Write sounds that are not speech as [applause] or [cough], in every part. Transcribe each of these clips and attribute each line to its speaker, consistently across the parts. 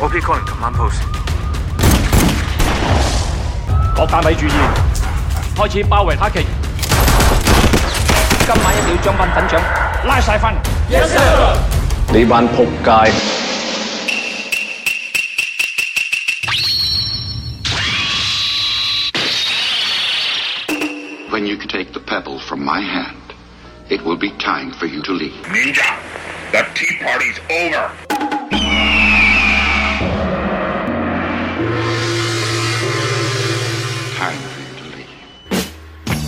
Speaker 1: OP calling command post。
Speaker 2: 各單位注意，開始包圍黑旗，
Speaker 3: 今晚一定要將班粉腸
Speaker 2: 拉晒翻嚟。
Speaker 4: 呢班撲街，
Speaker 5: When you take the pebble from my hand, it will be time for you to leave.
Speaker 6: Ninja, the Tea Party's over.
Speaker 5: Time for you to leave.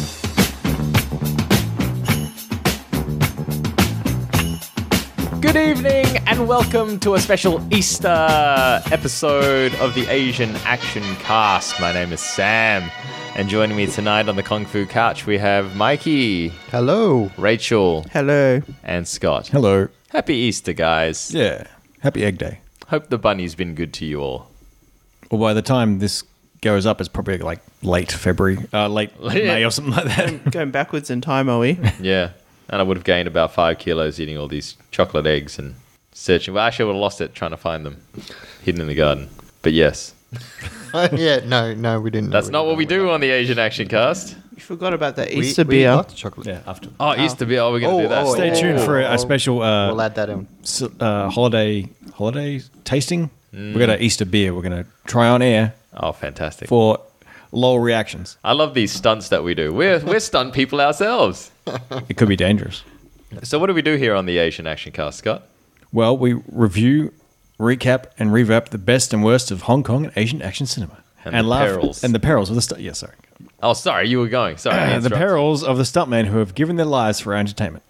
Speaker 7: Good evening and welcome to a special Easter episode of the Asian Action Cast. My name is Sam, and joining me tonight on the Kung Fu Couch we have Mikey,
Speaker 8: Hello.
Speaker 7: Rachel,
Speaker 8: Hello.
Speaker 7: and Scott.
Speaker 9: Hello.
Speaker 7: Happy Easter, guys.
Speaker 9: Yeah. Happy Egg Day.
Speaker 7: Hope the bunny's been good to you all.
Speaker 9: Well, by the time this goes up, it's probably like late February, uh, late May or something like that.
Speaker 8: Going backwards in time, are
Speaker 7: [laughs]
Speaker 8: we?
Speaker 7: Yeah, and I would have gained about five kilos eating all these chocolate eggs and searching. Well, actually, I would have lost it trying to find them hidden in the garden. But yes,
Speaker 10: [laughs] yeah, no, no, we didn't.
Speaker 7: that's not what we do on the Asian Action Cast.
Speaker 8: you forgot about the
Speaker 10: We,
Speaker 8: Easter
Speaker 10: we
Speaker 8: beer.
Speaker 10: got the chocolate.
Speaker 9: yeah, after.
Speaker 7: Oh, Easter beer. Oh, we're gonna
Speaker 10: Oh,
Speaker 7: do that.
Speaker 10: oh,
Speaker 9: Stay
Speaker 10: Oh,
Speaker 9: tuned for a,
Speaker 10: oh.
Speaker 9: a special uh,
Speaker 10: We'll add that in.
Speaker 9: s- uh, holiday holiday tasting. We're going to Easter beer. We're going to try on air
Speaker 7: Oh, fantastic!
Speaker 9: for lol reactions.
Speaker 7: I love these stunts that we do. We're we're stunt people ourselves.
Speaker 9: It could be dangerous.
Speaker 7: So what do we do here on the Asian Action Cast, Scott?
Speaker 9: Well, we review, recap, and revamp the best and worst of Hong Kong and Asian action cinema.
Speaker 7: And the perils.
Speaker 9: And the perils of [clears throat] the stunt. Yeah, sorry.
Speaker 7: Oh, sorry, you were going. Sorry, I
Speaker 9: [clears throat] the
Speaker 7: interrupted.
Speaker 9: perils of the stuntmen who have given their lives for our entertainment.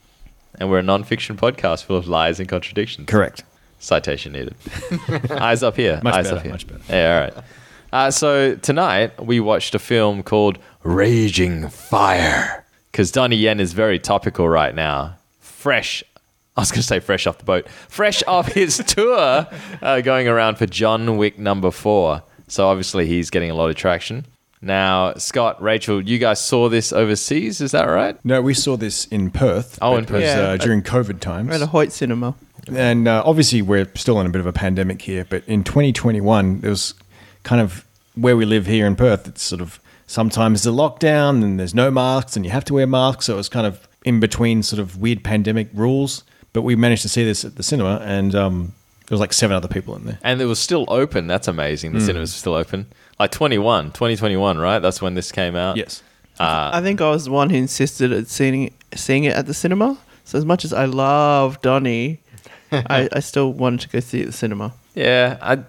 Speaker 7: And we're a non-fiction podcast full of lies and contradictions.
Speaker 9: Correct.
Speaker 7: Citation needed. [laughs] Eyes up here.
Speaker 9: Much
Speaker 7: Eyes
Speaker 9: better,
Speaker 7: up here.
Speaker 9: much better.
Speaker 7: Yeah, all right. Uh, so tonight we watched a film called Raging Fire because Donnie Yen is very topical right now. Fresh, I was going to say fresh off the boat, fresh [laughs] off his tour uh, going around for John Wick number four. So obviously he's getting a lot of traction. Now, Scott, Rachel, you guys saw this overseas, is that right?
Speaker 9: No, we saw this in Perth.
Speaker 7: Oh, in
Speaker 9: It was,
Speaker 7: Perth.
Speaker 9: uh, during COVID times.
Speaker 8: We're at a Hoyt cinema.
Speaker 9: And uh, obviously, we're still in a bit of a pandemic here, but in 2021, there was kind of where we live here in Perth. It's sort of sometimes the lockdown and there's no masks and you have to wear masks. So it was kind of in between sort of weird pandemic rules. But we managed to see this at the cinema, and um, there was like seven other people in there.
Speaker 7: And it was still open. That's amazing. The cinemas were still open. Like 21, 2021, right? That's when this came out.
Speaker 9: Yes.
Speaker 7: Uh,
Speaker 8: I think I was the one who insisted at seeing seeing it at the cinema. So as much as I love
Speaker 7: [laughs]
Speaker 8: Donnie, I, I still wanted to go see it at the cinema.
Speaker 7: Yeah, I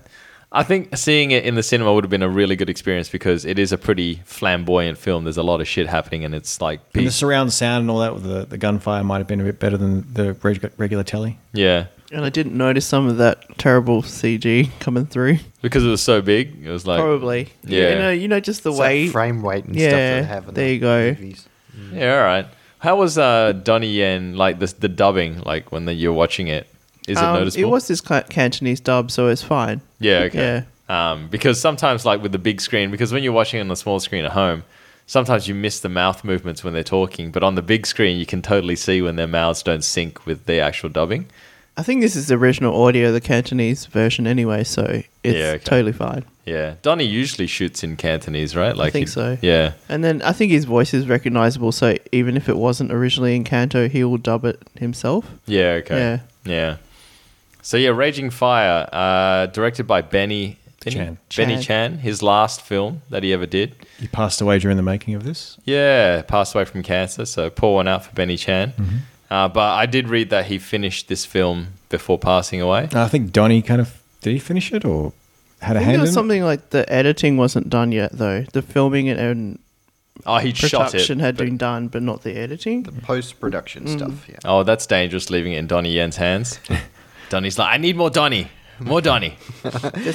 Speaker 7: I think seeing it in the cinema would have been a really good experience because it is a pretty flamboyant film. There's a lot of shit happening, and it's like
Speaker 9: And the
Speaker 7: peace.
Speaker 9: surround sound and all that with the, the gunfire might have been a bit better than the reg- regular telly.
Speaker 7: yeah,
Speaker 8: And I didn't notice some of that terrible CG coming through.
Speaker 7: because it was so big. It was [laughs] like
Speaker 8: Probably.
Speaker 7: Yeah.
Speaker 8: You know, you know just the
Speaker 10: It's that
Speaker 8: way
Speaker 10: frame weight and stuff
Speaker 8: Yeah,
Speaker 10: that they have. In
Speaker 8: there
Speaker 10: the
Speaker 8: you go.
Speaker 10: Movies.
Speaker 7: yeah, all right. How was uh, Donnie Yen like the the dubbing? Like when the, you're watching it, is
Speaker 8: um,
Speaker 7: it noticeable?
Speaker 8: was this ca- Cantonese dub, so it's fine.
Speaker 7: Yeah, okay. Um, because sometimes, like with the big screen, because when you're watching it on the small screen at home, sometimes you miss the mouth movements when they're talking. But on the big screen, you can totally see when their mouths don't sync with the actual dubbing.
Speaker 8: I think this is the original audio, the Cantonese version, anyway, so it's
Speaker 7: Yeah, okay.
Speaker 8: totally fine.
Speaker 7: Yeah, Donnie usually shoots in Cantonese, right? Like
Speaker 8: think
Speaker 7: he-
Speaker 8: so.
Speaker 7: Yeah,
Speaker 8: And then I think his voice is recognizable, so even if it wasn't originally in Canto, he will dub it himself.
Speaker 7: yeah, okay, yeah.
Speaker 8: Yeah.
Speaker 7: So yeah, Raging Fire, uh, directed by Benny Benny
Speaker 9: Chan.
Speaker 7: Benny
Speaker 8: Chan.
Speaker 7: Chan, his last film that he ever did.
Speaker 9: He passed away during the making of this.
Speaker 7: Yeah, passed away from cancer. So pour one out for Benny Chan. Uh, but I did read that he finished this film before passing away.
Speaker 9: I think Donnie kind of did he finish it or had a
Speaker 8: I think
Speaker 9: hand
Speaker 8: there was
Speaker 9: in it?
Speaker 8: something like the editing wasn't done yet, though. The filming and, and
Speaker 7: Oh, he shot it.
Speaker 8: production had
Speaker 7: but-
Speaker 8: been done, but not the editing.
Speaker 10: Post production
Speaker 8: Mm.
Speaker 10: stuff. Yeah.
Speaker 7: oh, that's dangerous leaving it in Donnie Yen's hands. Donnie's like, I need more Donnie. More Donnie.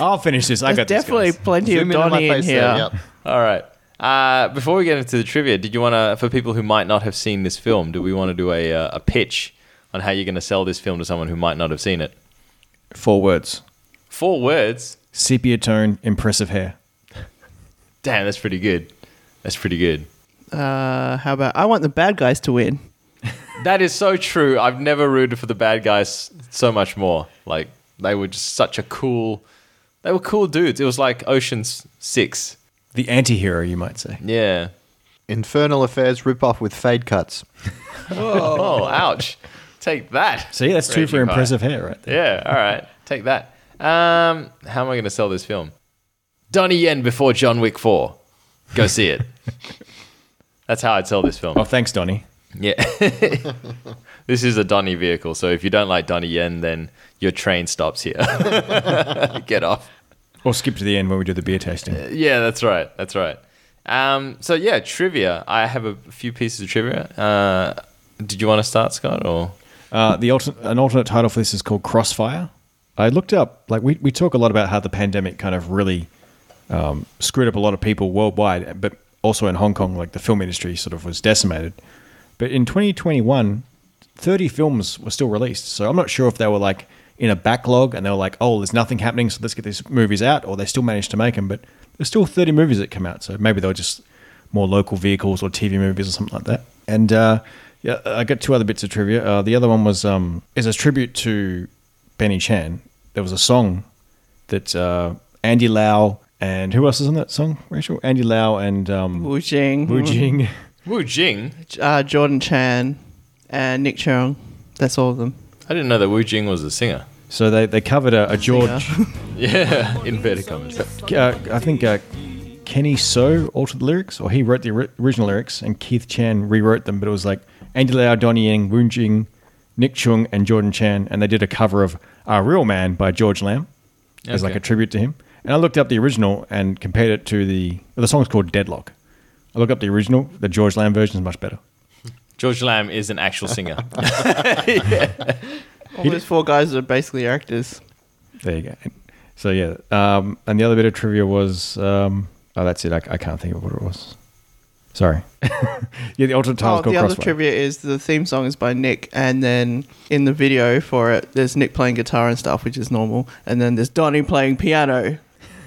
Speaker 9: I'll finish this. I
Speaker 8: There's
Speaker 9: got this,
Speaker 8: definitely
Speaker 9: guys.
Speaker 8: plenty
Speaker 10: Zoom
Speaker 8: of
Speaker 10: in on my
Speaker 8: Donnie in,
Speaker 10: face
Speaker 8: here.
Speaker 10: there, yep.
Speaker 7: All right. Uh, before we get into the trivia, did you want to, for people who might not have seen this film, do we want to do a, uh, a pitch on how you're going to sell this film to someone who might not have seen it?
Speaker 9: Four words.
Speaker 7: Four words.
Speaker 9: sepia tone, impressive hair.
Speaker 7: Damn, that's pretty good. That's pretty good.
Speaker 8: Uh, how about I want the bad guys to win?
Speaker 7: That is so true. I've never rooted for the bad guys so much more. Like they were just such a cool They were cool dudes. It was like Ocean's Six.
Speaker 9: The anti-hero, you might say.
Speaker 7: Yeah.
Speaker 10: Infernal Affairs rip-off with fade cuts.
Speaker 7: Oh, ouch. Take that.
Speaker 9: So yeah, that's two for
Speaker 7: Raging Fire.
Speaker 9: impressive hair right there.
Speaker 7: Yeah, all right. Take that. Um, how am I going to sell this film? Donnie Yen before John Wick 4. Go see
Speaker 9: [laughs]
Speaker 7: it. That's how I'd sell this film.
Speaker 9: Oh, thanks, Donnie.
Speaker 7: Yeah. this is a Donnie vehicle. So if you don't like Donnie Yen, then your train stops here. [laughs] Get off.
Speaker 9: Or skip to the end when we do the beer tasting.
Speaker 7: Yeah, that's right. That's right. Um, so yeah, trivia. I have a few pieces of trivia. Uh, did you want to start, Scott? Or
Speaker 9: Uh, the altern an alternate title for this is called Crossfire. I looked up, like we, we talk a lot about how the pandemic kind of really um, screwed up a lot of people worldwide, but also in Hong Kong, like the film industry sort of was decimated. But in 2021, 30 films were still released. So I'm not sure if they were like in a backlog and they were like, oh, there's nothing happening, so let's get these movies out, or they still managed to make them. But there's still 30 movies that come out. So maybe they were just more local vehicles or TV movies or something like that. And uh, yeah, I got two other bits of trivia. Uh, the other one was um, is a tribute to Benny Chan. There was a song that uh, Andy Lau and who else is on that song? Rachel, Andy Lau and um,
Speaker 8: Wu Jing,
Speaker 9: Wu Jing.
Speaker 7: Wu Jing?
Speaker 8: uh, Jordan Chan, and Nick Cheung. That's all of them.
Speaker 7: I didn't know that Wu Jing was a singer.
Speaker 9: So they, they covered a, a George,
Speaker 7: Yeah, inverted commas.
Speaker 9: uh, I think uh, Kenny So altered the lyrics, or he wrote the ori- original lyrics, and Keith Chan rewrote them. But it was like Andy Lau, Donnie Yang, Wu Jing, Nick Chung, and Jordan Chan, and they did a cover of "A Real Man" by George Lamb. as like
Speaker 7: Okay.
Speaker 9: a tribute to him. And I looked up the original and compared it to the the song's called Deadlock. I looked up the original. The George Lamb version is much better.
Speaker 7: George Lamb is an actual singer.
Speaker 8: [laughs]
Speaker 7: [laughs]
Speaker 8: All those four guys are basically actors.
Speaker 9: There you go. So yeah, um, and the other bit of trivia was um, oh that's it. I, I can't think of what it was. Sorry. [laughs] yeah, the alternate title
Speaker 8: Oh,
Speaker 9: is called
Speaker 8: the other
Speaker 9: Crossfire.
Speaker 8: trivia is the theme song is by Nick, and then in the video for it, there's Nick playing guitar and stuff, which is normal, and then there's Donnie playing piano.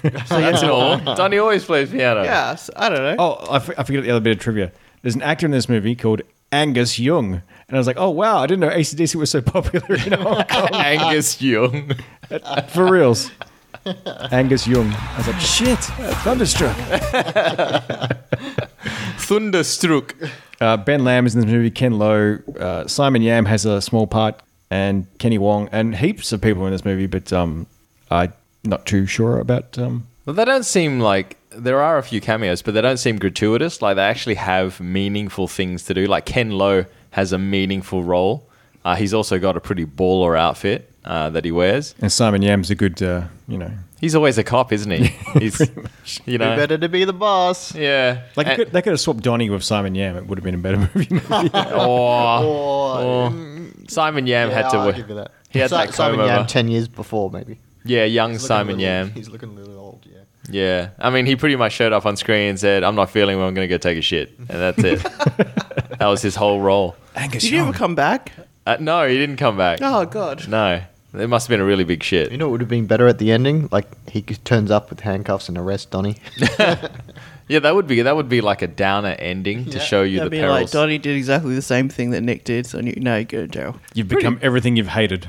Speaker 7: That's normal. Donnie always plays piano.
Speaker 8: Yeah, so, I don't know.
Speaker 9: Oh, I, f- I forget the other bit of trivia. There's an actor in this movie called Angus Young, and I was like, oh wow, I didn't know ACDC was so [laughs] popular in Hong Kong.
Speaker 7: Angus Young.
Speaker 9: [laughs] For reals. Angus Young. I was like, shit, thunderstruck.
Speaker 7: Thunderstruck.
Speaker 9: Uh, ben Lamb is in this movie. Ken Lowe, uh, Simon Yam has a small part, and Kenny Wong, and heaps of people in this movie. But um, I'm not too sure about. Um,
Speaker 7: Well, they don't seem like there are a few cameos, but they don't seem gratuitous. Like they actually have meaningful things to do. Like Ken Lo has a meaningful role. Uh, he's also got a pretty baller outfit uh, that he wears.
Speaker 9: and Simon Yam's a good, uh, you know,
Speaker 7: He's always a cop, isn't he? He's, you
Speaker 10: Who
Speaker 7: know,
Speaker 10: better to be the boss?
Speaker 7: yeah.
Speaker 9: like
Speaker 8: Uh,
Speaker 7: And- [laughs]
Speaker 9: they could, they could have swapped Donnie with Simon Yam. It would have been a better [laughs] movie.
Speaker 8: [laughs]
Speaker 7: or,
Speaker 10: Or,
Speaker 7: or oh, Simon Yam had to
Speaker 10: Oh, mm. I'll
Speaker 7: work.
Speaker 10: give you that.
Speaker 7: He had
Speaker 10: Si-
Speaker 7: that
Speaker 10: Simon
Speaker 7: comb
Speaker 10: Yam
Speaker 7: over.
Speaker 10: ten years before, maybe.
Speaker 7: Yeah, young
Speaker 10: He's looking
Speaker 7: Simon
Speaker 10: a little-
Speaker 7: Yam.
Speaker 10: He's looking a little old. Yeah.
Speaker 7: [laughs] Yeah, I mean, he pretty much showed up on screen and said, "I'm not feeling well. I'm going to go take a shit," and that's
Speaker 10: [laughs]
Speaker 7: it. that was his whole role.
Speaker 9: Angus
Speaker 8: Did you ever come back?
Speaker 7: Uh, no, he didn't come back.
Speaker 8: Oh God,
Speaker 7: No, it must have been a really big
Speaker 10: You
Speaker 7: shit.
Speaker 10: know, it would have been better at the ending. Like he c- turns up with handcuffs and arrests Donnie. [laughs]
Speaker 7: Yeah, that would be that would be like a downer ending to show you the
Speaker 8: that'd be like
Speaker 7: perils.
Speaker 8: Donnie did exactly the same thing that Nick did, so you know, go to jail.
Speaker 9: You've become everything you've hated.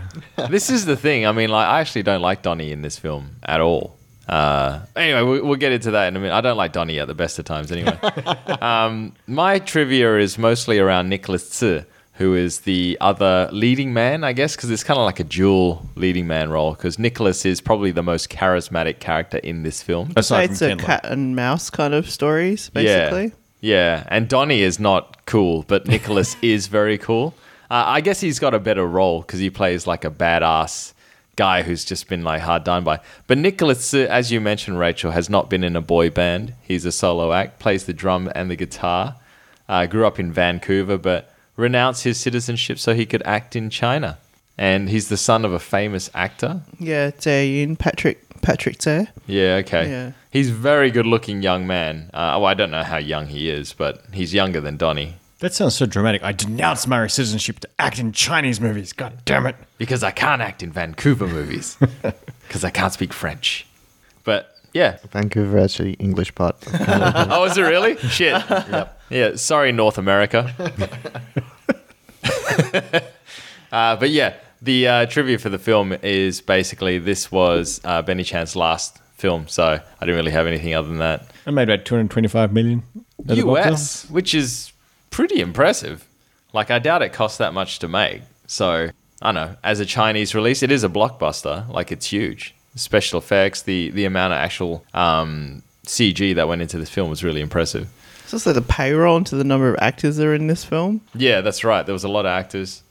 Speaker 7: this is the thing. I mean, like, I actually don't like Donnie in this film at all. Uh, anyway, we, we'll get into that in a minute. I don't like Donnie at the best of times,
Speaker 8: [laughs]
Speaker 7: anyway. um, my trivia is mostly around Nicholas Tse, who is the other leading man, I guess, because it's kind of like a dual leading man role. Because Nicholas is probably the most charismatic character in this film.
Speaker 8: So
Speaker 9: Aside
Speaker 8: it's a
Speaker 9: from Ken Lowe.
Speaker 8: cat and mouse kind of stories, basically.
Speaker 7: Yeah, yeah. And Donnie is not cool, but Nicholas is very cool. Uh, I guess he's got a better role because he plays like a badass guy who's just been like hard done by. But Nicholas, uh, as you mentioned, Rachel has not been in a boy band. He's a solo act, plays the drum and the guitar. Uh, grew up in Vancouver, but renounced his citizenship so he could act in China. And he's the son of a famous actor.
Speaker 8: Yeah, Day in Patrick Patrick Day.
Speaker 7: Yeah, okay.
Speaker 8: Yeah.
Speaker 7: He's very good looking young man. Uh, well, I don't know how young he is, but he's younger than Donnie
Speaker 9: That sounds so dramatic. I denounce my citizenship to act in Chinese movies. God damn it!
Speaker 7: because I can't act in Vancouver movies because I can't speak French. But yeah.
Speaker 10: Vancouver actually English part.
Speaker 8: [laughs]
Speaker 7: Oh, is it really? Shit. Yeah, sorry, North America. uh, but yeah, The uh, trivia for the film is basically this was uh, Benny Chan's last film, so I didn't really have anything other than that.
Speaker 9: I made about 225 million. at the box office.
Speaker 7: US, which is pretty impressive. Like, I doubt it costs that much to make. So, I don't know. As a Chinese release, it is a blockbuster. Like, it's huge. Special effects, the, the amount of actual um, CG that went into this film was really impressive.
Speaker 8: It's also the payroll into the number of actors that are in this film.
Speaker 7: Yeah, that's right. There was a lot of actors.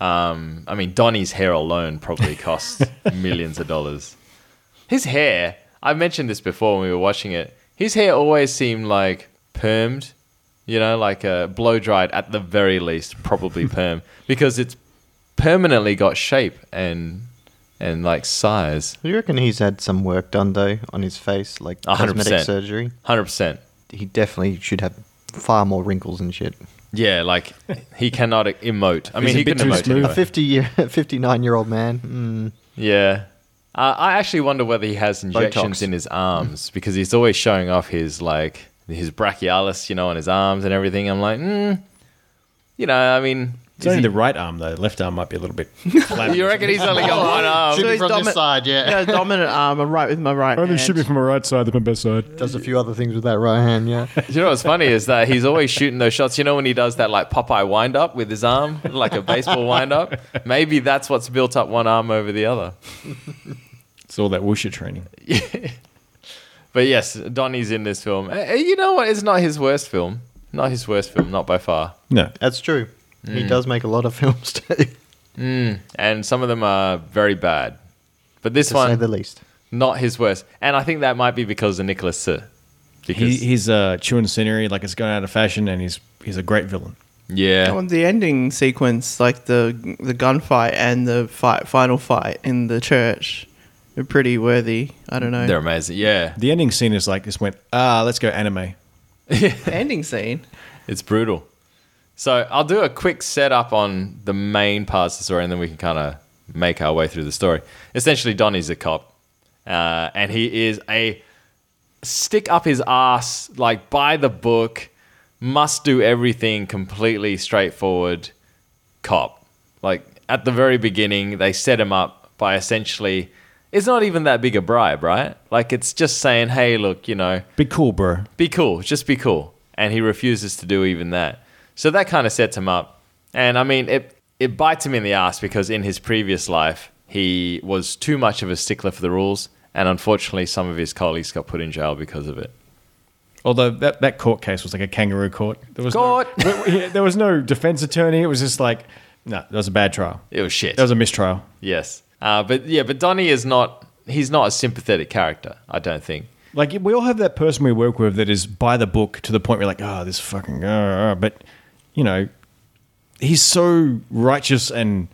Speaker 7: Um, I mean, Donnie's hair alone probably
Speaker 9: [laughs]
Speaker 7: costs millions of dollars. His hair, I mentioned this before when we were watching it, his hair always seemed like permed, you know, like uh, blow dried at the very least,
Speaker 9: [laughs]
Speaker 7: probably perm, because it's permanently got shape and and like size.
Speaker 10: Do you reckon he's had some work done though on his face, like
Speaker 7: 100%.
Speaker 10: cosmetic surgery?
Speaker 7: 100%.
Speaker 10: He definitely should have far more wrinkles and shit.
Speaker 7: Yeah, like he cannot emote. I mean,
Speaker 9: a
Speaker 7: he
Speaker 9: bit
Speaker 7: can
Speaker 9: too
Speaker 7: emote.
Speaker 9: smooth.
Speaker 7: anyway.
Speaker 10: A 50 year, [laughs] 59 year old man. Mm.
Speaker 7: Yeah. Uh, I actually wonder whether he has injections
Speaker 10: Botox.
Speaker 7: in his arms because he's always showing off his like his brachialis, you know, on his arms and everything. I'm like, mm, you know, I mean,
Speaker 9: It's
Speaker 7: is
Speaker 9: only
Speaker 7: he-
Speaker 9: the right arm though. The left arm might be a little
Speaker 8: [laughs]
Speaker 9: bit. flabby.
Speaker 7: you reckon he's only got one arm?
Speaker 10: Should be
Speaker 8: he's
Speaker 10: from
Speaker 8: domi-
Speaker 10: this side, yeah.
Speaker 8: Yeah, dominant arm. I'm right with my right. hand.
Speaker 9: from my right side, than my best side.
Speaker 10: Does a few other things with that right hand, [laughs] yeah.
Speaker 7: You know what's funny is that he's always shooting those shots. You know when he does that like Popeye wind up with his arm, like a baseball wind up. Maybe that's what's built up one arm over the other.
Speaker 9: It's all that wusha training.
Speaker 7: But yes, Donnie's in this film. Uh, You know what? It's not his worst film. Not his worst film. Not by far.
Speaker 9: No,
Speaker 10: That's true. He does make a lot of [laughs] films too, to
Speaker 7: and some of them are very bad. But this
Speaker 10: say
Speaker 7: one,
Speaker 10: the least.
Speaker 7: not his worst. And I think that might be because of Nicholas Sir. Because
Speaker 9: he, he's uh, chewing scenery like it's gone out of fashion, and he's he's a great villain.
Speaker 7: yeah,
Speaker 8: Oh, and the ending sequence, like the the gunfight and the fight, final fight in the church, are pretty worthy. I don't know.
Speaker 7: they're amazing. Yeah,
Speaker 9: The ending scene is like just went ah, let's go anime.
Speaker 8: The ending scene.
Speaker 7: it's brutal. So I'll do a quick setup on the main parts of the story, and then we can kind of make our way through the story. Essentially, Donnie's a cop, uh, and he is a stick up his ass, like by the book, must do everything completely straightforward cop. Like at the very beginning, they set him up by essentially, it's not even that big a bribe, right? Like it's just saying, hey, look, you know,
Speaker 9: Be cool, bro.
Speaker 7: be cool, just be cool. And he refuses to do even that. So that kind of sets him up. And I mean, it, it bites him in the ass because in his previous life, he was too much of a stickler for the rules. And unfortunately, some of his colleagues got put in jail because of it.
Speaker 9: Although that, that court case was like a kangaroo court. There was
Speaker 7: Court!
Speaker 9: No, there- yeah, [laughs] there was no defense attorney. It was just like no, that was a bad trial.
Speaker 7: It was shit.
Speaker 9: That was a mistrial.
Speaker 7: yes. Uh, but yeah, but Donnie is not, he's not a sympathetic character, I don't think.
Speaker 9: Like we all have that person we work with that is by the book to the point we're like, oh, this fucking, uh, uh," but you know, he's so righteous and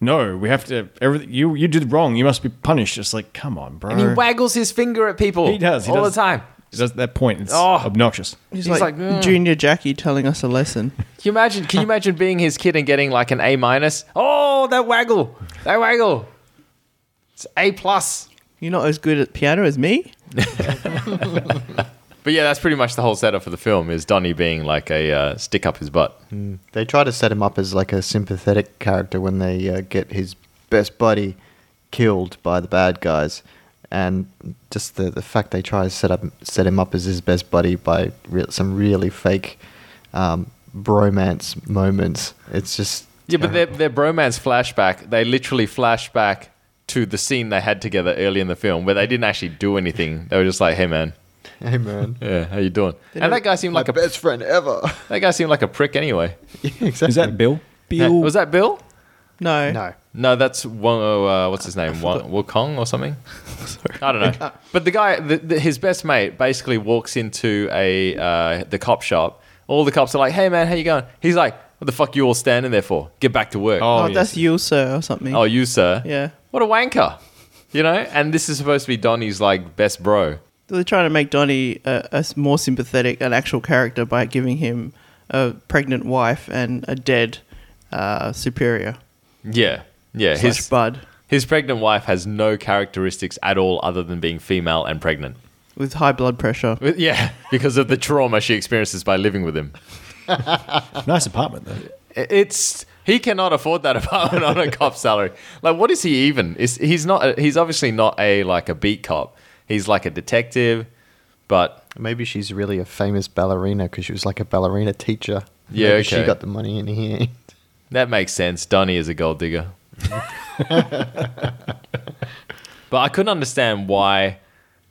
Speaker 9: no, we have to. Everything you you did wrong, you must be punished. It's like, come on, bro.
Speaker 7: And he waggles his finger at people.
Speaker 9: He does he
Speaker 7: all
Speaker 9: does.
Speaker 7: the time.
Speaker 9: He does that point. It's
Speaker 7: Oh.
Speaker 9: obnoxious.
Speaker 8: He's,
Speaker 7: He's like,
Speaker 8: like,
Speaker 7: "Mm."
Speaker 8: Junior Jackie telling us a lesson.
Speaker 7: Can you imagine? Can you imagine being his kid and getting like an A minus? Oh, that waggle, that waggle. It's A plus.
Speaker 8: You're not as good at piano as me.
Speaker 7: But yeah, that's pretty much the whole setup for the film is Donnie being like a uh, stick up his butt.
Speaker 10: They try to set him up as like a sympathetic character when they uh, get his best buddy killed by the bad guys, and just the the fact they try to set up set him up as his best buddy by re- some really fake um, bromance moments. It's just [laughs]
Speaker 7: Yeah, but their, their bromance flashback, they literally flash back to the scene they had together early in the film where they didn't actually do anything. They were just like, "Hey, man,
Speaker 10: hey [laughs] man,
Speaker 7: yeah, how you doing?" And that guy seemed
Speaker 10: my
Speaker 7: like a
Speaker 10: best friend ever.
Speaker 7: that guy seemed like a prick anyway.
Speaker 10: Yeah, [laughs] exactly.
Speaker 9: Is that Bill?
Speaker 7: Yeah.
Speaker 9: Bill. [laughs]
Speaker 7: Was that Bill?
Speaker 8: No.
Speaker 10: no?
Speaker 7: No, that's Wong. Uh, what's his name? Wong, Wukong or something. I don't know. But the guy, the, the, his best mate, basically walks into a uh, the cop shop. All the cops are like, "Hey man, how you going?" He's like, "What the fuck you all standing there for? Get back to work."
Speaker 9: Oh,
Speaker 8: Oh,
Speaker 9: yes.
Speaker 8: that's you, sir, or something.
Speaker 7: Oh, you sir.
Speaker 8: yeah.
Speaker 7: What a wanker. You know. And this is supposed to be Donnie's like best bro.
Speaker 8: They're trying to make Donnie a, a s- more sympathetic, an actual character, by giving him a pregnant wife and a dead uh, superior.
Speaker 7: Yeah. Yeah.
Speaker 8: His
Speaker 7: His
Speaker 8: bud
Speaker 7: his pregnant wife has no characteristics at all other than being female and pregnant.
Speaker 8: with high blood pressure.
Speaker 7: But yeah, [laughs] because of the trauma she experiences by living with him.
Speaker 9: nice apartment though?
Speaker 7: It's He cannot afford that [laughs] apartment on a cop salary. Like, what is he even? Is he's not? A, he's obviously not a like a beat cop. He's like a detective, but
Speaker 10: Maybe she's really a famous ballerina because she was like a ballerina teacher.
Speaker 7: Yeah,
Speaker 10: Maybe she
Speaker 7: okay.
Speaker 10: got the money in here.
Speaker 7: That makes sense. Donnie is a gold digger. [laughs] but I couldn't understand why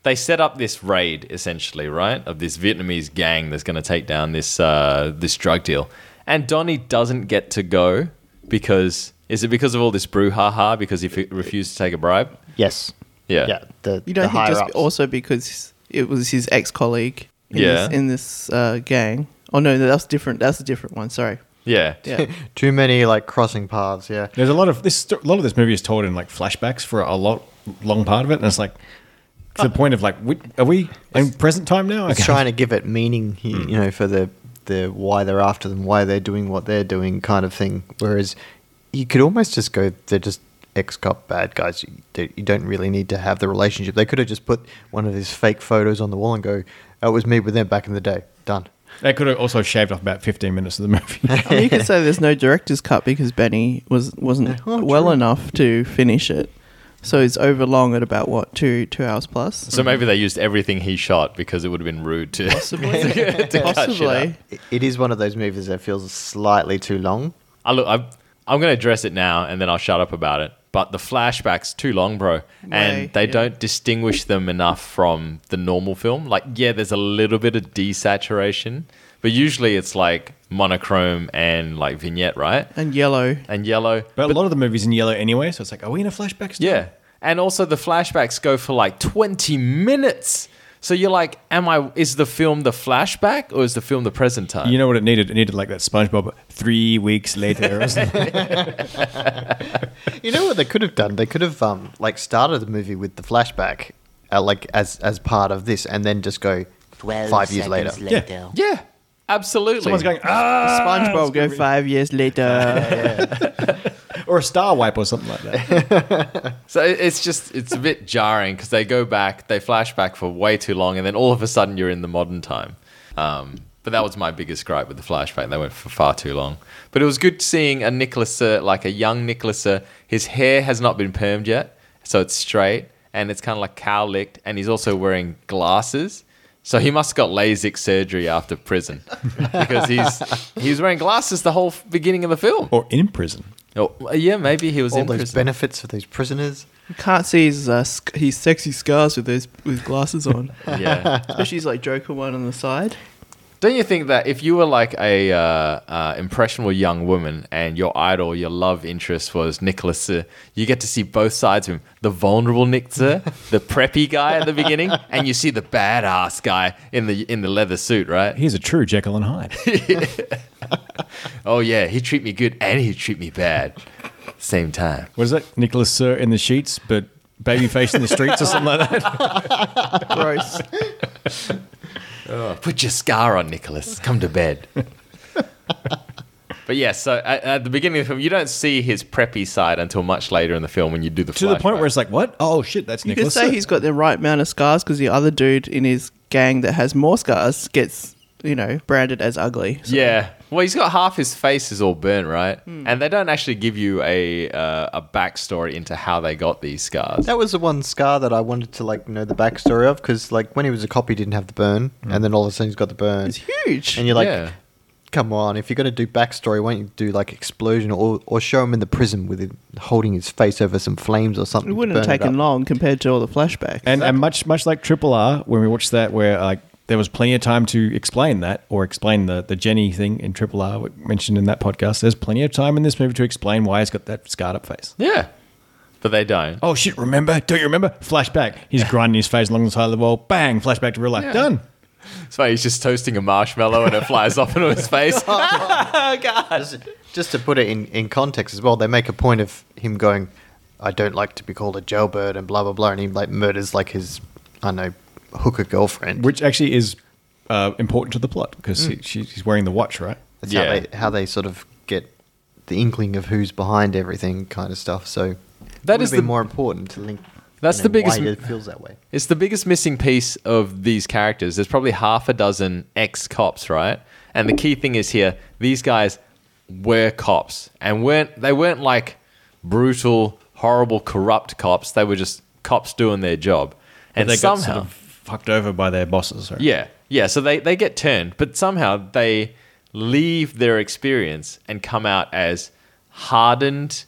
Speaker 7: they set up this raid, essentially, right? Of this Vietnamese gang that's going to take down this uh, this drug deal, and Donnie doesn't get to go because is it because of all this brouhaha? Because he f- refused to take a bribe?
Speaker 10: Yes.
Speaker 7: Yeah.
Speaker 10: Yeah. The,
Speaker 8: You don't
Speaker 10: the
Speaker 8: think
Speaker 10: higher
Speaker 8: just
Speaker 10: ups.
Speaker 8: also because it was his ex colleague in
Speaker 7: Yeah.
Speaker 8: this, in this uh, gang. Oh no, that's different. That's a different one. Sorry.
Speaker 7: Yeah.
Speaker 8: Yeah.
Speaker 10: [laughs] Too many like crossing paths. Yeah.
Speaker 9: There's a lot of this. A lot of this movie is told in like flashbacks for a lot long part of it, and it's like to the point of like, we, are we in present time now?
Speaker 10: It's
Speaker 9: Okay.
Speaker 10: trying to give it meaning, he- you know, for the the why they're after them, why they're doing what they're doing, kind of thing. Whereas you could almost just go, they're just ex cop bad guys. You, they, you don't really need to have the relationship. They could have just put one of these fake photos on the wall and go, "That was me with them back in the day." Done.
Speaker 9: They could have also shaved off about 15 minutes of the movie.
Speaker 8: I mean, you could say there's no director's cut because Benny was wasn't
Speaker 10: Oh,
Speaker 8: well
Speaker 10: true.
Speaker 8: enough to finish it, so it's over long at about what two two hours plus.
Speaker 7: [laughs] So [laughs] maybe they used everything he shot because it would have been rude to
Speaker 8: Possibly.
Speaker 7: [laughs] to cut shit out.
Speaker 8: Possibly.
Speaker 10: It- it is one of those movies that feels slightly too long.
Speaker 7: I look, I'm, I'm going to address it now, and then I'll shut up about it. But the flashbacks too long, bro,
Speaker 8: Way,
Speaker 7: and they
Speaker 8: yeah.
Speaker 7: don't distinguish them enough from the normal film. Like, yeah, there's a little bit of desaturation, but usually it's like monochrome and like vignette, right?
Speaker 8: And yellow.
Speaker 7: And yellow.
Speaker 9: But a lot of the movies in yellow anyway, so it's like, are we in a flashback? Still?
Speaker 7: Yeah. And also the flashbacks go for like 20 minutes. So you're like, am I is the film the flashback or is the film the present time?
Speaker 9: You know what it needed? It needed like that SpongeBob three weeks later. Or something.
Speaker 10: You know what they could have done? They could have um, like started the movie with the flashback, uh, like as as part of this, and then just go five years later.
Speaker 9: later.
Speaker 7: yeah. Absolutely.
Speaker 9: Someone's going ah,
Speaker 8: SpongeBob go five years later.
Speaker 9: or a star wipe or something like
Speaker 8: [laughs]
Speaker 9: that.
Speaker 7: So it- it's just it's a bit [laughs] jarring because they go back, they flash back for way too long, and then all of a sudden you're in the modern time. Um, but that was my biggest gripe with the flashback; they went for far too long. But it was good seeing a Nicholas, Sir, like a young Nicholas. Sir. His hair has not been permed yet, so it's straight and it's kind of like cowlicked, and he's also wearing glasses. So he must have got LASIK surgery after prison [laughs] because he's he was wearing glasses the whole f- beginning of the film.
Speaker 9: or in prison.
Speaker 7: Oh, yeah, maybe he was
Speaker 10: All
Speaker 7: in
Speaker 10: those
Speaker 7: prison.
Speaker 10: benefits for those prisoners.
Speaker 8: You can't see his uh, sc- his sexy scars with those with glasses on,
Speaker 7: yeah.
Speaker 8: especially his like Joker one on the side.
Speaker 7: [laughs] Don't you think that if you were like a uh, uh, impressionable young woman and your idol, your love interest was Nicholas, Sir, you get to see both sides of him: the vulnerable Nick,
Speaker 9: [laughs]
Speaker 7: Sir, the preppy guy at the beginning, and you see the badass guy in the in the leather suit, right?
Speaker 9: He's a true Jekyll and Hyde.
Speaker 7: Oh yeah, he treat me good and he treat me bad, same time.
Speaker 9: What is that? Nicholas Sir in the sheets, but babyface in the streets or something
Speaker 8: [laughs]
Speaker 9: like that.
Speaker 8: Gross.
Speaker 9: Oh.
Speaker 7: Put your scar on, Nicholas. Come to
Speaker 9: [laughs]
Speaker 7: bed. But yeah, so at, at the beginning of the film, you don't see his preppy side until much later in the film when you do the
Speaker 9: To the point
Speaker 7: flashback.
Speaker 9: where it's like, what? Oh shit, that's
Speaker 8: You could
Speaker 9: Nicholas.
Speaker 8: say
Speaker 9: Sir.
Speaker 8: he's got the right amount of scars because the other dude in his gang that has more scars gets you know branded as ugly. So
Speaker 7: Yeah. Well, he's got half his face is all burnt, right?
Speaker 9: Hmm.
Speaker 7: And they don't actually give you a uh, a backstory into how they got these scars.
Speaker 10: That was the one scar that I wanted to like know the backstory of because like when he was a cop, he didn't have the burn, and then all of a sudden he's got the burn,
Speaker 8: It's Mm. huge.
Speaker 10: and you're like,
Speaker 7: yeah.
Speaker 10: come on, if you're gonna do backstory, why don't you do like explosion or or show him in the prison with it holding his face over some flames or something?
Speaker 8: It
Speaker 10: to
Speaker 8: wouldn't have
Speaker 10: burn it
Speaker 8: taken
Speaker 10: up.
Speaker 8: long compared to all the flashbacks.
Speaker 9: and, and much much like Triple R, when we watched that, where like there was plenty of time to explain that or explain the the Jenny thing in Triple R we mentioned in that podcast. There's plenty of time in this movie to explain why he's got that scarred up face.
Speaker 7: Yeah. But they don't.
Speaker 9: Oh shit! Remember? Don't you remember? Flashback. He's grinding his face along the side of the wall. Bang! Flashback to real life. Done.
Speaker 7: So he's just toasting a marshmallow and it flies off into
Speaker 9: [laughs]
Speaker 7: his face.
Speaker 9: Oh
Speaker 10: Just, just to put it in, in context as well, they make a point of him going, I don't like to be called a jailbird and blah blah blah, and he like murders like his I don't know hooker girlfriend.
Speaker 9: Which actually is uh, important to the plot because
Speaker 8: Mm.
Speaker 9: she, she's wearing the watch, right?
Speaker 10: That's
Speaker 7: Yeah.
Speaker 10: how they how they sort of get the inkling of who's behind everything kind of stuff. So
Speaker 7: That
Speaker 10: that
Speaker 7: is
Speaker 10: is
Speaker 7: the-
Speaker 10: be more important to link.
Speaker 7: That's
Speaker 10: you
Speaker 7: the
Speaker 10: know,
Speaker 7: biggest
Speaker 10: Why
Speaker 7: m-
Speaker 10: it feels that way.
Speaker 7: It's the biggest missing piece of these characters. There's probably half a dozen ex cops, right? And the key thing is here, these guys were cops and weren't they weren't like brutal, horrible, corrupt cops. They were just cops doing their job. And
Speaker 9: they
Speaker 7: somehow
Speaker 9: got sort of fucked over by their bosses. Right?
Speaker 7: yeah, yeah. So they they get turned, but somehow they leave their experience and come out as hardened,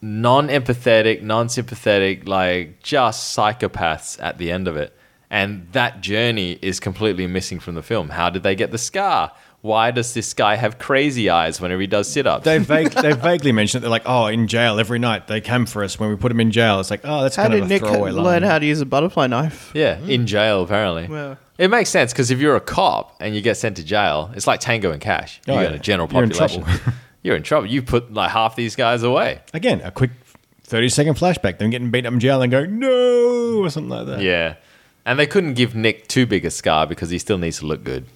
Speaker 7: non-empathetic, non-sympathetic, like just psychopaths at the end of it. And that journey is completely missing from the film. How did they get the scar? Why does this guy have crazy eyes whenever he does sit-ups?
Speaker 9: They, vague, they vaguely mentioned it. They're like, oh, in jail every night. They come for us when we put them in jail. It's like, oh, that's
Speaker 8: How
Speaker 9: kind
Speaker 8: did
Speaker 9: of a
Speaker 8: Nick
Speaker 9: throwaway line.
Speaker 8: learn how to use a butterfly knife?
Speaker 7: yeah,
Speaker 9: Hmm.
Speaker 7: in jail apparently.
Speaker 8: Well-
Speaker 7: it makes sense because if you're a cop and you get sent to jail, it's like Tango and Cash. You
Speaker 9: Oh,
Speaker 7: go
Speaker 9: yeah.
Speaker 7: to general
Speaker 9: You're in
Speaker 7: population.
Speaker 9: [laughs]
Speaker 7: You're in trouble. You put like half these guys away.
Speaker 9: Again, a quick 30 second flashback. Them getting beat up in jail and going, no, or something like that.
Speaker 7: Yeah. And they couldn't give Nick too big a scar because he still needs to look
Speaker 9: [laughs]
Speaker 7: good.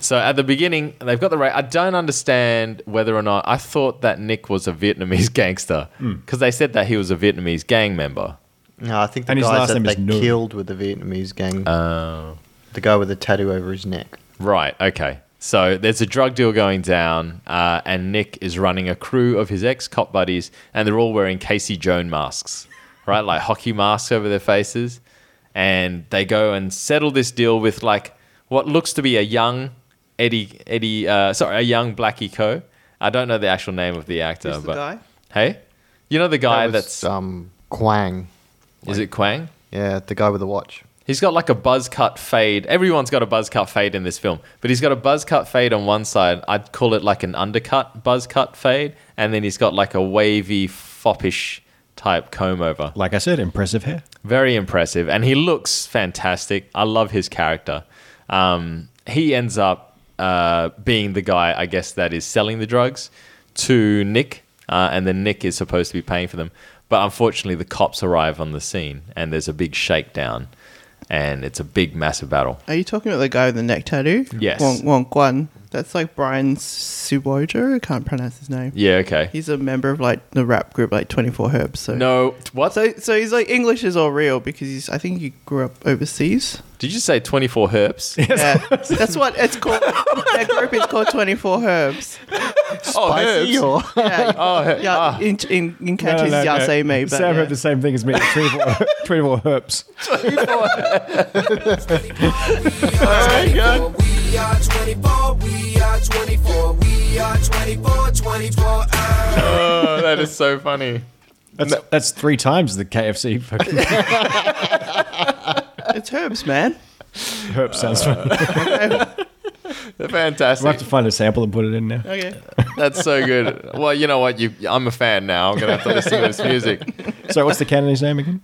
Speaker 7: so at the beginning, they've got the right. I don't understand whether or not I thought that Nick was a Vietnamese [laughs] gangster
Speaker 9: Hmm.
Speaker 7: because they said that he was a Vietnamese gang member.
Speaker 10: No, I think the
Speaker 9: And his last
Speaker 10: guys that
Speaker 9: name is
Speaker 10: they
Speaker 9: Noor.
Speaker 10: killed with the Vietnamese gang.
Speaker 7: Oh.
Speaker 10: the guy with the tattoo over his neck.
Speaker 7: Right. Okay. So there's a drug deal going down, uh, and Nick is running a crew of his ex cop buddies, and they're all wearing Casey Joan masks, right? Like hockey masks over their faces. And they go and settle this deal with like what looks to be a young Eddie, Eddie, uh, sorry, a young Blackie Co. I don't know the actual name of the actor,
Speaker 8: Who's the
Speaker 7: but
Speaker 8: guy?
Speaker 7: hey, you know the guy
Speaker 10: That was,
Speaker 7: that's
Speaker 10: um Quang.
Speaker 7: is it Quang?
Speaker 10: Yeah, the guy with the watch.
Speaker 7: He's got like a buzz cut fade. Everyone's got a buzz cut fade in this film, but he's got a buzz cut fade on one side. I'd call it like an undercut buzz cut fade, and then he's got like a wavy foppish type comb over.
Speaker 9: Like I said, impressive hair.
Speaker 7: Very impressive, and he looks fantastic. I love his character. Um, he ends up uh, being the guy, I guess, that is selling the drugs to Nick, uh, and then Nick is supposed to be paying for them. But unfortunately, the cops arrive on the scene, and there's a big shakedown, and it's a big, massive battle.
Speaker 8: Are you talking about the guy with the neck tattoo?
Speaker 7: Yes.
Speaker 8: Wong Wong Guan. That's like Brian Subojo. I can't pronounce his name.
Speaker 7: Yeah, okay.
Speaker 8: He's a member of like the rap group like Twenty Four Herbs. So
Speaker 7: No, what?
Speaker 8: So so he's like English is all real because he's I think he grew up overseas.
Speaker 7: Did you say 24 herps?
Speaker 9: [laughs]
Speaker 8: Yeah, that's what it's called. That group is called Twenty Four Herbs.
Speaker 7: Oh,
Speaker 10: Spicy
Speaker 7: herbs.
Speaker 10: or
Speaker 8: Yeah,
Speaker 7: Oh, her-
Speaker 8: yeah. In in, in Cantonese,
Speaker 9: Uh,
Speaker 8: yeah, say me, but
Speaker 9: Sam
Speaker 8: yeah.
Speaker 9: heard the same thing as me. 24, [laughs] 24 herps.
Speaker 1: We are 24, we are 24, we are 24, 24 hours.
Speaker 7: oh, that is so funny.
Speaker 9: That's, that's three times the [laughs] KFC fucking
Speaker 8: it's herbs, man.
Speaker 9: herp sounds fun. We'll have
Speaker 7: Fantastic.
Speaker 9: to find a sample and put it in now.
Speaker 8: Okay,
Speaker 7: That's so good. Well, you know what? You, I'm a fan now. I'm going to have to listen to this music.
Speaker 9: So what's the Cantonese name again?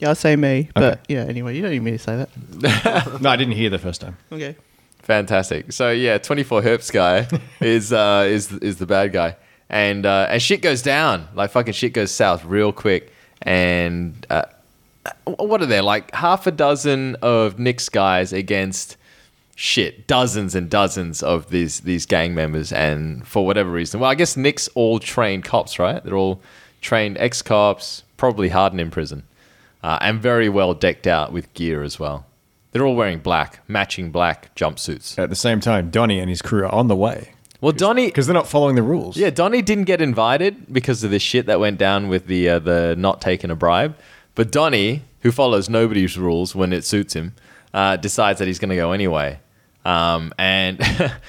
Speaker 8: yeah, say me, but yeah. Anyway, you don't need me to say that.
Speaker 9: No, I didn't hear the first time.
Speaker 8: Okay.
Speaker 7: Fantastic. So yeah, twenty four herps guy is uh, is is the bad guy, and uh, and shit goes down like fucking shit goes south real quick. And uh, what are there like half a dozen of Nick's guys against shit dozens and dozens of these these gang members, and for whatever reason, well, I guess Nick's all trained cops, right? They're all trained ex cops, probably hardened in prison, uh, and very well decked out with gear as well. They're all wearing black, matching black jumpsuits.
Speaker 9: At the same time, Donnie and his crew are on the way
Speaker 7: Well, Donnie,
Speaker 9: because they're not following the rules.
Speaker 7: yeah, Donnie didn't get invited because of the shit that went down with the uh, the not taking a bribe. But Donnie, who follows nobody's rules when it suits him, uh, decides that he's going to go anyway. Um, and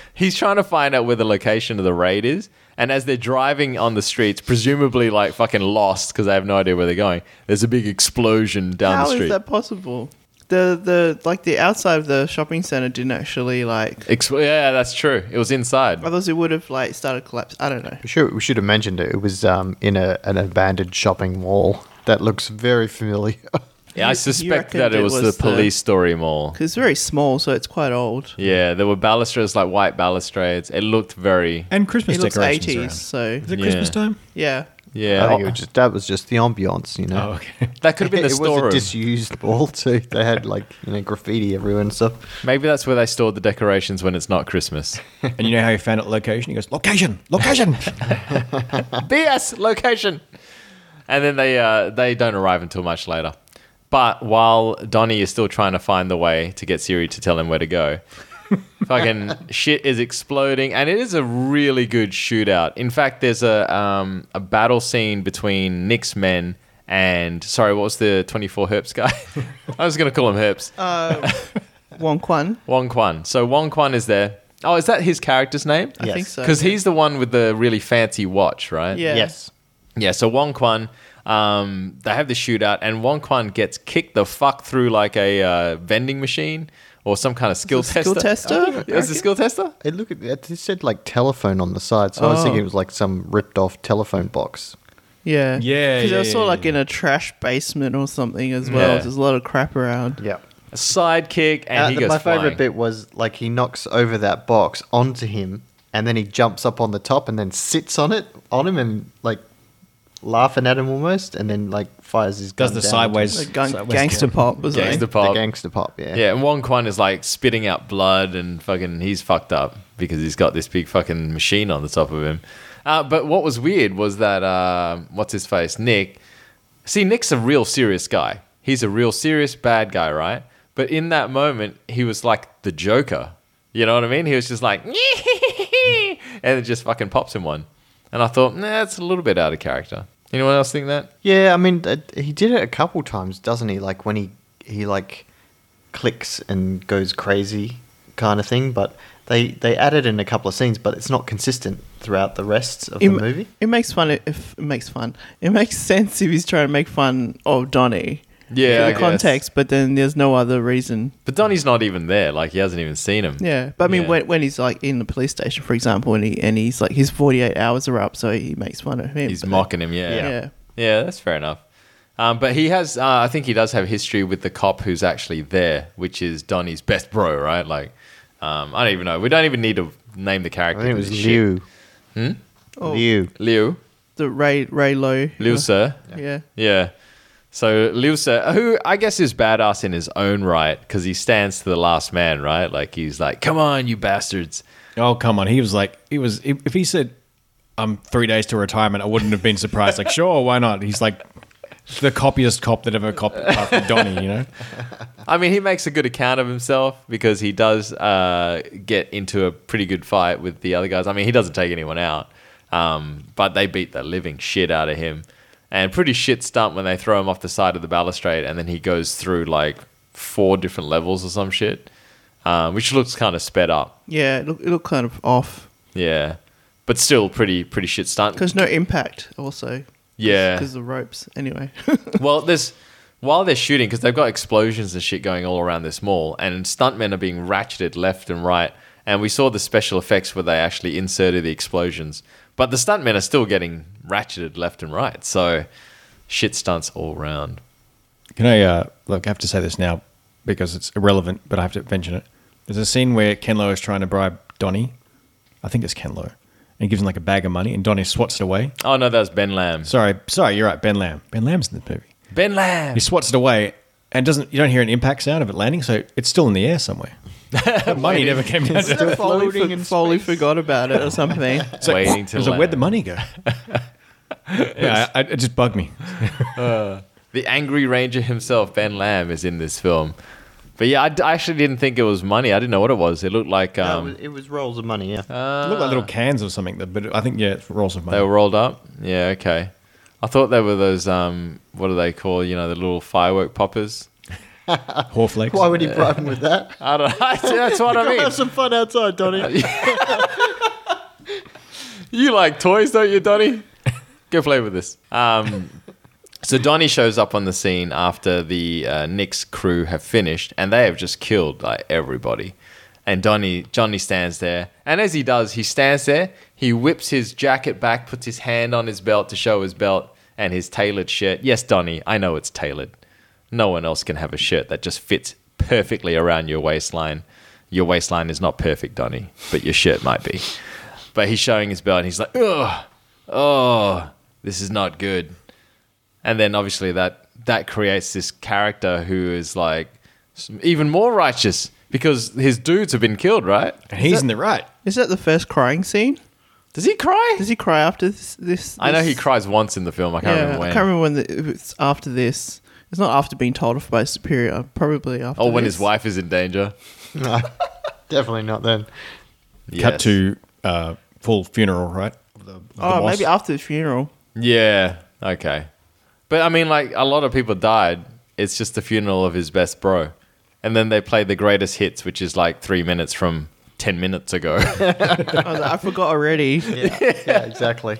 Speaker 7: [laughs] he's trying to find out where the location of the raid is. And as they're driving on the streets, presumably like fucking lost because they have no idea where they're going, there's a big explosion down
Speaker 8: How
Speaker 7: the street.
Speaker 8: is that possible? The the like the outside of the shopping center didn't actually like.
Speaker 7: Ex- yeah, that's true. It was inside.
Speaker 8: Otherwise, it would have like started collapse. I don't know.
Speaker 10: We should, we should have mentioned it. It was um, in a, an abandoned shopping mall that looks very familiar. [laughs]
Speaker 7: Yeah, I
Speaker 8: You- you
Speaker 7: suspect
Speaker 8: reckoned
Speaker 7: that it
Speaker 8: it
Speaker 7: was,
Speaker 8: was
Speaker 7: the
Speaker 8: the-
Speaker 7: police story mall.
Speaker 8: Cause it's very small, so it's quite old.
Speaker 7: Yeah, there were balustrades, like white balustrades. It looked very.
Speaker 9: And Christmas
Speaker 8: It looks
Speaker 9: decorations.
Speaker 8: eighties,
Speaker 9: Around.
Speaker 8: so
Speaker 9: Is it
Speaker 7: Yeah.
Speaker 9: Christmas time?
Speaker 8: yeah.
Speaker 7: Yeah,
Speaker 10: I think it
Speaker 7: oh,
Speaker 10: was just, that was just the ambiance, you know.
Speaker 9: okay.
Speaker 7: that could have been the
Speaker 10: [laughs] it was
Speaker 7: storeroom.
Speaker 10: a disused mall too. They had like you know graffiti everywhere and stuff.
Speaker 7: Maybe that's where they stored the decorations when it's not Christmas.
Speaker 9: and you know how he found out location? He goes, location, [laughs] location.
Speaker 7: BS location. And then they uh, they don't arrive until much later. But while Donnie is still trying to find the way to get Siri to tell him where to go, Fucking shit is exploding, and it is a really good shootout. In fact, there's a um, a battle scene between Nick's men and sorry, what was the 24 Herps guy? I was gonna call him Herps.
Speaker 8: Wong Kwan.
Speaker 7: Wong Kwan. So Wong Kwan is there. Oh, is that his character's name?
Speaker 8: I think so.
Speaker 7: Because he's the one with the really fancy watch, right?
Speaker 8: Yeah.
Speaker 10: Yes.
Speaker 7: Yeah, so Wong Kwan, um, they have the shootout, and Wong Kwan gets kicked the fuck through like a uh, vending machine or some kind of skill
Speaker 8: Is it a skill
Speaker 7: tester.
Speaker 8: tester?
Speaker 7: [laughs] It was a skill tester?
Speaker 10: It looked. It said like telephone on the side, so I was thinking it was like some ripped off telephone box.
Speaker 8: Yeah.
Speaker 9: Yeah,
Speaker 8: Because
Speaker 9: yeah,
Speaker 8: I saw
Speaker 9: yeah,
Speaker 8: like
Speaker 9: yeah.
Speaker 8: in a trash basement or something as well.
Speaker 7: Yeah.
Speaker 8: There's a lot of crap around.
Speaker 10: Yeah.
Speaker 7: A sidekick, and
Speaker 8: Uh,
Speaker 7: he goes
Speaker 10: Uh, my
Speaker 7: flying.
Speaker 10: favorite bit was like he knocks over that box onto him, and then he jumps up on the top and then sits on it on him and like laughing at him almost, and then like fires his gun
Speaker 9: Does the
Speaker 10: down.
Speaker 9: sideways,
Speaker 8: Like gang-
Speaker 9: sideways
Speaker 8: gangster pop was
Speaker 7: Gangster
Speaker 8: like.
Speaker 10: The
Speaker 7: pop.
Speaker 10: gangster pop. Yeah.
Speaker 7: Yeah, and Wong Kwan is like spitting out blood and fucking he's fucked up because he's got this big fucking machine on the top of him. Uh, but what was weird was that uh, what's his face Nick. See, Nick's a real serious guy. He's a real serious bad guy, right? But in that moment, he was like the Joker. You know what I mean? He was just like, [laughs] and it just fucking pops him one. And I thought, nah, that's a little bit out of character. Anyone else think that?
Speaker 10: Yeah, I mean, uh, he did it a couple times, doesn't he? Like when he he like clicks and goes crazy kind of thing. But they they added in a couple of scenes, but it's not consistent throughout the rest of
Speaker 8: It,
Speaker 10: the movie.
Speaker 8: it makes fun if if- it makes fun. It makes sense if he's trying to make fun of Donnie.
Speaker 7: Yeah, I
Speaker 8: for the
Speaker 7: guess.
Speaker 8: context, but then there's no other reason.
Speaker 7: But Donnie's not even there. Like he hasn't even seen him.
Speaker 8: Yeah, but I mean,
Speaker 7: Yeah.
Speaker 8: when, when he's like in the police station, for example, and he and he's like his 48 hours are up, so he makes fun of him.
Speaker 7: He's
Speaker 8: but-
Speaker 7: mocking him, yeah.
Speaker 8: Yeah. Yeah.
Speaker 7: Yeah, that's fair enough. Um, but he has, uh, I think he does have history with the cop who's actually there, which is Donnie's best bro, right? Like, um, I don't even know. We don't even need to name the
Speaker 10: I
Speaker 7: character.
Speaker 10: think it
Speaker 7: for
Speaker 10: was
Speaker 7: this
Speaker 10: Liu.
Speaker 9: Hmm?
Speaker 10: Liu.
Speaker 7: shit. Liu.
Speaker 8: the Ray Ray Low.
Speaker 7: Liu, sir.
Speaker 8: Yeah.
Speaker 7: Yeah. So Liu Se, who I guess is badass in his own right, because he stands to the last man, right? Like he's like, "Come on, you bastards!"
Speaker 9: Oh come on! He was like, he was. If if he said, "I'm three days to retirement," I wouldn't have been surprised. Like, sure, why not? He's like the coppiest cop that ever copped after Donnie. You know,
Speaker 7: I mean, he makes a good account of himself because he does uh, get into a pretty good fight with the other guys. I mean, he doesn't take anyone out, um, but they beat the living shit out of him. And pretty shit stunt when they throw him off the side of the balustrade, and then he goes through like four different levels or some shit, um, which looks kind of sped up.
Speaker 8: Yeah, it looked, it looked kind of off
Speaker 7: Yeah, but still pretty pretty shit stunt.
Speaker 8: because no impact also.
Speaker 7: Yeah,
Speaker 8: because the ropes. [laughs] Anyway,
Speaker 7: Well, there's while they're shooting because they've got explosions and shit going all around this mall, and stuntmen are being ratcheted left and right. And we saw the special effects where they actually inserted the explosions, but the stuntmen are still getting ratcheted left and right. So shit stunts all round.
Speaker 9: Can I uh, look? I have to say this now because it's irrelevant, but I have to mention it. There's a scene where Ken Lo is trying to bribe Donnie. I think it's Ken Lo, and he gives him like a bag of money, and Donnie swats it away.
Speaker 7: Oh no, that was Ben Lamb.
Speaker 9: Sorry, sorry, you're right. Ben Lamb. Ben Lamb's in the movie.
Speaker 7: Ben Lamb.
Speaker 9: He swats it away, and doesn't you don't hear an impact sound of it landing, so it's still in the air somewhere.
Speaker 7: [laughs]
Speaker 9: The money never came down. To
Speaker 8: Foley, for, Foley forgot about it or [laughs] something.
Speaker 7: waiting to
Speaker 9: I was like, where'd the
Speaker 7: land. [laughs]
Speaker 9: money go? yeah, I, I- it just bugged me.
Speaker 7: The Angry Ranger himself, Ben Lamb, is in this film. But yeah, I, d- I actually didn't think it was money. I didn't know what it was. It looked like
Speaker 10: No, it
Speaker 7: um,
Speaker 10: was- it was rolls of money. Yeah.
Speaker 9: It looked like little cans or something, but I think yeah, it's rolls of money.
Speaker 7: Uh. They were rolled up. Yeah, okay. I thought they were those. Um, what do they call? You know, the little firework poppers.
Speaker 9: Horflakes.
Speaker 10: Why would he bribe him with that? Uh,
Speaker 7: I don't. that's [laughs] what I mean.
Speaker 10: Have some fun outside, Donnie.
Speaker 7: You like toys, don't you, Donnie? Go play with this. Um, so Donnie shows up on the scene after the uh, Knicks crew have finished, and they have just killed like everybody. And Donnie, Johnny stands there, and as he does, he stands there. He whips his jacket back, puts his hand on his belt to show his belt and his tailored shirt. Yes, Donnie, I know it's tailored. No one else can have a shirt that just fits perfectly around your waistline. Your waistline is not perfect, Donnie, but your shirt might be. But he's showing his belt and he's like, ugh, oh, this is not good. And then obviously that that creates this character who is like s- even more righteous because his dudes have been killed, right?
Speaker 9: and he's in the right.
Speaker 8: Is that the first crying scene?
Speaker 7: Does he cry?
Speaker 8: Does he cry after this? this,
Speaker 7: I know he
Speaker 8: this-
Speaker 7: cries once in the film. I can't
Speaker 8: yeah,
Speaker 7: remember when.
Speaker 8: I can't remember when the, if it's after this. It's not after being told off by his superior. uh, Probably after.
Speaker 7: oh, when
Speaker 8: this.
Speaker 7: his wife is in danger.
Speaker 10: Definitely not then.
Speaker 9: Cut
Speaker 7: Yes.
Speaker 9: to uh, full funeral, right? Of the- of the
Speaker 8: Oh,
Speaker 9: boss.
Speaker 8: maybe after the funeral.
Speaker 7: Yeah. Okay. But I mean, like a lot of people died. It's just the funeral of his best bro, and then they play the greatest hits, which is like three minutes from ten minutes ago. [laughs]
Speaker 8: [laughs] I, was like, I forgot already.
Speaker 10: Yeah, exactly.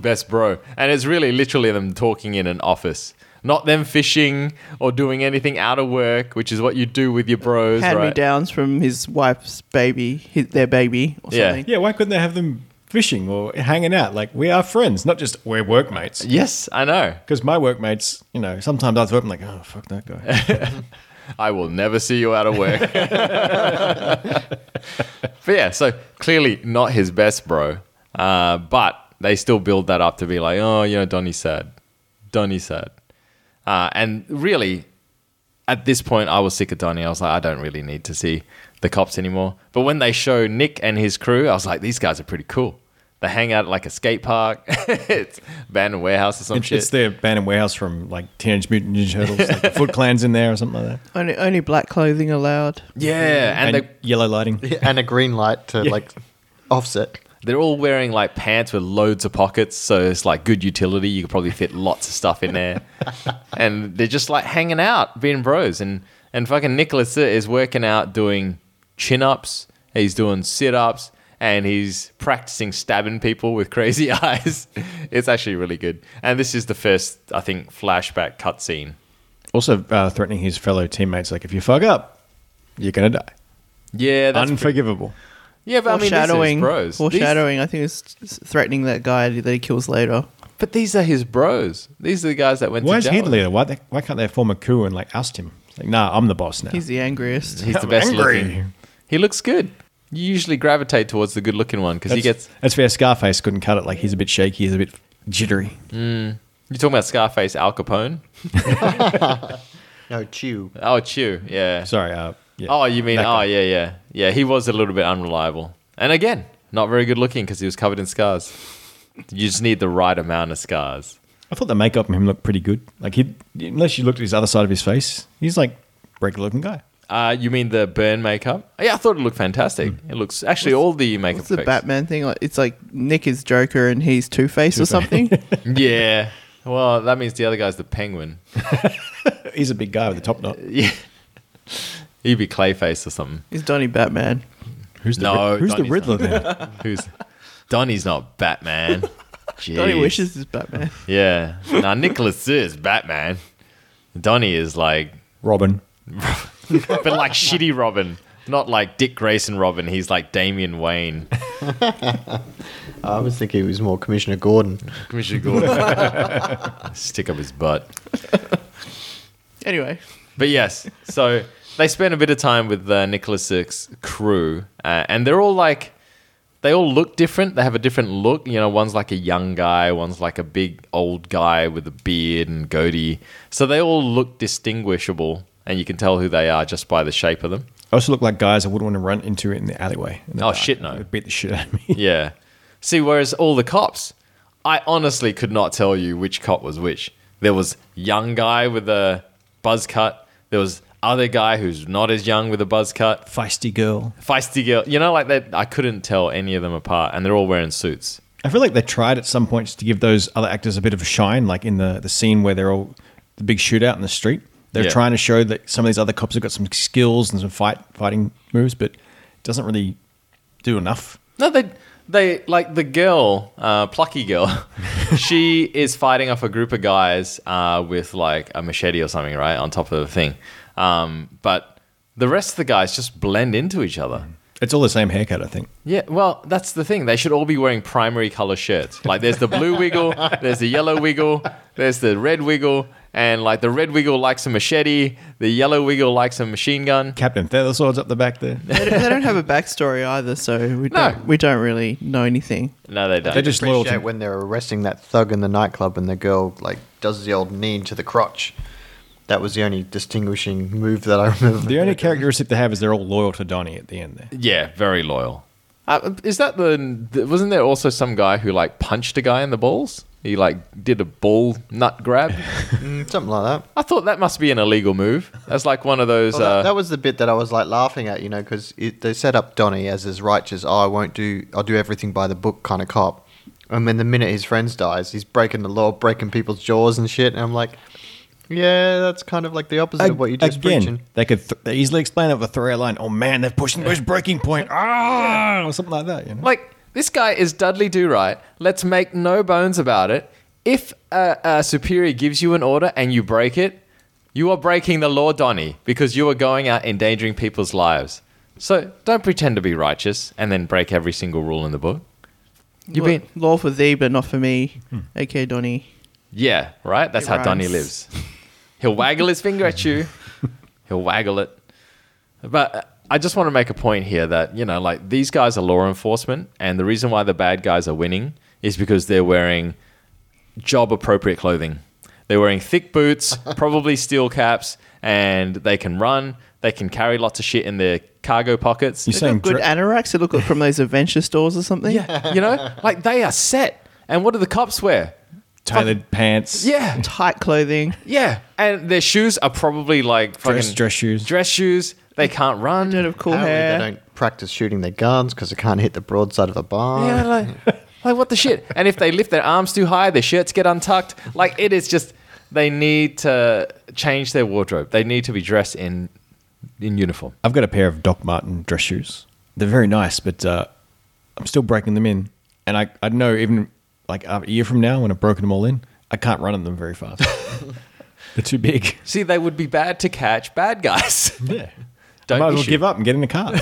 Speaker 7: best bro, and it's really literally them talking in an office. Not them fishing or doing anything out of work, which is what you do with your bros,
Speaker 8: Hand me
Speaker 7: right?
Speaker 8: downs from his wife's baby, his, their baby or
Speaker 7: Yeah.
Speaker 8: something.
Speaker 9: Yeah, why couldn't they have them fishing or hanging out? Like we are friends, not just we're workmates.
Speaker 7: Yes, I know.
Speaker 9: Because my workmates, you know, sometimes I've I'm like, oh fuck that
Speaker 7: [laughs]
Speaker 9: guy.
Speaker 7: I will never see you out of
Speaker 9: [laughs]
Speaker 7: work. but yeah, so clearly not his best, bro. Uh, but they still build that up to be like, oh, you know, Donnie's sad. Donnie's sad. Uh, and really, at this point, I was sick of Donnie. I was like, I don't really need to see the cops anymore. But when they show Nick and his crew, I was like, these guys are pretty cool. They hang out at like a skate park, [laughs] it's abandoned warehouse or some
Speaker 9: it's,
Speaker 7: shit.
Speaker 9: it's their band and warehouse from like Teenage Mutant Ninja Turtles, like
Speaker 7: [laughs]
Speaker 9: the Foot Clan's in there or something like that,
Speaker 8: Only, only black clothing allowed.
Speaker 7: yeah, and,
Speaker 9: and,
Speaker 7: and they
Speaker 9: yellow lighting.
Speaker 10: And a green light to like offset.
Speaker 7: They're all wearing like pants with loads of pockets, so it's like good utility. You could probably fit lots of stuff in [laughs] there, and they're just like hanging out, being bros. And and fucking Nicholas is working out, doing chin ups. He's doing sit ups, and he's practicing stabbing people with crazy [laughs] eyes. it's actually really good. And this is the first, I think, flashback cutscene.
Speaker 9: Also uh, threatening his fellow teammates, like if you fuck up, you're gonna die.
Speaker 7: Yeah, that's
Speaker 9: Unforgivable.
Speaker 7: yeah, but I mean, this is
Speaker 8: foreshadowing.
Speaker 7: bros. These-
Speaker 8: foreshadowing. I think it's threatening that guy that he kills later.
Speaker 7: but these are his bros. These are the guys that went.
Speaker 9: why
Speaker 7: to
Speaker 9: is
Speaker 7: jail.
Speaker 9: he the leader? Why they, why can't they form a coup and like oust him? It's like, nah, I'm the boss now.
Speaker 8: He's the angriest.
Speaker 7: He's the
Speaker 9: I'm
Speaker 7: best
Speaker 9: angry.
Speaker 7: looking. He looks good. You usually gravitate towards the good looking one because
Speaker 9: that's,
Speaker 7: he gets.
Speaker 9: that's fair. Scarface couldn't cut it. Like he's a bit shaky. He's a bit jittery.
Speaker 7: You're talking about Scarface Al Capone?
Speaker 10: No, chew.
Speaker 7: Oh, Chew, yeah.
Speaker 9: Sorry. Uh, yeah.
Speaker 7: Oh, you mean,
Speaker 9: That
Speaker 7: oh,
Speaker 9: guy.
Speaker 7: yeah, yeah. Yeah, he was a little bit unreliable. And again, not very good looking because he was covered in scars. You just need the right amount of scars.
Speaker 9: I thought the makeup on him looked pretty good. Like he, unless you looked at his other side of his face, he's like regular looking guy.
Speaker 7: Uh, you mean the burn makeup? Yeah, I thought it looked fantastic.
Speaker 9: Hmm.
Speaker 7: It looks actually all the makeup.
Speaker 8: It's the
Speaker 7: effects.
Speaker 8: Batman thing. Like it's like Nick is Joker and he's Two Face or something.
Speaker 7: [laughs] Yeah. Well, that means the other guy's the penguin.
Speaker 9: He's a big guy with a top knot.
Speaker 7: He'd be Clayface or something.
Speaker 8: he's Donnie Batman.
Speaker 9: Who's the
Speaker 7: No,
Speaker 9: Rid- who's the
Speaker 7: Donnie's
Speaker 9: Riddler then?
Speaker 8: [laughs]
Speaker 7: Who's Donnie's not Batman.
Speaker 8: Donnie
Speaker 7: Jeez.
Speaker 8: wishes he's Batman.
Speaker 7: Yeah. Now Nicholas is Batman. Donnie is like,
Speaker 9: [laughs] Robin.
Speaker 7: but like shitty Robin, not like Dick Grayson Robin. He's like Damian Wayne,
Speaker 10: I was thinking he was more Commissioner Gordon.
Speaker 7: Commissioner Gordon. Stick up his butt.
Speaker 8: Anyway,
Speaker 7: But yes, so they spend a bit of time with uh, Nicholas Six's crew, uh, and they're all like, they all look different. They have a different look. You know, one's like a young guy, one's like a big old guy with a beard and goatee. So they all look distinguishable, and you can tell who they are just by the shape of them.
Speaker 9: I also look like guys I wouldn't want to run into in the alleyway. in the
Speaker 7: Oh,
Speaker 9: dark.
Speaker 7: shit, no.
Speaker 9: They'd beat the shit out of me.
Speaker 7: [laughs] Yeah. See, whereas all the cops, I honestly could not tell you which cop was which. There was young guy with a buzz cut. There was other guy who's not as young with a buzz cut.
Speaker 9: Feisty girl.
Speaker 7: feisty girl. You know, like that. I couldn't tell any of them apart, and they're all wearing suits.
Speaker 9: I feel like they tried at some points to give those other actors a bit of a shine, like in the, the scene where they're all the big shootout in the street. They're
Speaker 7: Yeah.
Speaker 9: trying to show that some of these other cops have got some skills and some fight fighting moves, but it doesn't really do enough.
Speaker 7: No, they they like the girl, uh, plucky girl. [laughs] she is fighting off a group of guys uh, with like a machete or something, right, on top of the thing. Um, but the rest of the guys just blend into each other.
Speaker 9: It's all the same haircut, I think.
Speaker 7: Yeah, well, that's the thing. They should all be wearing primary color shirts. Like, there's the blue [laughs] wiggle, there's the yellow wiggle, there's the red wiggle, and like the red wiggle likes a machete, the yellow wiggle likes a machine gun.
Speaker 9: Captain Feather Swords up the
Speaker 10: [laughs]
Speaker 9: back there.
Speaker 8: they don't, they don't have a backstory either, so we
Speaker 7: No.
Speaker 8: don't we don't really know anything.
Speaker 7: No, they don't.
Speaker 9: They're just loyal
Speaker 10: Appreciate
Speaker 9: to.
Speaker 10: when they're arresting that thug in the nightclub and the girl like does the old knee to the crotch. That was the only distinguishing move that I remember.
Speaker 9: The only characteristic they have is they're all loyal to Donnie at the end there.
Speaker 7: Yeah, very loyal. Uh, is that the? th- Wasn't there also some guy who like punched a guy in the balls? He like did a ball nut [laughs] grab.
Speaker 10: Mm, something like that.
Speaker 7: I thought that must be an illegal move. That's like one of those.
Speaker 10: Well, that,
Speaker 7: uh,
Speaker 10: that was the bit that I was like laughing at, you know, because they set up Donnie as this righteous, oh, I won't do, I'll do everything by the book kind of cop. And then the minute his friends dies, he's breaking the law, breaking people's jaws and shit. And I'm like, yeah, that's kind of like the opposite of what you just
Speaker 9: Again,
Speaker 10: preaching.
Speaker 9: they could th- they easily explain it with a three line. Oh man, they're pushing push breaking
Speaker 10: [laughs]
Speaker 9: point. Ah, or something like that. You know?
Speaker 7: Like this guy is Dudley Do Right. Let's make no bones about it. If a, a superior gives you an order and you break it, you are breaking the law, Donnie, because you are going out endangering people's lives. So don't pretend to be righteous and then break every single rule in the book. You've
Speaker 8: Well,
Speaker 7: been
Speaker 8: law for thee, but not for me. Okay, Donnie.
Speaker 7: yeah, right. That's
Speaker 8: It
Speaker 7: how Donnie
Speaker 8: rhymes.
Speaker 7: lives. He'll waggle his finger at
Speaker 8: [laughs]
Speaker 7: you. He'll waggle it. But uh, I just want to make a point here that, you know, like these guys are law enforcement, and the reason why the bad guys are winning is because they're wearing job appropriate clothing. They're wearing thick
Speaker 8: [laughs]
Speaker 7: boots, probably steel caps, and they can run. They can carry lots of shit in their cargo pockets.
Speaker 9: You're saying
Speaker 8: Good
Speaker 9: dra-
Speaker 8: anoraks. It look like from those adventure stores or something.
Speaker 7: yeah, you
Speaker 8: [laughs]
Speaker 7: know, like they are set. And what do the cops wear?
Speaker 9: tailored pants.
Speaker 7: Yeah,
Speaker 8: Tight clothing.
Speaker 7: yeah. And their shoes are probably like fucking
Speaker 9: Dress- dress shoes.
Speaker 7: Dress shoes. They can't run.
Speaker 8: Don't have cool
Speaker 10: Apparently
Speaker 8: hair.
Speaker 10: they don't practice shooting their guns because they can't hit the broadside of a barn.
Speaker 7: [laughs] Yeah, like, like what the shit? And if they lift their arms too high, their shirts get untucked. Like it is just they need to change their wardrobe. They need to be dressed in in uniform.
Speaker 9: I've got a pair of Doc Martin dress shoes. They're very nice, but uh, I'm still breaking them in. And I, I know even like a year from now when I've broken them all in, I can't run in them
Speaker 7: [laughs]
Speaker 9: very fast. they're too big.
Speaker 7: See, they would be bad to catch bad guys. [laughs]
Speaker 9: Yeah.
Speaker 7: Don't
Speaker 9: Might as well
Speaker 7: issue.
Speaker 9: give up and get in the
Speaker 7: [laughs]
Speaker 9: car.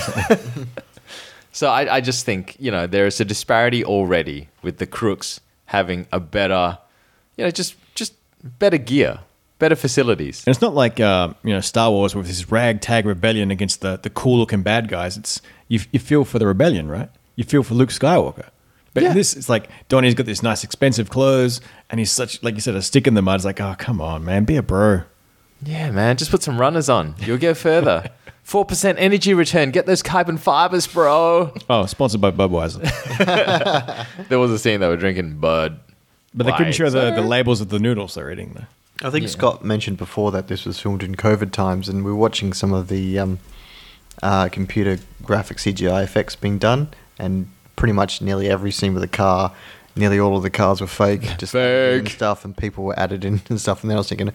Speaker 7: So I, I just think you know there is a disparity already with the crooks having a better, you know, just just better gear, better facilities.
Speaker 9: And it's not like uh, you know Star Wars with this ragtag rebellion against the, the cool looking bad guys. It's you, you feel for the rebellion, right? You feel for Luke Skywalker. But in this, it's like Donnie's got this nice expensive clothes, and he's such like you said a stick in the mud. It's like, oh come on, man, be a bro.
Speaker 7: Yeah, man, just put some runners on. You'll go [laughs] further. Four percent energy return. Get those carbon fibers, bro.
Speaker 9: Oh, sponsored by Budweiser.
Speaker 7: There was a scene they were drinking Bud.
Speaker 9: [laughs] But they couldn't
Speaker 7: Right.
Speaker 9: show the, the labels of the noodles they're eating though.
Speaker 10: I think Scott mentioned before that this was filmed in COVID times, and we were watching some of the um, uh, computer graphic CGI effects being done, and pretty much nearly every scene with a car, nearly all of the cars were fake, just
Speaker 7: Fake.
Speaker 10: and stuff, and people were added in [laughs] and stuff. And then I was thinking,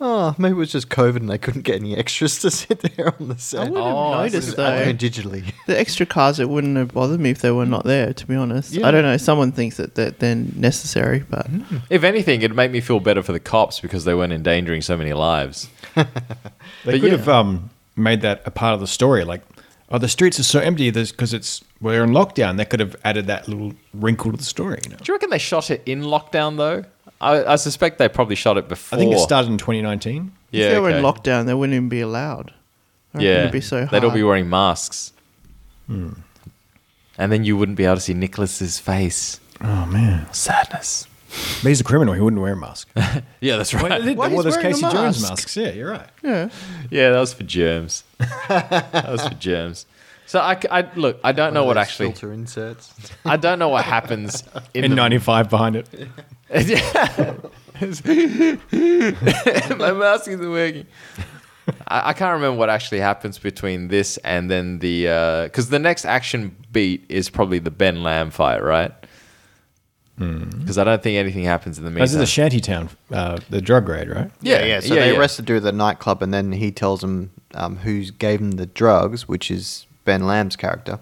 Speaker 10: oh, maybe it was just COVID, and they couldn't get any extras to [laughs] sit there on the set.
Speaker 8: I wouldn't
Speaker 7: Oh,
Speaker 8: have
Speaker 7: I
Speaker 10: It
Speaker 8: noticed
Speaker 10: was
Speaker 8: though.
Speaker 10: all digitally.
Speaker 8: The extra cars, it wouldn't have bothered me if they were not there. To be honest, I don't know. Someone thinks that, that they're necessary, but
Speaker 7: If anything, it'd make me feel better for the cops because they weren't endangering so many lives.
Speaker 9: They
Speaker 7: But
Speaker 9: could
Speaker 7: yeah.
Speaker 9: have um, made that a part of the story. Like, oh, the streets are so empty because it's we're in lockdown. They could have added that little wrinkle to the story. You know,
Speaker 7: Do you reckon they shot it in lockdown though? I, I suspect they probably shot it before.
Speaker 9: I think it started in 2019.
Speaker 7: Yeah,
Speaker 8: if they were
Speaker 7: okay.
Speaker 8: in lockdown, they wouldn't even be allowed. I reckon
Speaker 7: Yeah,
Speaker 8: it'd be so hard.
Speaker 7: they'd all be wearing masks,
Speaker 9: Hmm.
Speaker 7: and then you wouldn't be able to see Nicholas's face.
Speaker 9: Oh man,
Speaker 7: Sadness.
Speaker 9: but he's a criminal. He wouldn't wear a mask.
Speaker 7: Yeah, that's right.
Speaker 9: They
Speaker 8: Why
Speaker 9: wore
Speaker 8: he's
Speaker 9: those
Speaker 8: wearing a
Speaker 9: Casey Jones
Speaker 8: mask?
Speaker 9: masks. Yeah, you're right.
Speaker 8: yeah.
Speaker 7: Yeah, that was for germs. that was for germs. So I, c- I- look. I don't know what
Speaker 10: [laughs] Those
Speaker 7: actually.
Speaker 10: filter inserts.
Speaker 7: I don't know what
Speaker 9: [laughs]
Speaker 7: happens in,
Speaker 9: In
Speaker 7: the- [laughs]
Speaker 9: '95 behind it.
Speaker 7: My mask isn't working. I, I can't remember what actually happens between this and then the because the next action beat is probably the Ben Lamb fight, right? Because I don't think anything happens in the
Speaker 9: This is
Speaker 7: meantime.
Speaker 9: Hmm. the shantytown, uh, the drug raid, right?
Speaker 10: Yeah, yeah. So they arrest the dude at the nightclub, and then he tells them um, who gave him the drugs, which is Ben Lamb's character.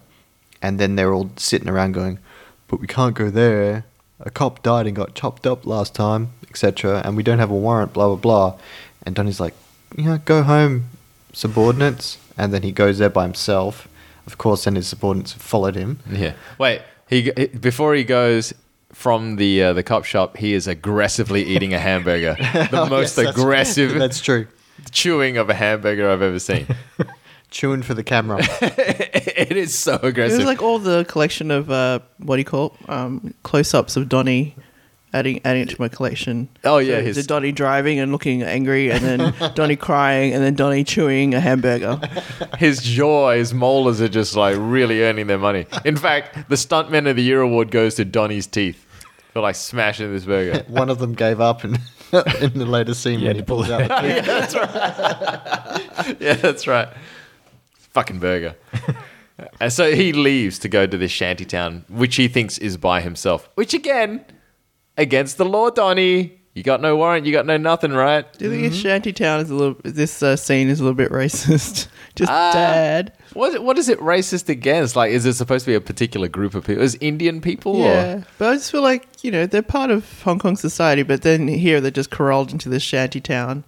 Speaker 10: And then they're all sitting around going, "But we can't go there. A cop died and got chopped up last time, etc. And we don't have a warrant. Blah blah blah." And Donnie's like, "Yeah, go home, subordinates." And then he goes there by himself. Of course, then his subordinates have followed him.
Speaker 7: Yeah. Wait. He he- before he goes from the uh, the cop shop, he is aggressively eating a hamburger. The most
Speaker 10: Yes, that's-
Speaker 7: aggressive
Speaker 10: [laughs] That's true.
Speaker 7: [laughs] chewing of a hamburger I've ever seen.
Speaker 10: Chewing for the camera.
Speaker 7: it is so
Speaker 8: It
Speaker 7: aggressive.
Speaker 8: was like all the collection of uh, what do you call it? um, close-ups of Donnie, adding adding it to my collection.
Speaker 7: Oh, yeah,
Speaker 8: so
Speaker 7: his-
Speaker 8: the Donnie driving and looking angry,
Speaker 7: [laughs]
Speaker 8: and then Donnie crying, and then Donnie chewing a hamburger.
Speaker 7: his jaw, his molars are just like really earning their money. In fact, the stuntman of the year award goes to Donnie's teeth. They're like smashing this burger.
Speaker 10: One of them gave up in, [laughs] in the later scene when he pulls out. the-
Speaker 7: [laughs] yeah, that's right. Fucking burger. and so he leaves to go to this shanty town, which he thinks is by himself. Which again, against the law, Donnie. You got no warrant. You got no nothing, right?
Speaker 8: Do you think his shanty town is a little? This uh, scene is a little bit racist. [laughs] Just
Speaker 7: Ah,
Speaker 8: dad.
Speaker 7: What what is it racist against? Like, is it supposed to be a particular group of people? Is it Indian people?
Speaker 8: Yeah,
Speaker 7: Or?
Speaker 8: but I just feel like you know they're part of Hong Kong society, but then here they're just corralled into this shanty town.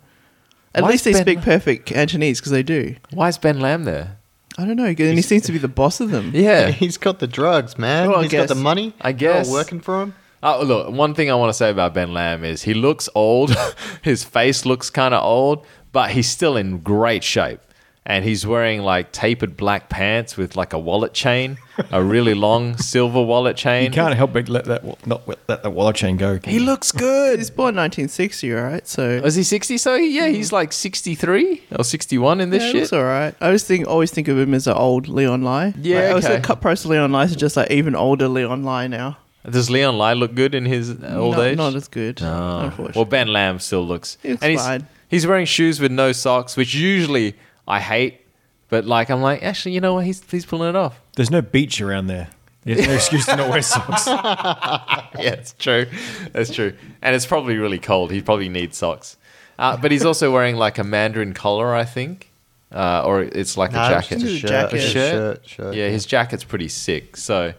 Speaker 8: At
Speaker 7: Why
Speaker 8: least they
Speaker 7: spend-
Speaker 8: speak perfect Cantonese because they do.
Speaker 7: Why is Ben Lamb there?
Speaker 8: I don't know, and he seems to be the boss of them.
Speaker 7: Yeah.
Speaker 10: [laughs] He's got the drugs, man.
Speaker 8: Well, I
Speaker 10: He's got the
Speaker 8: guess-
Speaker 10: money.
Speaker 7: I
Speaker 10: They're all
Speaker 7: guess.
Speaker 10: working for him.
Speaker 7: Oh, look, one thing I want to say about Ben Lamb is he looks old. [laughs] His face looks kind of old, but he's still in great shape. And he's wearing like tapered black pants with like a wallet chain, a really
Speaker 8: [laughs]
Speaker 7: long silver wallet
Speaker 9: You
Speaker 7: chain.
Speaker 9: can't help but let that wa- not let that wallet chain go.
Speaker 7: He looks good.
Speaker 8: He's born 1960, all right? So
Speaker 7: Oh, Is he 60? So, yeah, he's like 63 or 61 in this
Speaker 8: Mm. yeah, he
Speaker 7: shit.
Speaker 8: looks all right. I always think always think of him as an old Leon Lai.
Speaker 7: Yeah,
Speaker 8: like, I always
Speaker 7: okay.
Speaker 8: thought cut price Leon Lai is just like even older Leon Lai now.
Speaker 7: Does Leon Lai look good in his uh, old
Speaker 8: not,
Speaker 7: age?
Speaker 8: not as good.
Speaker 7: Oh.
Speaker 8: unfortunately.
Speaker 7: Well, Ben Lamb still looks.
Speaker 8: He looks
Speaker 7: he's,
Speaker 8: fine.
Speaker 7: he's wearing shoes with no socks, which usually I hate. But like, I'm like, actually, you know what? He's he's pulling it off.
Speaker 9: There's no beach around there. There's no excuse to not wear
Speaker 7: [laughs]
Speaker 9: socks.
Speaker 7: yeah, it's true. That's true. And it's probably really cold. He probably needs socks. Uh, but he's also wearing like a Mandarin collar, I think, uh, or it's like
Speaker 10: No,
Speaker 7: a
Speaker 10: it's
Speaker 7: jacket.
Speaker 10: just a
Speaker 8: Just a
Speaker 10: shirt.
Speaker 8: jacket.
Speaker 10: Just a
Speaker 7: Shirt?
Speaker 10: shirt, shirt.
Speaker 7: Yeah, his jacket's pretty sick. So,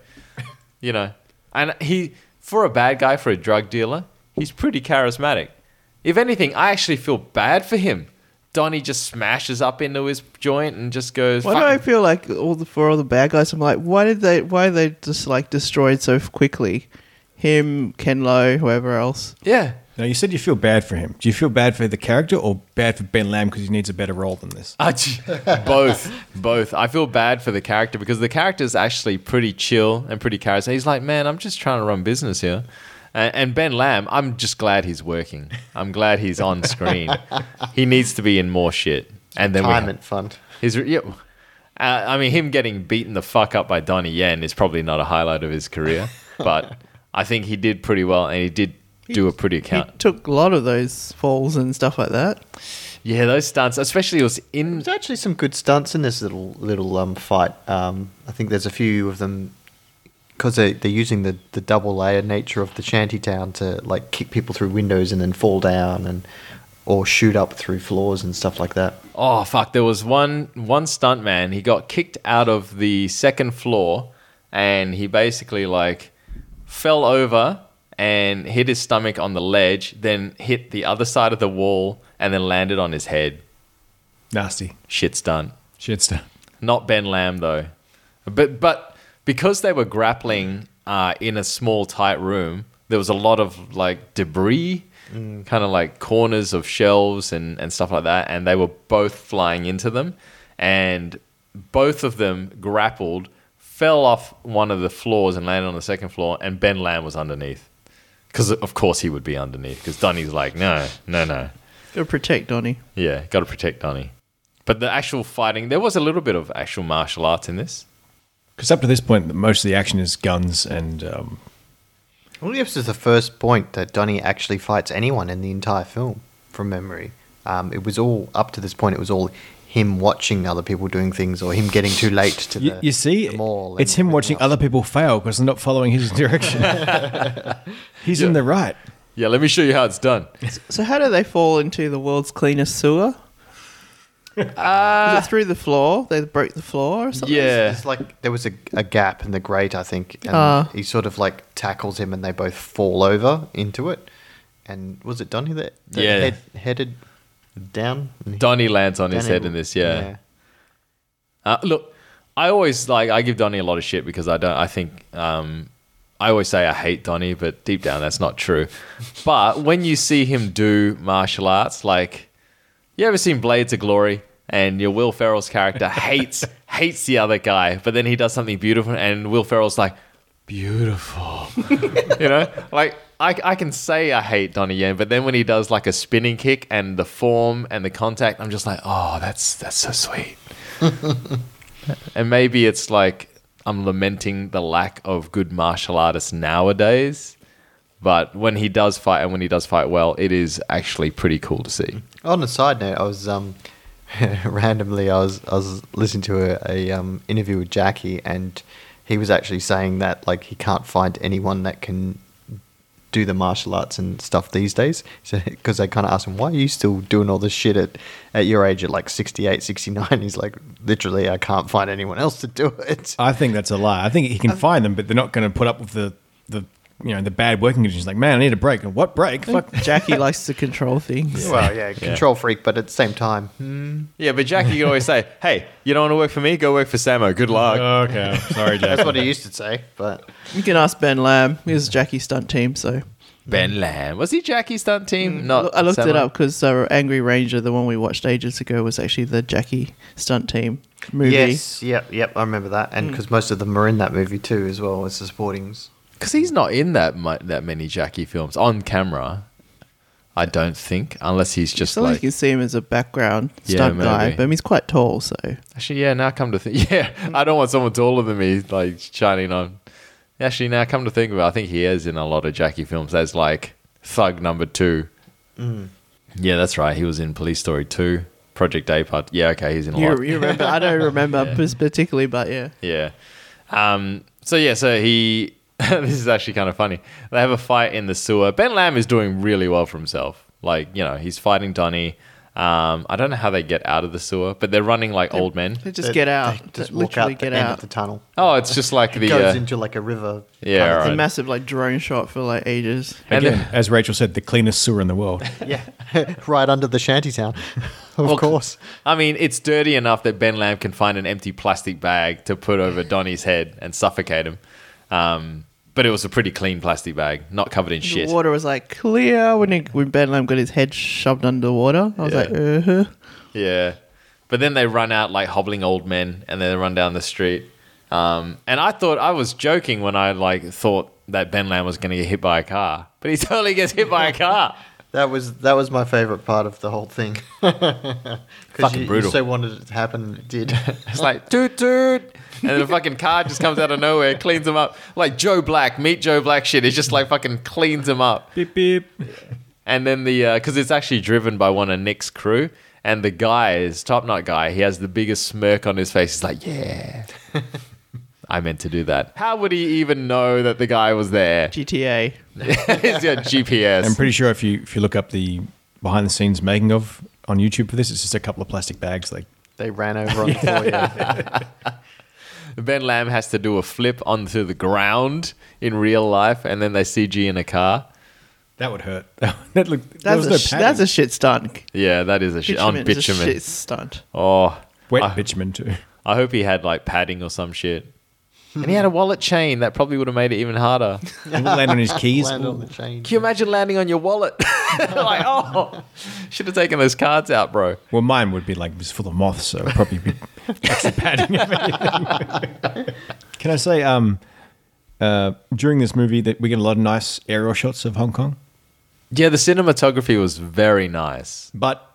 Speaker 7: you know, and he for a bad guy for a drug dealer, he's pretty charismatic. If anything, I actually feel bad for him. Donnie just smashes up into his joint and just goes.
Speaker 8: Why do
Speaker 7: "Fuck
Speaker 8: I feel like all the for all the bad guys? I'm like, why did they? Why are they just like destroyed so quickly? Him, Ken Lo, whoever else.
Speaker 7: yeah,
Speaker 9: Now you said you feel bad for him. Do you feel bad for the character or bad for Ben Lamb because he needs a better role than this?
Speaker 7: Ah, gee. both, both. I feel bad for the character because the character's actually pretty chill and pretty charismatic. He's like, man, I'm just trying to run business here. And, and Ben Lamb, I'm just glad he's working. I'm glad he's on screen. he needs to be in more shit. And then we ha-
Speaker 10: Retirement fund.
Speaker 7: his yeah, uh, I mean, him getting beaten the fuck up by Donnie Yen is probably not a highlight of his career, but I think he did pretty well and he did do a pretty
Speaker 8: He
Speaker 7: account.
Speaker 8: took a lot of those falls and stuff like that.
Speaker 7: Yeah, those stunts, especially it was in.
Speaker 10: There's actually some good stunts in this little little um, fight. Um, I think there's a few of them because they, they're using the, the double layer nature of the shanty town to like kick people through windows and then fall down and or shoot up through floors and stuff like that.
Speaker 7: Oh fuck! There was one one stunt man. He got kicked out of the second floor, and he basically like fell over and hit his stomach on the ledge, then hit the other side of the wall, and then landed on his head.
Speaker 9: Nasty
Speaker 7: Shit stunt.
Speaker 9: shit stuff.
Speaker 7: Not Ben Lamb though, but but because they were grappling uh, in a small tight room, there was a lot of like debris, kind of like corners of shelves and and stuff like that, and they were both flying into them, and both of them grappled, fell off one of the floors and landed on the second floor, and Ben Lamb was underneath. Because of course he would be underneath. Because Donnie's like, no, no, no.
Speaker 8: Gotta protect Donnie.
Speaker 7: Yeah, got to protect Donnie. But the actual fighting, there was a little bit of actual martial arts in this.
Speaker 9: Because up to this point, most of the action is guns and um,
Speaker 10: I believe this is the first point that Donnie actually fights anyone in the entire film, from memory. Um, it was all up to this point. It was all him watching other people doing things, or him getting too late to
Speaker 9: [laughs] you,
Speaker 10: the,
Speaker 9: you see,
Speaker 10: the mall.
Speaker 9: it's
Speaker 10: and
Speaker 9: him
Speaker 10: everything
Speaker 9: watching
Speaker 10: else.
Speaker 9: other people fail because they're not
Speaker 10: [laughs]
Speaker 9: following his direction. He's in the right.
Speaker 7: Yeah, let me show you how it's done.
Speaker 8: So how do they fall into the world's cleanest sewer? Uh, Is it through the floor? They broke the floor or something?
Speaker 7: yeah,
Speaker 10: It's like there was a, a gap in the grate, I think, and
Speaker 8: Ah.
Speaker 10: he sort of like tackles him, and they both fall over into it. And was it Donnie that, that
Speaker 7: Yeah.
Speaker 10: head, headed down?
Speaker 7: Donnie lands on his
Speaker 10: Donnie-
Speaker 7: head in this. Yeah. Uh, look, I always like I give Donnie a lot of shit because I don't. I think um, I always say I hate Donnie, but deep down that's not true. but when you see him do martial arts, like you ever seen Blades of Glory, and your Will Ferrell's character hates hates the other guy, but then he does something beautiful, and Will Ferrell's like beautiful, [laughs] you know, like. I, I can say I hate Donnie Yen, but then when he does like a spinning kick and the form and the contact, I'm just like, oh, that's that's so sweet. And maybe it's like I'm lamenting the lack of good martial artists nowadays. But when he does fight and when he does fight well, it is actually pretty cool to see.
Speaker 10: On a side note, I was um, [laughs] randomly I was I was listening to a, a um, interview with Jackie, and he was actually saying that like he can't find anyone that can do the martial arts and stuff these days. [laughs] So because they kind of asked him, "Why are you still doing all this shit at at your age at like 68, 69? [laughs] He's like, "Literally, I can't find anyone else to do it."
Speaker 9: I think that's a lie. I think he
Speaker 10: Um,
Speaker 9: can find them, but they're not going to put up with the the you know the bad working conditions. Like, man, I need a break. And what break? Fuck.
Speaker 8: Jackie likes to control things.
Speaker 10: Well, [laughs] yeah, control freak, but at the same time,
Speaker 7: Yeah, but Jackie can always [laughs] say, "Hey, you don't want to work for me? Go work for Samo. Good luck."
Speaker 9: okay, sorry,
Speaker 10: [laughs] that's
Speaker 9: Jack.
Speaker 10: what he used to say. But
Speaker 8: You can ask Ben Lamb. He was Jackie's stunt team, so
Speaker 7: ben Lamb was he Jackie's stunt team?
Speaker 8: I
Speaker 7: Not
Speaker 8: loo- Mm, I looked it
Speaker 7: Samo?
Speaker 8: up because uh, Angry Ranger, the one we watched ages ago, was actually the Jackie stunt team movie.
Speaker 10: yes, yep, yep, I remember that, and because most of them are in that movie too, as well as the supportings.
Speaker 7: Because he's not in that mu- that many Jackie films on camera. I don't think, unless he's just
Speaker 8: so
Speaker 7: like.
Speaker 8: you can see him as a background
Speaker 7: Yeah,
Speaker 8: stunt guy,
Speaker 7: maybe.
Speaker 8: but I mean, he's quite tall, so
Speaker 7: Actually, yeah. Now come to think, [laughs] yeah, I don't want someone taller than me like shining on. Actually, now come to think of it, I think he is in a lot of Jackie films as like thug number two. Yeah, that's right. He was in Police Story two, Project A part. Yeah, okay, he's in a lot.
Speaker 8: you, you remember. I
Speaker 7: [laughs]
Speaker 8: don't remember pers- particularly, but yeah,
Speaker 7: Yeah. Um, so yeah, so he. [laughs] this is actually kind of funny. They have a fight in the sewer. Ben Lamb is doing really well for himself. Like you know, he's fighting Donnie. Um, I don't know how they get out of the sewer, but they're running like old men.
Speaker 8: they just get out,
Speaker 10: They
Speaker 8: just
Speaker 10: just walk
Speaker 8: literally
Speaker 10: out the
Speaker 8: get
Speaker 10: end
Speaker 8: out.
Speaker 10: of the tunnel.
Speaker 7: Oh, it's just like the
Speaker 10: goes
Speaker 7: uh,
Speaker 10: into like a river.
Speaker 7: yeah,
Speaker 10: kind of
Speaker 7: all
Speaker 8: It's
Speaker 7: right.
Speaker 8: a massive like drone shot for like ages.
Speaker 7: and
Speaker 9: Again,
Speaker 7: then-
Speaker 9: as Rachel said, the cleanest sewer in the world.
Speaker 10: [laughs] Yeah, [laughs] right under the shanty town. [laughs] of course.
Speaker 7: I mean, it's dirty enough that Ben Lamb can find an empty plastic bag to put over Donnie's head and suffocate him. Um, but it was a pretty clean plastic bag, not covered in shit.
Speaker 8: The water was like clear when he, when Ben Lamb got his head shoved under the water. I was
Speaker 7: Yeah.
Speaker 8: like, uh huh.
Speaker 7: Yeah. But then they run out like hobbling old men and then they run down the street. Um, and I thought I was joking when I like thought that Ben Lamb was going to get hit by a car, but he [laughs] totally gets hit by a car.
Speaker 10: That was that was my favorite part of the whole thing. [laughs] Because
Speaker 7: Fucking
Speaker 10: you, you
Speaker 7: brutal.
Speaker 10: so wanted it to happen, and it did.
Speaker 7: It's like toot toot, and then the fucking car just comes out of nowhere, cleans him up like Joe Black. Meet Joe Black shit. It just like fucking cleans him up.
Speaker 9: beep beep.
Speaker 7: And then the because it's actually driven by one of Nick's crew, and the guy is top knot guy. He has the biggest smirk on his face. He's like, "Yeah, I meant to do that." How would he even know that the guy was there?
Speaker 8: GTA.
Speaker 7: [laughs] He's got GPS.
Speaker 9: I'm pretty sure if you if you look up the behind the scenes making of on YouTube for this, it's just a couple of plastic bags. Like,
Speaker 10: they ran over on the floor. [laughs] Yeah.
Speaker 7: ben Lamb has to do a flip onto the ground in real life, and then they CG in a car.
Speaker 9: that would hurt. [laughs] that looked, there
Speaker 8: That's
Speaker 9: was
Speaker 8: a
Speaker 9: no
Speaker 8: sh-
Speaker 9: padding.
Speaker 8: that's a shit stunt.
Speaker 7: Yeah, that is a shit on
Speaker 8: is a
Speaker 7: bitumen.
Speaker 8: shit stunt.
Speaker 7: Oh,
Speaker 9: wet
Speaker 7: I-
Speaker 9: bitumen
Speaker 8: [laughs]
Speaker 9: too.
Speaker 7: I hope he had like padding or some shit. and he had a wallet chain that probably would have made it even harder.
Speaker 9: Didn't land on his keys.
Speaker 10: Landed on the chain.
Speaker 7: Can you imagine landing on your wallet? [laughs] like, oh, should have taken those cards out, bro.
Speaker 9: Well, mine would be like it was full of moths, so it'd probably be [laughs] extra padding. [laughs] Can I say, um, uh, during this movie, that we get a lot of nice aerial shots of Hong Kong,
Speaker 7: Yeah, the cinematography was very nice.
Speaker 9: but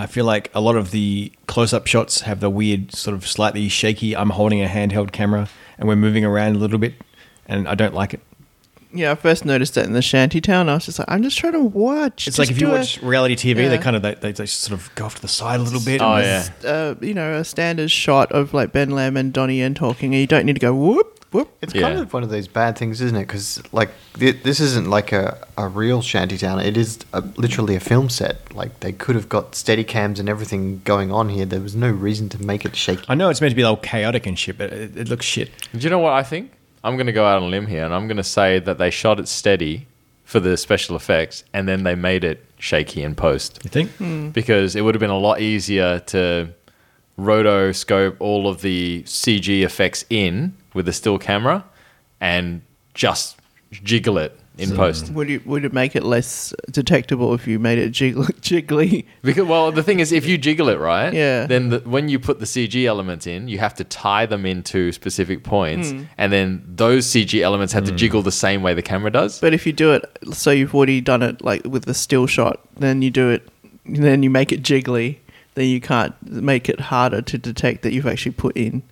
Speaker 9: I feel like a lot of the close-up shots have the weird, sort of slightly shaky. I'm holding a handheld camera and we're moving around a little bit, and I don't like it.
Speaker 8: Yeah, I first noticed that in the shanty town. I was just like, I'm just trying to watch.
Speaker 9: It's like
Speaker 8: Just
Speaker 9: if you
Speaker 8: do a-
Speaker 9: watch reality TV,
Speaker 8: yeah.
Speaker 9: they kind of they, they, they sort of go off to the side a little bit.
Speaker 7: Oh
Speaker 9: and-
Speaker 7: yeah,
Speaker 8: uh, you know, a standard shot of like Ben Lamb and Donnie Yen talking, and you don't need to go whoop whoop.
Speaker 10: It's
Speaker 7: Yeah.
Speaker 10: kind of one of those bad things, isn't it? Because like thi- this isn't like a, a real shantytown. It is a, literally a film set. Like they could have got steady cams and everything going on here. There was no reason to make it shaky.
Speaker 9: I know it's meant to be all chaotic and shit, but it, it looks shit.
Speaker 7: Do you know what I think? I'm going to go out on a limb here and I'm going to say that they shot it steady for the special effects and then they made it shaky in post
Speaker 9: You think?
Speaker 7: because it would have been a lot easier to rotoscope all of the CG effects in with a still camera and just jiggle it in post.
Speaker 8: Would you would it make it less detectable if you made it jiggle, [laughs] jiggly?
Speaker 7: Because well, the thing is, if you jiggle it right,
Speaker 8: Yeah.
Speaker 7: then the, when you put the CG elements in, you have to tie them into specific points, and then those CG elements have to jiggle the same way the camera does.
Speaker 8: But if you do it, so you've already done it like with the still shot, then you do it, then you make it jiggly, then you can't make it harder to detect that you've actually put in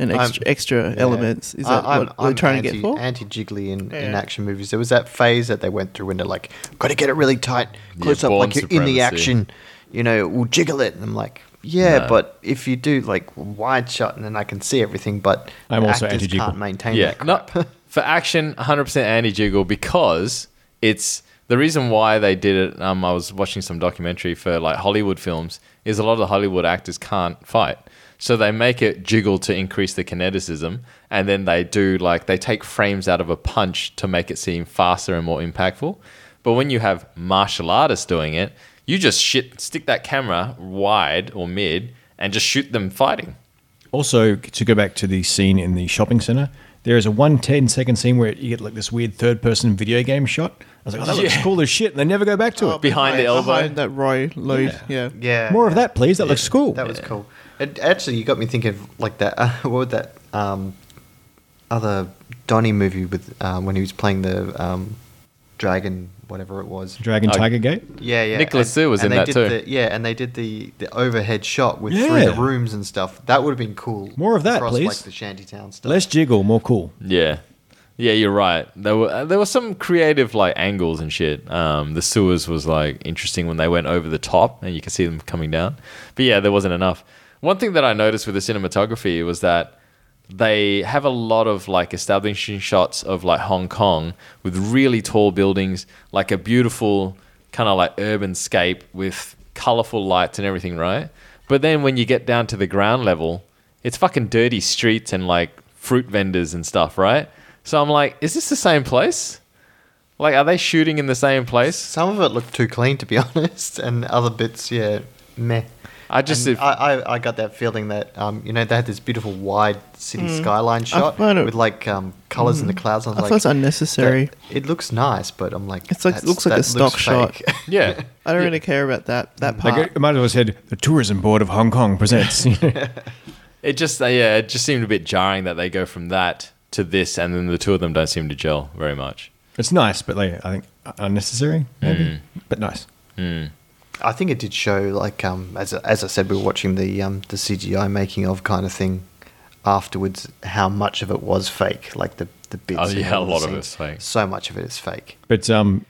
Speaker 8: and extra, extra elements. Is that
Speaker 10: I- I'm-
Speaker 8: what we're
Speaker 10: I'm
Speaker 8: trying
Speaker 10: anti,
Speaker 8: to get for?
Speaker 10: Anti-jiggly in, in
Speaker 8: Yeah.
Speaker 10: action movies. There was that phase that they went through when they're like, got to get it really tight,
Speaker 7: Yeah,
Speaker 10: close up,
Speaker 7: Bourne
Speaker 10: like you're in
Speaker 7: supremacy.
Speaker 10: the action. You know, we'll jiggle it. And I'm like, yeah,
Speaker 7: No.
Speaker 10: but if you do like wide shot and then I can see everything, but
Speaker 9: I'm also
Speaker 10: actors
Speaker 9: anti-jiggle.
Speaker 10: can't maintain
Speaker 7: Yeah,
Speaker 10: that
Speaker 7: no,
Speaker 10: crap. [laughs]
Speaker 7: for action, 100% anti jiggle because it's the reason why they did it. Um, I was watching some documentary for like Hollywood films. Is a lot of the Hollywood actors can't fight, so they make it jiggle to increase the kineticism, and then they do like they take frames out of a punch to make it seem faster and more impactful. But when you have martial artists doing it, you just shit stick that camera wide or mid and just shoot them fighting.
Speaker 9: Also, to go back to the scene in the shopping center, there is a one ten second scene where you get like this weird third person video game shot. I was like, oh, that looks
Speaker 7: Yeah. Oh,
Speaker 9: cool as shit. And they never go back to it.
Speaker 7: Behind the elbow.
Speaker 8: Behind that Roy Lloyd. Yeah.
Speaker 10: yeah.
Speaker 9: More of that, please. That looks cool.
Speaker 10: That was cool. It, actually, you got me thinking of like that. [laughs] Uh, what was that um, other Donnie movie with um, when he was playing the um, dragon, whatever it was?
Speaker 9: Dragon
Speaker 7: Oh.
Speaker 9: Tiger Gate.
Speaker 10: Yeah, yeah.
Speaker 7: Nicolas Sue was in
Speaker 10: they
Speaker 7: that
Speaker 10: did
Speaker 7: too.
Speaker 10: The, yeah, and they did the, the overhead shot with through the
Speaker 9: Yeah.
Speaker 10: rooms and stuff. That would have been cool.
Speaker 9: More of that,
Speaker 10: across,
Speaker 9: please.
Speaker 10: Like the shantytown stuff.
Speaker 9: Less jiggle, more cool.
Speaker 7: Yeah, yeah, you're right. There were uh, there were some creative like angles and shit. Um, the sewers was like interesting when they went over the top and you can see them coming down. But yeah, there wasn't enough. One thing that I noticed with the cinematography was that they have a lot of like establishing shots of like Hong Kong with really tall buildings, like a beautiful kind of like urban scape with colorful lights and everything, right? But then when you get down to the ground level, it's fucking dirty streets and like fruit vendors and stuff, right? So I'm like, is this the same place? Like, are they shooting in the same place?
Speaker 10: Some of it looked too clean, to be [laughs] honest, and other bits, yeah, meh.
Speaker 7: I just,
Speaker 10: And
Speaker 7: if-
Speaker 9: uh,
Speaker 10: I, I, I got that feeling that um, you know they had this beautiful wide city skyline shot
Speaker 8: found Mm. it- Mm.
Speaker 10: with like um, colors in the clouds. I was
Speaker 8: I
Speaker 10: like,
Speaker 8: thought it's unnecessary.
Speaker 10: that- it looks nice, but I'm like,
Speaker 8: It's like-
Speaker 10: "That's-
Speaker 8: looks like
Speaker 10: that
Speaker 8: a stock shot."
Speaker 10: fake." [laughs]
Speaker 7: yeah.
Speaker 8: I don't really care about that that part.
Speaker 9: Like it, it might as well have said, the Tourism Board of Hong
Speaker 7: [laughs]
Speaker 9: Kong presents.
Speaker 7: It just, uh, yeah, it just seemed a bit jarring that they go from that to this and then the two of them don't seem to gel very much.
Speaker 9: [laughs] it's nice, but like, I think uh, unnecessary, maybe,
Speaker 7: Mm.
Speaker 9: but nice.
Speaker 10: I think it did show, like um, as as I said, we were watching the um, the CGI making of kind of thing afterwards. How much of it was fake? Like the the bits.
Speaker 7: Oh,
Speaker 10: and
Speaker 7: yeah,
Speaker 10: all
Speaker 7: a
Speaker 10: the
Speaker 7: lot of
Speaker 10: scenes.
Speaker 7: it's fake.
Speaker 10: So much of it is fake.
Speaker 9: But um,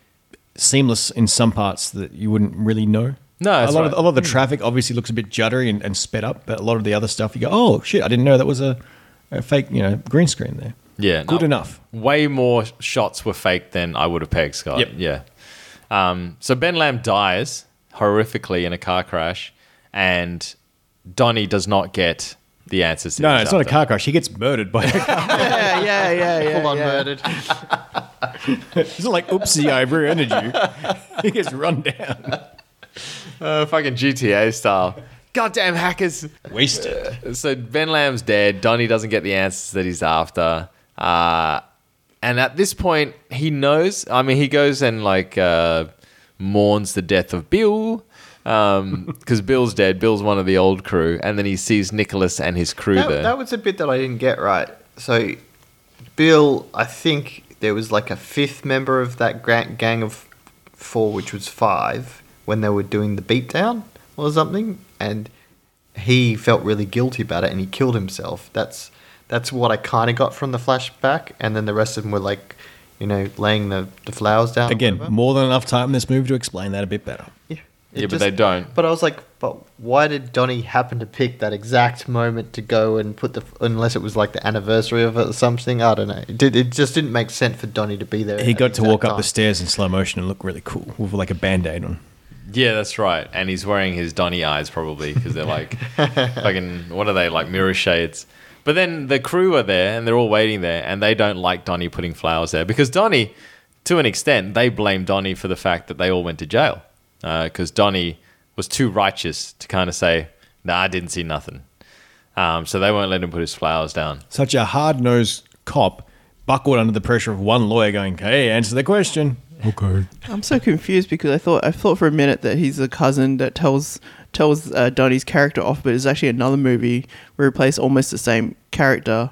Speaker 9: seamless in some parts that you wouldn't really know.
Speaker 7: No,
Speaker 9: a
Speaker 7: that's
Speaker 9: lot, of,
Speaker 7: right. Mm.
Speaker 9: a lot of the traffic obviously looks a bit juddery and, and sped up, but a lot of the other stuff you go, oh shit, I didn't know that was a, a fake, you know, green screen there.
Speaker 7: Yeah.
Speaker 9: Good
Speaker 7: no.
Speaker 9: enough.
Speaker 7: Way more shots were fake than I would have pegged, Scott.
Speaker 9: Yep.
Speaker 7: Yeah. Um, so Ben Lamb dies horrifically in a car crash and Donnie does not get the answers. to
Speaker 9: No,
Speaker 7: his
Speaker 9: it's not a
Speaker 7: after.
Speaker 9: car crash. He gets murdered by.
Speaker 7: [laughs]
Speaker 9: A,
Speaker 8: yeah, yeah, yeah, yeah.
Speaker 10: [laughs] Full on
Speaker 8: yeah.
Speaker 10: murdered.
Speaker 9: it's not like oopsie, I
Speaker 7: [laughs]
Speaker 9: ruined you. He gets run down,
Speaker 7: Uh, fucking GTA style. Goddamn hackers.
Speaker 9: wasted.
Speaker 7: So Ben Lamb's dead. Donnie doesn't get the answers that he's after. Uh, and at this point, he knows. I mean, he goes and like uh, mourns the death of Bill because Bill's dead. Bill's one of the old crew, and then he sees Nicholas and his crew
Speaker 10: That,
Speaker 7: there.
Speaker 10: that was a bit that I didn't get right. So, Bill, I think there was like a fifth member of that gra- gang of four, which was five, when they were doing the beatdown or something, and he felt really guilty about it and he killed himself. That's that's what I kind of got from the flashback, and then the rest of them were like, you know, laying the, the flowers down. or
Speaker 9: Again,
Speaker 10: whatever.
Speaker 9: more than enough time in this movie to explain that a bit better.
Speaker 10: Yeah,
Speaker 7: Yeah, but they don't.
Speaker 10: But I was like, but why did Donnie happen to pick that exact moment to go and put the? Unless it was like the anniversary of it or something. I don't know. It, did, it just didn't make sense for Donnie to be there.
Speaker 9: He
Speaker 10: at
Speaker 9: got to
Speaker 10: exact
Speaker 9: walk up the
Speaker 10: time.
Speaker 9: stairs in slow motion and look really cool with like a band aid on.
Speaker 7: yeah, that's right. And he's wearing his Donnie eyes probably because they're like fucking what are they like mirror shades. But then the crew are there and they're all waiting there, and they don't like Donnie putting flowers there because Donnie, to an extent, they blame Donnie for the fact that they all went to jail because Donnie was too righteous to kind of say, "Nah, I didn't see nothing." Um, so they won't let him put his flowers down.
Speaker 9: Such a hard nosed cop buckled under the pressure of one lawyer going, Hey, answer the question. Okay.
Speaker 8: I'm so confused because I thought I thought for a minute that he's a cousin that tells tells uh, Donnie's character off, but it's actually another movie where he plays almost the same character,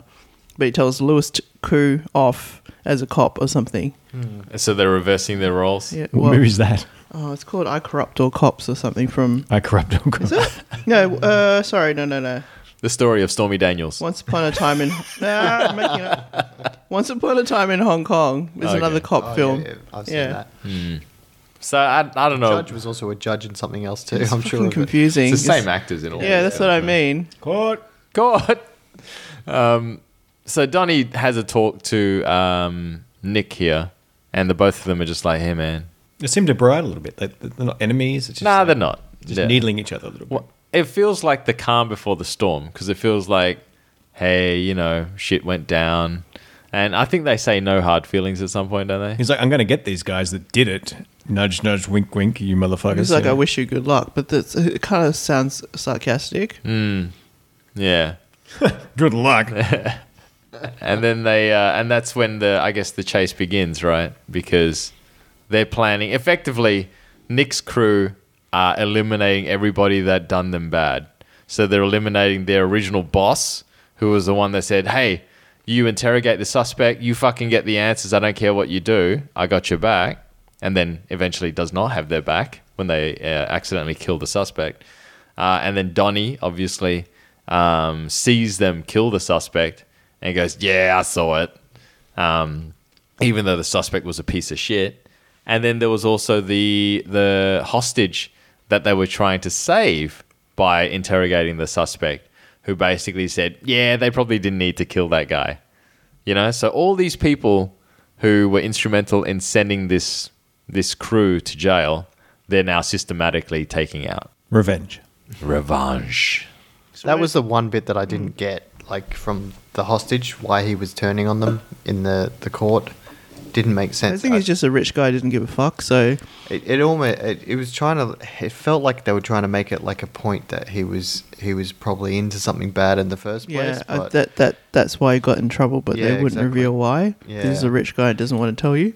Speaker 8: but he tells Lewis t- Koo off as a cop or something.
Speaker 7: So they're reversing their roles.
Speaker 8: Yeah,
Speaker 9: What
Speaker 8: well,
Speaker 9: movie is that? [laughs]
Speaker 8: oh, it's [laughs] called I Corrupt All Cops or something from.
Speaker 9: I corrupt
Speaker 8: No, uh, sorry, no, no, no.
Speaker 7: The story of Stormy Daniels.
Speaker 8: Once upon a time in [laughs] nah, I'm making it up. Once upon a time in Hong Kong is
Speaker 7: Okay.
Speaker 8: another cop
Speaker 10: Oh,
Speaker 8: film.
Speaker 10: yeah, yeah, I've seen
Speaker 8: Yeah.
Speaker 10: that.
Speaker 7: So I, I don't know.
Speaker 10: Judge was also a judge in something else too.
Speaker 8: It's
Speaker 10: I'm
Speaker 8: fucking
Speaker 10: sure. of it.
Speaker 8: confusing.
Speaker 7: It's the same actors in all.
Speaker 8: yeah, that's what I mean.
Speaker 9: Court.
Speaker 7: God. Um, so Donnie has a talk to um, Nick here, and the both of them are just like, "Hey, man,
Speaker 9: They seem to bribe a little bit. They, they're not enemies. It's just
Speaker 7: nah,
Speaker 9: like-
Speaker 7: they're not."
Speaker 9: Just
Speaker 7: Yeah.
Speaker 9: needling each other a little bit.
Speaker 7: Well, it feels like the calm before the storm because it feels like, hey, you know, shit went down, and I think they say no hard feelings at some point, don't they?
Speaker 9: He's like, I'm going to get these guys that did it. Nudge, nudge, wink, wink, you motherfuckers.
Speaker 8: It's like
Speaker 9: Yeah.
Speaker 8: I wish you good luck, but that's, it kind of sounds sarcastic.
Speaker 7: Mm. Yeah.
Speaker 9: Good luck.
Speaker 7: and then they uh, and that's when the I guess the chase begins, right? Because they're planning effectively. Nick's crew are eliminating everybody that done them bad. So they're eliminating their original boss, who was the one that said, "Hey, you interrogate the suspect. You fucking get the answers. I don't care what you do. I got your back." And then eventually does not have their back when they uh, accidentally kill the suspect. Uh, and then Donnie obviously um, sees them kill the suspect and goes, Yeah, I saw it. Um, even though the suspect was a piece of shit. And then there was also the the hostage that they were trying to save by interrogating the suspect, who basically said, Yeah, they probably didn't need to kill that guy. You know, so all these people who were instrumental in sending this this crew to jail, they're now systematically taking out
Speaker 9: Revenge.
Speaker 7: revenge.
Speaker 10: That was the one bit that I didn't get, like from the hostage, why he was turning on them in the, the court. Didn't make
Speaker 8: I
Speaker 10: sense.
Speaker 8: think he's just a rich guy who didn't give a fuck. So
Speaker 10: it, it almost it, it was trying to. It felt like they were trying to make it like a point that he was he was probably into something bad in the first place.
Speaker 8: yeah, I-
Speaker 10: but
Speaker 8: that that that's why he got in trouble, but
Speaker 10: Yeah,
Speaker 8: they wouldn't
Speaker 10: exactly.
Speaker 8: reveal why.
Speaker 10: Yeah.
Speaker 8: He's a rich guy and doesn't want to tell you.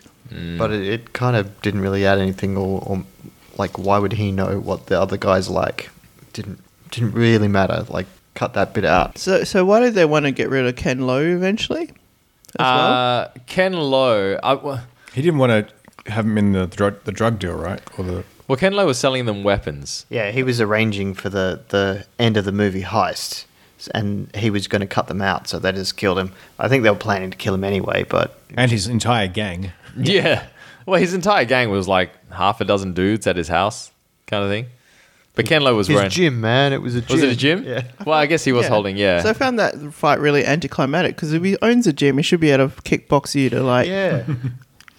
Speaker 10: but it, it kind of didn't really add anything, or, or like why would he know what the other guys like? Didn't didn't really matter. Like cut that bit out.
Speaker 8: So so why did they want to get rid of Ken Lowe eventually? As well?
Speaker 7: Uh, Ken Lowe. uh, I, well,
Speaker 9: He didn't want to have him in the drug, the drug deal, right? Or the
Speaker 7: well, Ken Lowe was selling them weapons.
Speaker 10: Yeah, he was arranging for the, the end of the movie heist, s- and he was going to cut them out, so they just killed him. I think they were planning to kill him anyway, but
Speaker 9: and his entire gang.
Speaker 7: [laughs] Yeah. Well, his entire gang was like half a dozen dudes at his house, kind of thing. But Ken Lowe was
Speaker 10: his
Speaker 7: wearing.
Speaker 10: gym, man, it was a gym.
Speaker 7: Was it a gym?
Speaker 10: Yeah.
Speaker 7: Well, I guess he
Speaker 8: [laughs]
Speaker 7: was holding. Yeah.
Speaker 8: So I found that fight really anticlimactic because if he owns a gym, he should be able to kickbox you to like,
Speaker 10: Yeah,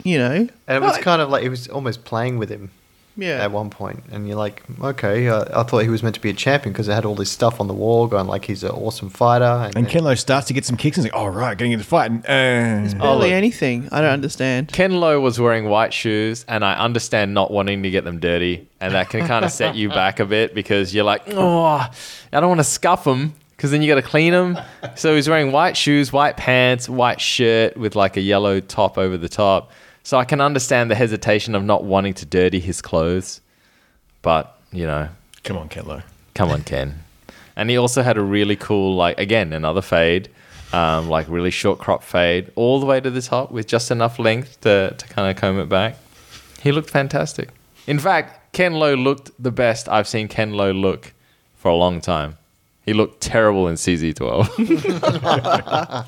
Speaker 8: you know,
Speaker 10: and it was kind of like he was almost playing with him
Speaker 8: yeah.
Speaker 10: at one point, and you're like, okay, uh, I thought he was meant to be a champion because it had all this stuff on the wall going like he's an awesome fighter, and,
Speaker 9: And
Speaker 10: then-
Speaker 9: Kenlo starts to get some kicks and he's like, all right, getting into the fight. And, uh,
Speaker 8: Barely
Speaker 7: Oh, look.
Speaker 8: anything. I don't understand.
Speaker 7: Ken Lowe was wearing white shoes, and I understand not wanting to get them dirty, and that can kind of set you back a bit because you're like, oh, I don't want to scuff them because then you got to clean them. So he's wearing white shoes, white pants, white shirt with like a yellow top over the top. So I can understand the hesitation of not wanting to dirty his clothes, but you know,
Speaker 9: come on, Kenlo.
Speaker 7: come on, Ken. And he also had a really cool, like, again, another fade, um, like really short crop fade, all the way to the top with just enough length to, to kind of comb it back. He looked fantastic. In fact, Ken Lo looked the best I've seen Ken Lo look for a long time. He looked terrible in CZ12.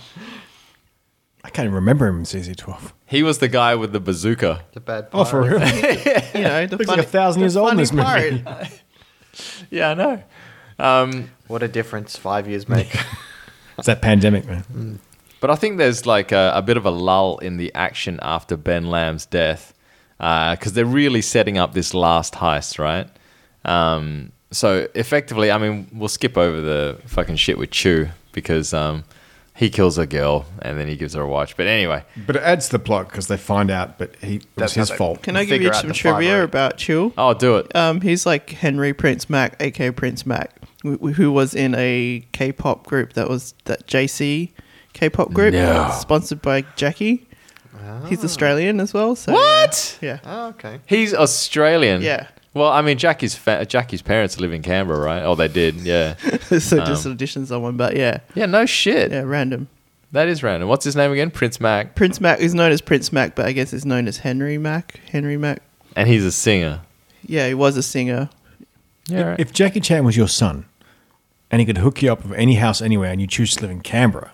Speaker 9: I can't even remember him in CZ12.
Speaker 7: [laughs] he was the guy with the bazooka.
Speaker 10: the bad.
Speaker 9: Oh, for
Speaker 10: pirate.
Speaker 9: [laughs] real?
Speaker 8: You know, the
Speaker 9: Looks
Speaker 8: funny,
Speaker 9: like a thousand years old in
Speaker 8: funny
Speaker 9: this movie. [laughs]
Speaker 8: part-
Speaker 7: Yeah, I know.
Speaker 10: What a difference five years
Speaker 9: [laughs]
Speaker 10: make.
Speaker 9: It's that pandemic, man.
Speaker 7: But I think there's like a, a bit of a lull in the action after Ben Lamb's death because they're really setting up this last heist, right? Um, so effectively, I mean, we'll skip over the fucking shit with Chew because um, he kills a girl and then he gives her a watch. But anyway,
Speaker 9: But it adds to the plot because they find out, but he, it was
Speaker 10: That's
Speaker 9: his
Speaker 10: how they-
Speaker 9: fault.
Speaker 10: [laughs]
Speaker 8: Can I give
Speaker 10: Figure
Speaker 8: you
Speaker 10: out
Speaker 8: some
Speaker 10: the Oh, fly
Speaker 8: trivia
Speaker 10: rate.
Speaker 8: about Chill?
Speaker 7: I'll do it.
Speaker 8: Um, he's like Henry Prince Mac, aka Prince Mac, wh- wh- who was in a K-pop group that was that JC K-pop group
Speaker 7: No.
Speaker 8: sponsored by Jackie. He's Australian as well. So
Speaker 7: What?
Speaker 8: Yeah. [laughs]
Speaker 10: oh, okay.
Speaker 7: He's Australian.
Speaker 8: Yeah.
Speaker 7: Well, I mean, Jackie's fa- Jackie's parents live in Canberra, right? Oh, they did.
Speaker 8: [laughs]
Speaker 7: Yeah.
Speaker 8: so just audition someone, but yeah,
Speaker 7: yeah. No shit.
Speaker 8: yeah, random.
Speaker 7: That is random. What's his name again? Prince Mac,
Speaker 8: Prince Mac is known as Prince Mac, but I guess it's known as Henry Mac. Henry Mac.
Speaker 7: and he's a singer.
Speaker 8: Yeah, he was a singer.
Speaker 7: Yeah. right.
Speaker 9: If Jackie Chan was your son and he could hook you up with any house anywhere, and you choose to live in Canberra.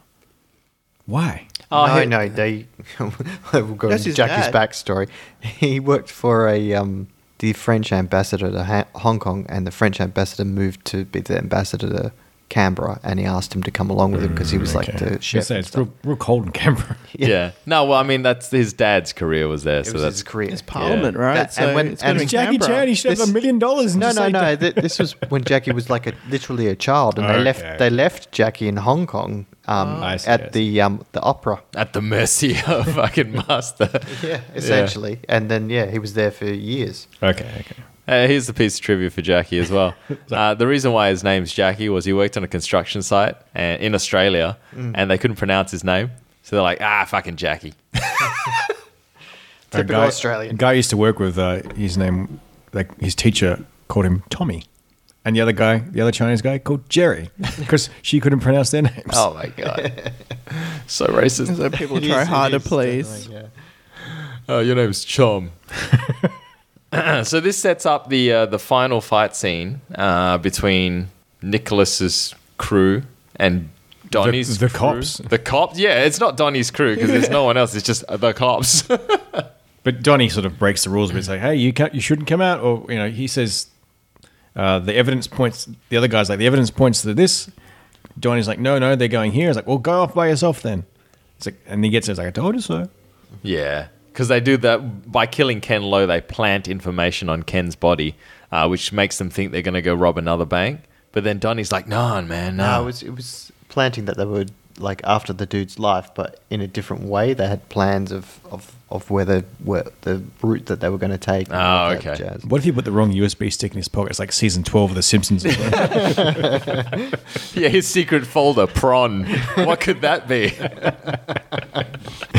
Speaker 9: Why?
Speaker 7: Oh,
Speaker 10: no,
Speaker 7: he-
Speaker 10: no, they. [laughs] we'll go
Speaker 8: That's
Speaker 10: into
Speaker 8: his
Speaker 10: Jackie's
Speaker 8: dad.
Speaker 10: backstory. [laughs] He worked for a um, the French ambassador to ha- Hong Kong, and the French ambassador moved to be the ambassador to Canberra, and he asked him to come along with him because he was like
Speaker 9: Mm, Okay.
Speaker 10: the
Speaker 9: Just say
Speaker 10: chef. and
Speaker 9: it's
Speaker 10: stuff.
Speaker 9: real, real cold in Canberra.
Speaker 7: Yeah. No, well, I mean, that's his dad's career was there,
Speaker 10: It
Speaker 7: so
Speaker 10: was
Speaker 7: that's
Speaker 10: his career.
Speaker 8: It's Parliament, right?
Speaker 10: That-
Speaker 8: so
Speaker 10: and when-
Speaker 8: it's going to be
Speaker 10: and
Speaker 9: Jackie
Speaker 8: Canberra.
Speaker 9: Chan, he should have
Speaker 10: This-
Speaker 9: a million dollars. and
Speaker 10: No,
Speaker 9: just
Speaker 10: no,
Speaker 9: say
Speaker 10: no.
Speaker 9: that-
Speaker 10: Th- this was when Jackie was like a literally a child, and they
Speaker 9: Oh, Okay.
Speaker 10: left. They left Jackie in Hong Kong um,
Speaker 9: I see, I see.
Speaker 10: at the um, the opera,
Speaker 7: at the mercy [laughs] of fucking master.
Speaker 10: yeah, [laughs] essentially. And then yeah, he was there for years.
Speaker 9: [laughs] Okay, okay.
Speaker 7: Uh, here's the piece of trivia for Jackie as [laughs] well. Uh, the reason why his name's Jackie was he worked on a construction site uh, in Australia, and they couldn't pronounce his name, so they're like, ah, fucking Jackie.
Speaker 10: Typical
Speaker 9: a guy,
Speaker 10: Australian.
Speaker 9: A guy I used to work with, uh, his name, like his teacher called him Tommy. And the other guy, the other Chinese guy, called Jerry, because she couldn't pronounce their names.
Speaker 7: Oh my god, [laughs] so racist.
Speaker 8: So [laughs] people try harder, please. [laughs]
Speaker 9: Uh,
Speaker 7: Oh, your name's Chom. [laughs] so this sets up the uh, the final fight scene uh, between Nicholas's crew and Donnie's
Speaker 9: the
Speaker 7: crew.
Speaker 9: cops.
Speaker 7: The cops. Yeah, it's not Donnie's crew because there's no one else. It's just the cops. [laughs]
Speaker 9: But Donnie sort of breaks the rules, but it's like, hey, you can't, you shouldn't come out, or you know, he says, uh, the evidence points. The other guy's like, the evidence points to this. Donnie's like, no, no, they're going here. He's like, well, go off by yourself then. It's like, and he gets there, he's like, I told you so.
Speaker 7: Yeah, because they do that by killing Ken Lowe. They plant information on Ken's body, uh, which makes them think they're going to go rob another bank. But then Donnie's like, "Nah, man,
Speaker 10: No,
Speaker 7: nah."
Speaker 10: it was it was planting that they were like after the dude's life, but in a different way. They had plans of of, of where the where the route that they were going to take. and all
Speaker 7: Oh,
Speaker 10: that
Speaker 7: okay.
Speaker 10: jazz.
Speaker 9: What if he put the wrong USB stick in his pocket? It's like season twelve of The Simpsons. or
Speaker 7: [laughs]
Speaker 9: something.
Speaker 7: yeah, his secret folder, prawn. What could that be?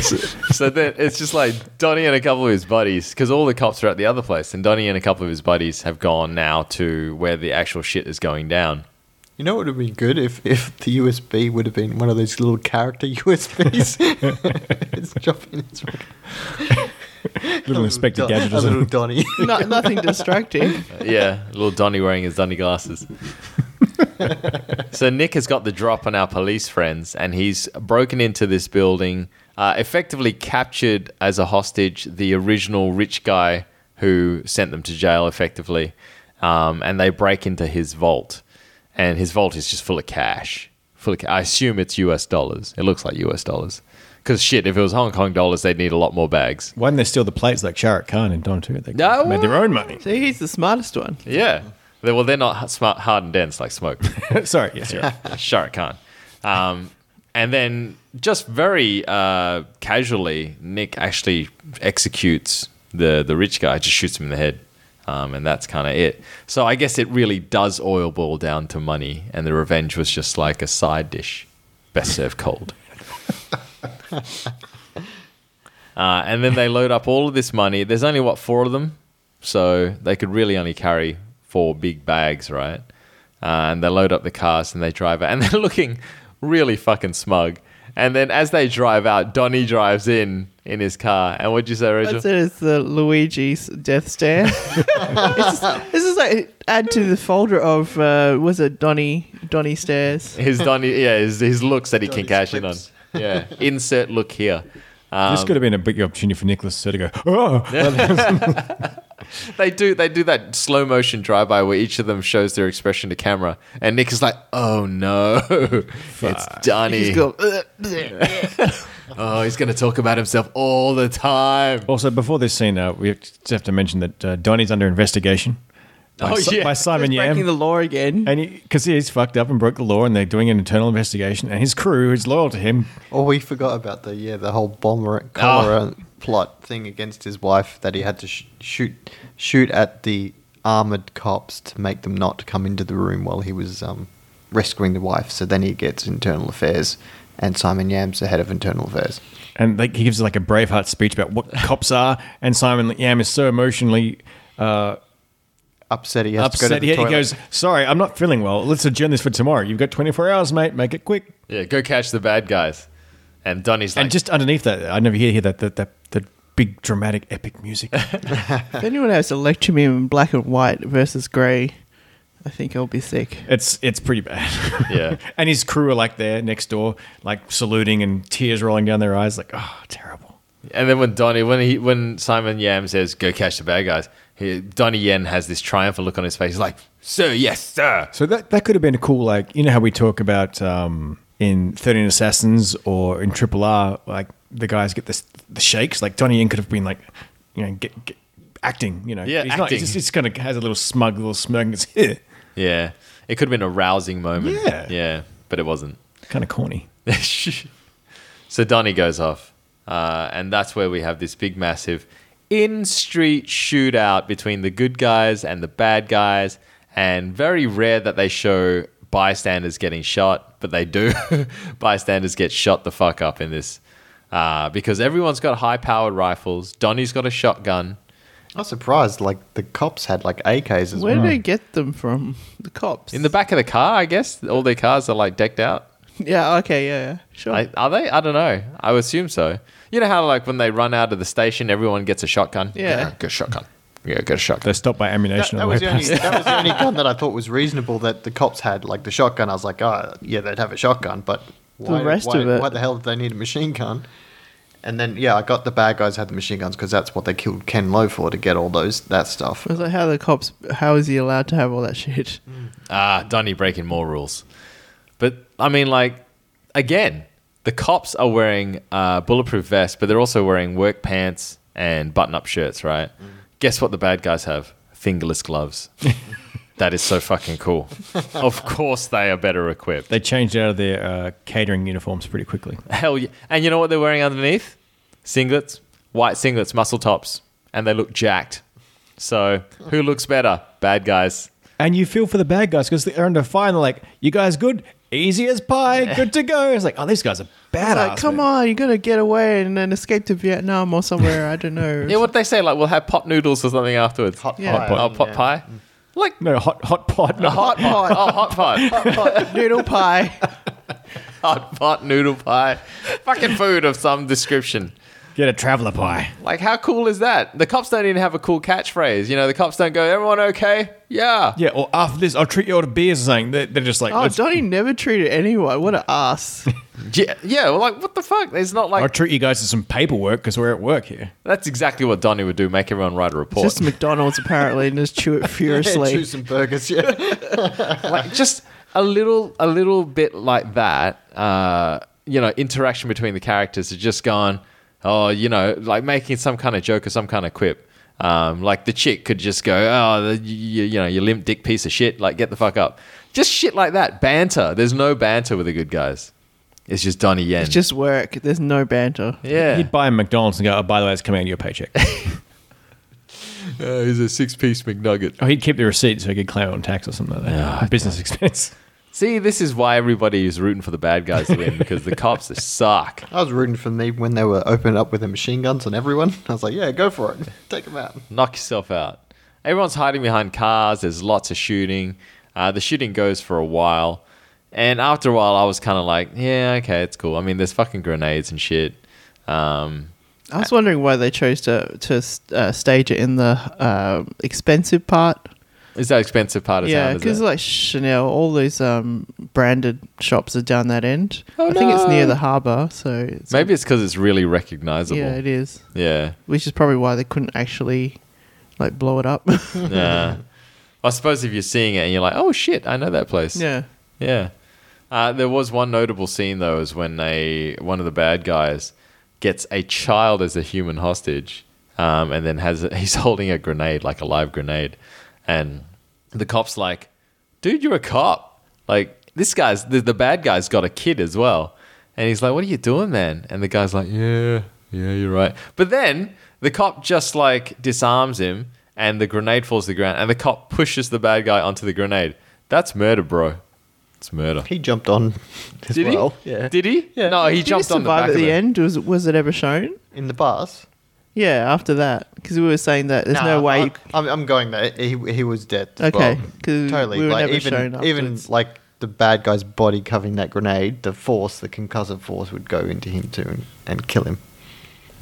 Speaker 7: so, so then it's just like Donnie and a couple of his buddies, because all the cops are at the other place, and Donnie and a couple of his buddies have gone now to where the actual shit is going down.
Speaker 10: You know what would have been good if, if the USB would have been one of those little character [laughs] USBs. [laughs] it's dropping its
Speaker 9: Little Inspector
Speaker 10: [laughs]
Speaker 9: Gadget.
Speaker 10: a
Speaker 9: or
Speaker 10: little
Speaker 9: something. [laughs]
Speaker 10: Donny.
Speaker 8: No, nothing distracting.
Speaker 7: Yeah, little Donny wearing his Donny glasses. so Nick has got the drop on our police friends, and he's broken into this building, uh, effectively captured as a hostage the original rich guy who sent them to jail. Effectively, um, and they break into his vault, and his vault is just full of cash. Full of ca- I assume it's U.S. dollars. It looks like U.S. dollars. Because shit, if it was Hong Kong dollars, they'd need a lot more bags.
Speaker 9: Why didn't they steal the plates like Shahrukh Khan and Don too? They
Speaker 7: No.
Speaker 9: made their own money. [laughs]
Speaker 8: See, he's the smartest one.
Speaker 7: Yeah. They- Well, they're not h- smart, hard and dense like smoke.
Speaker 9: Sorry,
Speaker 7: [laughs]
Speaker 9: yes, you're right.
Speaker 7: Shah Rukh Khan. Um, and then just very uh, casually, Nick actually executes the, the rich guy, just shoots him in the head. Um, and that's kind of it. So I guess it really does oil boil down to money, and the revenge was just like a side dish, best served cold. Uh, and then they load up all of this money. There's only what four of them, so they could really only carry four big bags, right? Uh, and they load up the cars and they drive out, and [laughs] they're looking really fucking smug. And then as they drive out, Donnie drives in in his car. And what'd you say, Rachel?
Speaker 8: That's it. It's the Luigi's death
Speaker 10: [laughs]
Speaker 8: stare. it's just, this is like add to the folder of uh, was it Donny Donny stairs.
Speaker 7: His Donnie, yeah, his, his looks that he can
Speaker 10: Donnie's
Speaker 7: cash in on.
Speaker 10: clips.
Speaker 7: Yeah, insert look here.
Speaker 9: this could have been a big opportunity for Nicholas Sir to go. Oh,
Speaker 7: They do they do that slow motion drive by where each of them shows their expression to camera, and Nick is like, "Oh no, [laughs] it's Donnie."
Speaker 8: He's got "Ugh."
Speaker 10: [laughs]
Speaker 7: Oh, he's going to talk about himself all the time.
Speaker 9: Also, before this scene, uh, we just have to mention that uh, Donnie's under investigation by,
Speaker 7: Oh,
Speaker 9: Si-
Speaker 7: yeah.
Speaker 9: by Simon
Speaker 8: breaking
Speaker 9: Yam.
Speaker 8: the law again.
Speaker 9: and because he's fucked up and broke the law, and they're doing an internal investigation, and his crew is loyal to him.
Speaker 10: oh, we forgot about the yeah the whole
Speaker 9: Ah.
Speaker 10: bomber cholera plot thing against his wife that he had to sh- shoot shoot at the armored cops to make them not come into the room while he was um, rescuing the wife. So then he gets internal affairs, and Simon Yam's the head of internal affairs.
Speaker 9: And like, he gives like a Braveheart speech about what [laughs] cops are, and Simon Yam is so emotionally
Speaker 10: Upset he has to go
Speaker 9: upset.
Speaker 10: to the
Speaker 9: He, he
Speaker 10: toilet.
Speaker 9: goes, "Sorry, I'm not feeling well. Let's adjourn this for tomorrow. You've got 24 hours, mate. Make it quick."
Speaker 7: Yeah, go catch the bad guys. And Donnie's like,
Speaker 9: and just underneath that, I never hear, hear that that that. that Big dramatic
Speaker 10: [laughs]
Speaker 9: epic music.
Speaker 8: If anyone has to lecture me in black and white versus grey, I think I'll be sick.
Speaker 9: It's it's pretty bad.
Speaker 7: Yeah.
Speaker 9: [laughs] and his crew are like there next door, like saluting and tears rolling down their eyes, like, oh, terrible.
Speaker 7: And then when Donnie, when he, when Simon Yam says, "Go catch the bad guys," he, Donnie Yen has this triumphant look on his face, like, "Sir, yes, sir."
Speaker 9: So that that could have been a cool, like, you know how we talk about um, in Thirteen Assassins or in Triple R, like the guys get this the shakes. Like Donnie Yen could have been like, you know, get, get, acting. You know,
Speaker 7: Yeah,
Speaker 9: he's not.
Speaker 7: acting.
Speaker 9: He's just, kind of has a little smug, little smirk. And it's [laughs]
Speaker 7: Yeah, it could have been a rousing moment.
Speaker 9: Yeah.
Speaker 7: yeah, but it wasn't.
Speaker 9: kind of corny.
Speaker 7: [laughs] so Donnie goes off, uh, and that's where we have this big, massive in-street shootout between the good guys and the bad guys. And very rare that they show bystanders getting shot, but they do. [laughs] bystanders get shot the fuck up in this uh, because everyone's got high-powered rifles. Donnie's got a shotgun.
Speaker 10: I was surprised. Like the cops had like AKs as
Speaker 8: Where
Speaker 10: well.
Speaker 8: did they get them from? The cops.
Speaker 7: In the back of the car, I guess all their cars are like decked out.
Speaker 8: yeah. Okay. Yeah. yeah. Sure.
Speaker 7: I, are they? I don't know. I would assume so. You know how like when they run out of the station, everyone gets a shotgun.
Speaker 8: Yeah.
Speaker 7: get a shotgun. Yeah, get a shotgun.
Speaker 9: They're stopped by ammunition.
Speaker 10: that
Speaker 9: on the
Speaker 10: was
Speaker 9: way
Speaker 10: the only
Speaker 9: past.
Speaker 10: that was the only gun that I thought was reasonable that the cops had. Like the shotgun, I was like, oh yeah, they'd have a shotgun, but why,
Speaker 8: rest
Speaker 10: why,
Speaker 8: of it-
Speaker 10: why the hell did they need a machine gun? And then yeah, I got the bad guys had the machine guns because that's what they killed Ken Lowe for to get all those that [laughs] stuff.
Speaker 8: I was like, how the cops? How is he allowed to have all that shit?
Speaker 7: [laughs] Ah, Donnie breaking more rules. But I mean, like again, the cops are wearing uh, bulletproof vests, but they're also wearing work pants and button-up shirts, right? Guess what the bad guys have? Fingerless gloves. that is so fucking cool. of course, they are better equipped.
Speaker 9: They changed out of their uh, catering uniforms pretty quickly.
Speaker 7: Hell yeah. And you know what they're wearing underneath? Singlets, white singlets, muscle tops, and they look jacked. So, who looks better? Bad guys.
Speaker 9: And you feel for the bad guys because they're under fire and they're like, you guys good? Easy as pie, good to go. It's like, oh, these guys are badass.
Speaker 8: Like, come
Speaker 9: man.
Speaker 8: on, you gotta get away and then escape to Vietnam or somewhere. I don't know.
Speaker 7: [laughs] Yeah, what they say? Like, we'll have pot noodles or something afterwards.
Speaker 10: Hot
Speaker 8: Yeah.
Speaker 10: pie.
Speaker 7: Oh, pot
Speaker 10: Yeah.
Speaker 7: pie? Like,
Speaker 9: No, hot, hot pot. No,
Speaker 7: hot pot. Oh, hot pot.
Speaker 8: [laughs] noodle pie.
Speaker 7: hot pot, noodle pie. Fucking food of some description.
Speaker 9: Get a traveler pie.
Speaker 7: Like, how cool is that? The cops don't even have a cool catchphrase. You know, the cops don't go, everyone okay? Yeah.
Speaker 9: Yeah, or after this, I'll treat you all to beers or something. They're, they're just like,
Speaker 8: Oh,
Speaker 9: "Let's-
Speaker 8: Donnie never treated anyone. What an
Speaker 7: [laughs]
Speaker 8: ass.
Speaker 7: Yeah. yeah well, like, what the fuck? There's not
Speaker 9: I'll
Speaker 7: like.
Speaker 9: treat you guys to some paperwork because we're at work here.
Speaker 7: That's exactly what Donnie would do make everyone write a report.
Speaker 8: Just McDonald's apparently, and
Speaker 7: [laughs]
Speaker 8: just chew it furiously.
Speaker 10: Choose some burgers, yeah.
Speaker 7: like just a little a little bit like that uh you know interaction between the characters is just gone oh you know like making some kind of joke or some kind of quip um like the chick could just go oh the, you, you know you limp dick piece of shit like get the fuck up just shit like that banter there's no banter with the good guys it's just donnie yen
Speaker 8: It's just work. There's no banter.
Speaker 7: yeah
Speaker 9: You'd buy a McDonald's and go, oh, by the way, it's coming out of your
Speaker 8: [laughs]
Speaker 9: paycheck.
Speaker 7: uh, he's a six-piece mcnugget
Speaker 9: oh, he'd keep the receipt so he could claim it on tax or something like
Speaker 8: Ah,
Speaker 9: that. Business expense.
Speaker 7: see this is why everybody is rooting for the bad guys to win because the cops [laughs] suck
Speaker 10: I was rooting for them even when they were opening up with their machine guns on everyone. I was like, yeah, go for it. Take them out.
Speaker 7: knock yourself out. Everyone's hiding behind cars. There's lots of shooting. Uh, the shooting goes for a while, and after a while, I was kind of like, yeah, okay, it's cool. I mean, there's fucking grenades and shit. Um,
Speaker 8: I was wondering why they chose to to uh, stage it in the um expensive part.
Speaker 7: is that expensive part of
Speaker 8: Yeah,
Speaker 7: town? is
Speaker 8: because
Speaker 7: it?
Speaker 8: like Chanel, all these um, branded shops are down that end.
Speaker 7: Oh,
Speaker 8: I think it's near the harbour, so it's,
Speaker 7: maybe it's because it's really recognizable.
Speaker 8: yeah, it is.
Speaker 7: yeah.
Speaker 8: Which is probably why they couldn't actually like blow
Speaker 7: [laughs]
Speaker 8: it up. [laughs]
Speaker 7: yeah. I suppose if you're seeing it and you're like, oh shit, I know that place.
Speaker 8: yeah,
Speaker 7: Yeah. Uh, there was one notable scene though, is when they one of the bad guys gets a child as a human hostage, um, and then has [laughs] he's holding a grenade like a live grenade, and the cops like, "Dude, you're a cop. Like this guy's the, the bad guy's got a kid as well," and he's like, "What are you doing, man?" And the guy's like, "Yeah, yeah, you're right." But then the cop just like disarms him, and the grenade falls to the ground, and the cop pushes the bad guy onto the grenade. That's murder, bro. It's murder.
Speaker 10: He jumped on as
Speaker 7: Did
Speaker 10: well.
Speaker 7: he?
Speaker 10: Yeah.
Speaker 7: Did he? Yeah. No, Oh, he
Speaker 8: Did
Speaker 7: jumped
Speaker 8: he
Speaker 7: on the
Speaker 8: survive
Speaker 7: back
Speaker 8: at
Speaker 7: of
Speaker 8: the
Speaker 7: it.
Speaker 8: end. Was was it ever shown?
Speaker 10: In the bus.
Speaker 8: Yeah, after that, because we were saying that there's
Speaker 10: Nah,
Speaker 8: no way.
Speaker 10: I, I'm, I'm going there. He, he was dead. as
Speaker 8: Okay,
Speaker 10: well.
Speaker 8: 'cause
Speaker 10: totally.
Speaker 8: we were
Speaker 10: like
Speaker 8: never
Speaker 10: even
Speaker 8: shown
Speaker 10: even
Speaker 8: afterwards.
Speaker 10: like the bad guy's body covering that grenade, the force, the concussive force would go into him too and, and kill him.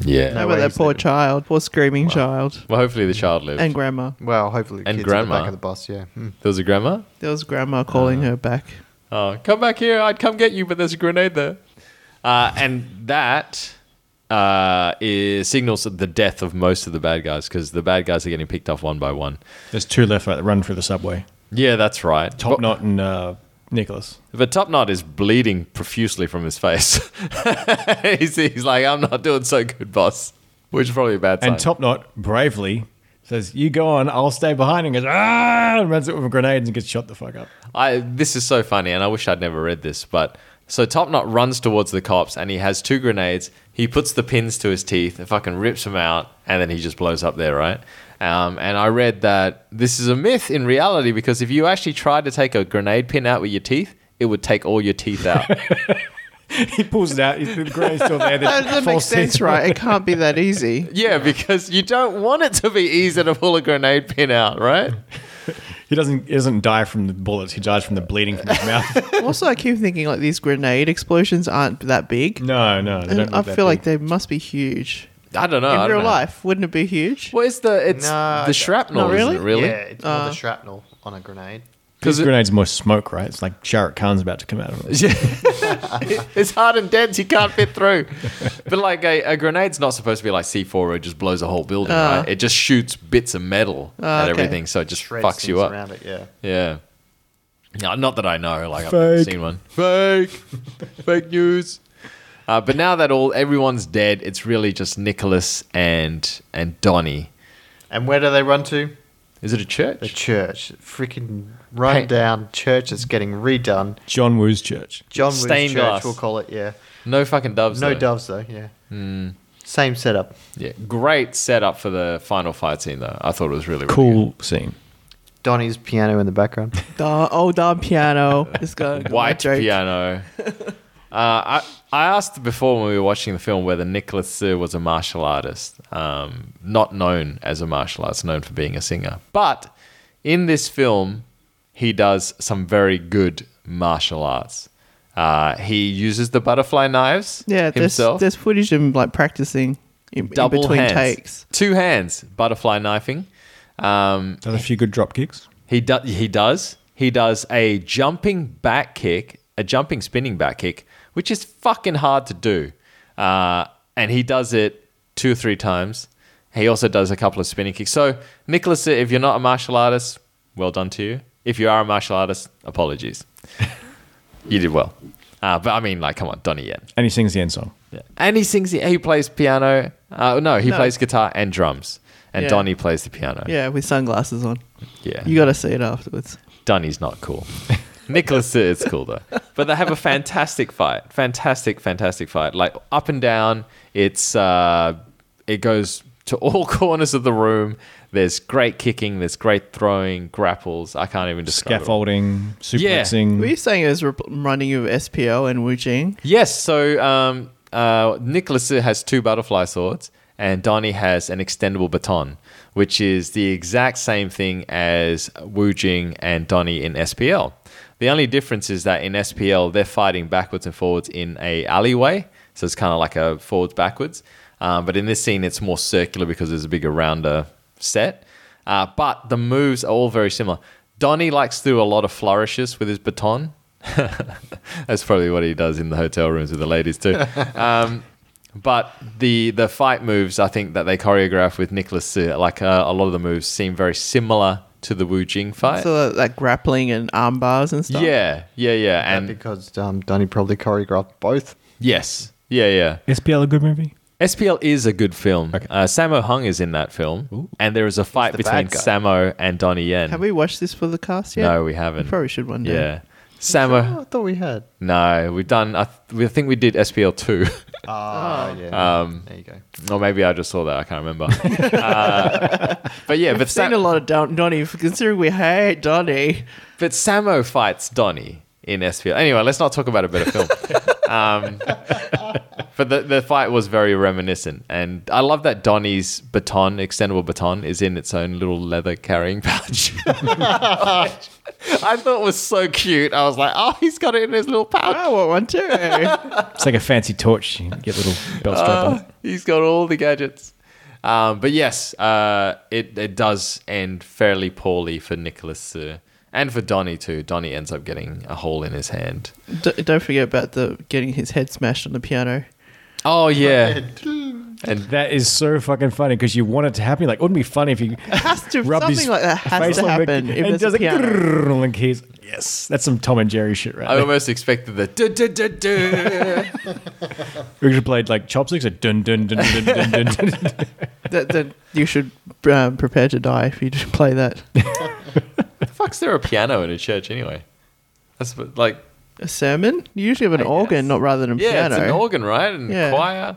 Speaker 7: Yeah.
Speaker 8: How
Speaker 10: way
Speaker 8: about that
Speaker 10: he's
Speaker 8: poor
Speaker 10: leaving.
Speaker 8: child, poor screaming child,
Speaker 7: Well, hopefully the child lives.
Speaker 8: and grandma?
Speaker 10: Well, hopefully, the
Speaker 7: And
Speaker 10: kids at the
Speaker 7: grandma.
Speaker 10: back of the bus. Yeah, Hmm.
Speaker 7: there was a grandma.
Speaker 8: There was grandma calling
Speaker 7: Uh-huh.
Speaker 8: her back.
Speaker 7: Oh, come back here. I'd come get you, but there's a grenade there. Uh, and that uh, is, signals the death of most of the bad guys because the bad guys are getting picked off one by one.
Speaker 9: There's two left that run through the subway.
Speaker 7: Yeah, that's right.
Speaker 9: Top
Speaker 7: But-
Speaker 9: Knot and uh, Nicholas.
Speaker 7: But Top Knot is bleeding profusely from his face. [laughs] he's, he's like, I'm not doing so good, boss. Which is probably a bad sign.
Speaker 9: And Top Knot bravely says, "You go on, I'll stay behind." And goes ah, and runs it with a grenade and gets shot the fuck up. [laughs]
Speaker 7: I this is so funny, and I wish I'd never read this, but so Top Knot runs towards the cops, and he has two grenades. He puts the pins to his teeth, and fucking rips them out, and then he just blows up there, right? Um, and I read that this is a myth in reality because if you actually tried to take a grenade pin out with your teeth, it would take all your teeth
Speaker 8: [laughs]
Speaker 7: out.
Speaker 9: He pulls it out. The grenade's still there.
Speaker 8: That doesn't make sense, right? It can't be that easy.
Speaker 7: yeah, because you don't want it to be easy to pull a grenade pin out, right?
Speaker 9: [laughs] He doesn't. He doesn't die from the bullets. He dies from the bleeding from
Speaker 8: [laughs]
Speaker 9: his mouth.
Speaker 8: Also, I keep thinking like these grenade explosions aren't that big.
Speaker 9: No, no. They
Speaker 8: And
Speaker 9: don't
Speaker 8: I
Speaker 9: look
Speaker 8: feel
Speaker 9: that
Speaker 8: like
Speaker 9: big.
Speaker 8: they must be huge
Speaker 7: I don't know. Oh, I
Speaker 8: in
Speaker 7: don't
Speaker 8: real
Speaker 7: know.
Speaker 8: life. Wouldn't it be huge?
Speaker 7: Well, it's the it's
Speaker 10: No,
Speaker 7: the
Speaker 10: I-
Speaker 7: shrapnel,
Speaker 8: Not
Speaker 7: really?
Speaker 8: really?
Speaker 7: Isn't it, really?
Speaker 10: Yeah, it's
Speaker 8: Uh.
Speaker 10: more the shrapnel on a grenade.
Speaker 9: These
Speaker 7: it-
Speaker 9: grenades are more smoke, right? It's like Shahrukh Khan's about to come out of it.
Speaker 7: it's hard and dense. You can't fit through. But like a, a grenade's not supposed to be like C4 where it just blows a whole building,
Speaker 8: Ah.
Speaker 7: right? It just shoots bits of metal at
Speaker 8: okay.
Speaker 7: everything, so it just
Speaker 10: Shreds
Speaker 7: fucks you
Speaker 10: things
Speaker 7: up.
Speaker 10: around it. Yeah.
Speaker 7: Yeah. No, not that I know. Like I've never
Speaker 9: Fake.
Speaker 7: seen one. Fake, [laughs] fake news. Uh, but now that all everyone's dead, it's really just Nicholas and and Donnie.
Speaker 10: And where do they run to?
Speaker 7: Is it a church?
Speaker 10: The church. Freaking run down church that's getting redone.
Speaker 9: John Woo's church.
Speaker 10: John Woo's
Speaker 7: Stained
Speaker 10: Church,
Speaker 7: glass.
Speaker 10: we'll call it. Yeah.
Speaker 7: no fucking doves.
Speaker 10: No
Speaker 7: though.
Speaker 10: doves though. Yeah.
Speaker 7: Hmm.
Speaker 10: Same setup.
Speaker 7: Yeah, great setup for the final fight scene though. I thought it was really, really good.
Speaker 9: Cool scene.
Speaker 10: Donnie's piano in the background.
Speaker 8: Da- oh, darn piano. It's
Speaker 7: [laughs]
Speaker 8: got got my
Speaker 7: white
Speaker 8: joke. [laughs]
Speaker 7: piano. uh, I I asked before when we were watching the film whether Nicholas Su was a martial artist, um, not known as a martial artist, known for being a singer. But in this film, he does some very good martial arts. Uh, he uses the butterfly knives
Speaker 8: Yeah, there's,
Speaker 7: himself.
Speaker 8: there's footage of him like practicing in, in
Speaker 7: double
Speaker 8: between
Speaker 7: hands,
Speaker 8: takes.
Speaker 7: two hands, butterfly knifing. Um,
Speaker 9: Does a few good drop kicks.
Speaker 7: He does. He does. He does a jumping back kick, a jumping spinning back kick, which is fucking hard to do. Uh, and he does it two or three times. He also does a couple of spinning kicks. So, Nicholas, if you're not a martial artist, well done to you. If you are a martial artist, apologies. [laughs] you did well. Uh, but I mean, like, come on, Donnie Yen.
Speaker 9: And he sings the end song.
Speaker 7: And he sings. He plays piano. Uh, no, he plays guitar and drums. And
Speaker 8: Yeah.
Speaker 7: Donnie plays the piano.
Speaker 8: Yeah, with sunglasses on.
Speaker 7: Yeah.
Speaker 8: You got to see it afterwards.
Speaker 7: Dunny's not cool. [laughs] Nicholas is cool though. But they have a fantastic fight. Fantastic, fantastic fight. Like up and down, it's uh it goes to all [laughs] corners of the room. There's great kicking, there's great throwing, grapples. I can't even describe it. all.
Speaker 9: Scaffolding,
Speaker 7: Yeah.
Speaker 9: suplexing.
Speaker 8: Were you saying it was rep- running of SPL and Wu Jing?
Speaker 7: Yes, so um uh Nicholas has two butterfly swords and Donnie has an extendable baton, which is the exact same thing as Wu Jing and Donnie in SPL. The only difference is that in SPL they're fighting backwards and forwards in a alleyway, so it's kind of like a forwards backwards. Um, but in this scene, it's more circular because there's a bigger rounder set. Uh, but the moves are all very similar. Donnie likes to do a lot of flourishes with his baton. [laughs] That's probably what he does in the hotel rooms with the ladies
Speaker 10: [laughs]
Speaker 7: too. Um, but the the fight moves, I think that they choreograph with Nicholas Su, like uh, a lot of the moves seem very similar to the Wu Jing fight.
Speaker 8: So that, that grappling and arm bars and stuff.
Speaker 7: yeah, yeah, yeah, and
Speaker 10: because um, Donnie probably choreographed both.
Speaker 7: yes, yeah, yeah.
Speaker 9: SPL a good movie?
Speaker 7: SPL is a good film. Uh, Sammo Hung is in that film, and there is a fight
Speaker 10: the
Speaker 7: between
Speaker 10: bad guy.
Speaker 7: Sammo and Donnie Yen.
Speaker 8: Have we watched this for the cast yet?
Speaker 7: No, we haven't.
Speaker 8: We probably should one day.
Speaker 7: Yeah, Sammo.
Speaker 10: Oh, I thought we had.
Speaker 7: No, we've done. I, th- we- I think we did SPL two, [laughs]
Speaker 10: Ah, yeah.
Speaker 7: Um,
Speaker 10: there you go.
Speaker 7: or maybe I just saw that. I can't remember.
Speaker 8: [laughs]
Speaker 7: uh, but yeah, but,
Speaker 8: I've seen
Speaker 7: Sam-
Speaker 8: a lot of Don- Donnie, considering we hate Donnie.
Speaker 7: but Sammo fights Donnie in SPL. Anyway, let's not talk about a better film. um, But the, the fight was very reminiscent. And I love that Donnie's baton, extendable baton, is in its own little leather carrying
Speaker 8: [laughs]
Speaker 7: pouch. [laughs] I thought it was so cute. I was like, oh, he's got it in his little pouch.
Speaker 8: Oh, I want one too.
Speaker 7: [laughs]
Speaker 9: It's like a fancy torch. You get little belt
Speaker 8: Uh,
Speaker 9: strap on it.
Speaker 7: He's got all the gadgets. Um, but yes, uh, it, it does end fairly poorly for Nicholas uh, and for Donnie too. Donnie ends up getting a hole in his hand.
Speaker 8: D- don't forget about the getting his head smashed on the piano.
Speaker 7: Oh, yeah.
Speaker 9: That is so fucking funny because you want it to happen. You're Like, wouldn't it be funny
Speaker 8: [laughs]
Speaker 9: if you
Speaker 8: Has to
Speaker 9: rub his
Speaker 8: something like that has
Speaker 9: face
Speaker 8: to
Speaker 9: on the-
Speaker 8: happen.
Speaker 9: and
Speaker 8: If there's
Speaker 9: does
Speaker 8: a
Speaker 9: like,
Speaker 8: piano.
Speaker 9: grrrr, and keys. Yes, that's some Tom and Jerry shit,
Speaker 7: [laughs]
Speaker 9: right?
Speaker 7: I
Speaker 9: there.
Speaker 7: almost expected the duh, duh, duh, duh.
Speaker 9: We could have played like chopsticks. Like, dun dun dun dun dun dun. dun.
Speaker 8: [laughs] That, that you should um, prepare to die if you [laughs] just play that.
Speaker 7: fuck's there a piano in a church anyway? That's what- like
Speaker 8: A sermon? You usually have an organ, not rather than a
Speaker 7: yeah,
Speaker 8: piano.
Speaker 7: it's an organ, right? And
Speaker 8: Yeah.
Speaker 7: choir.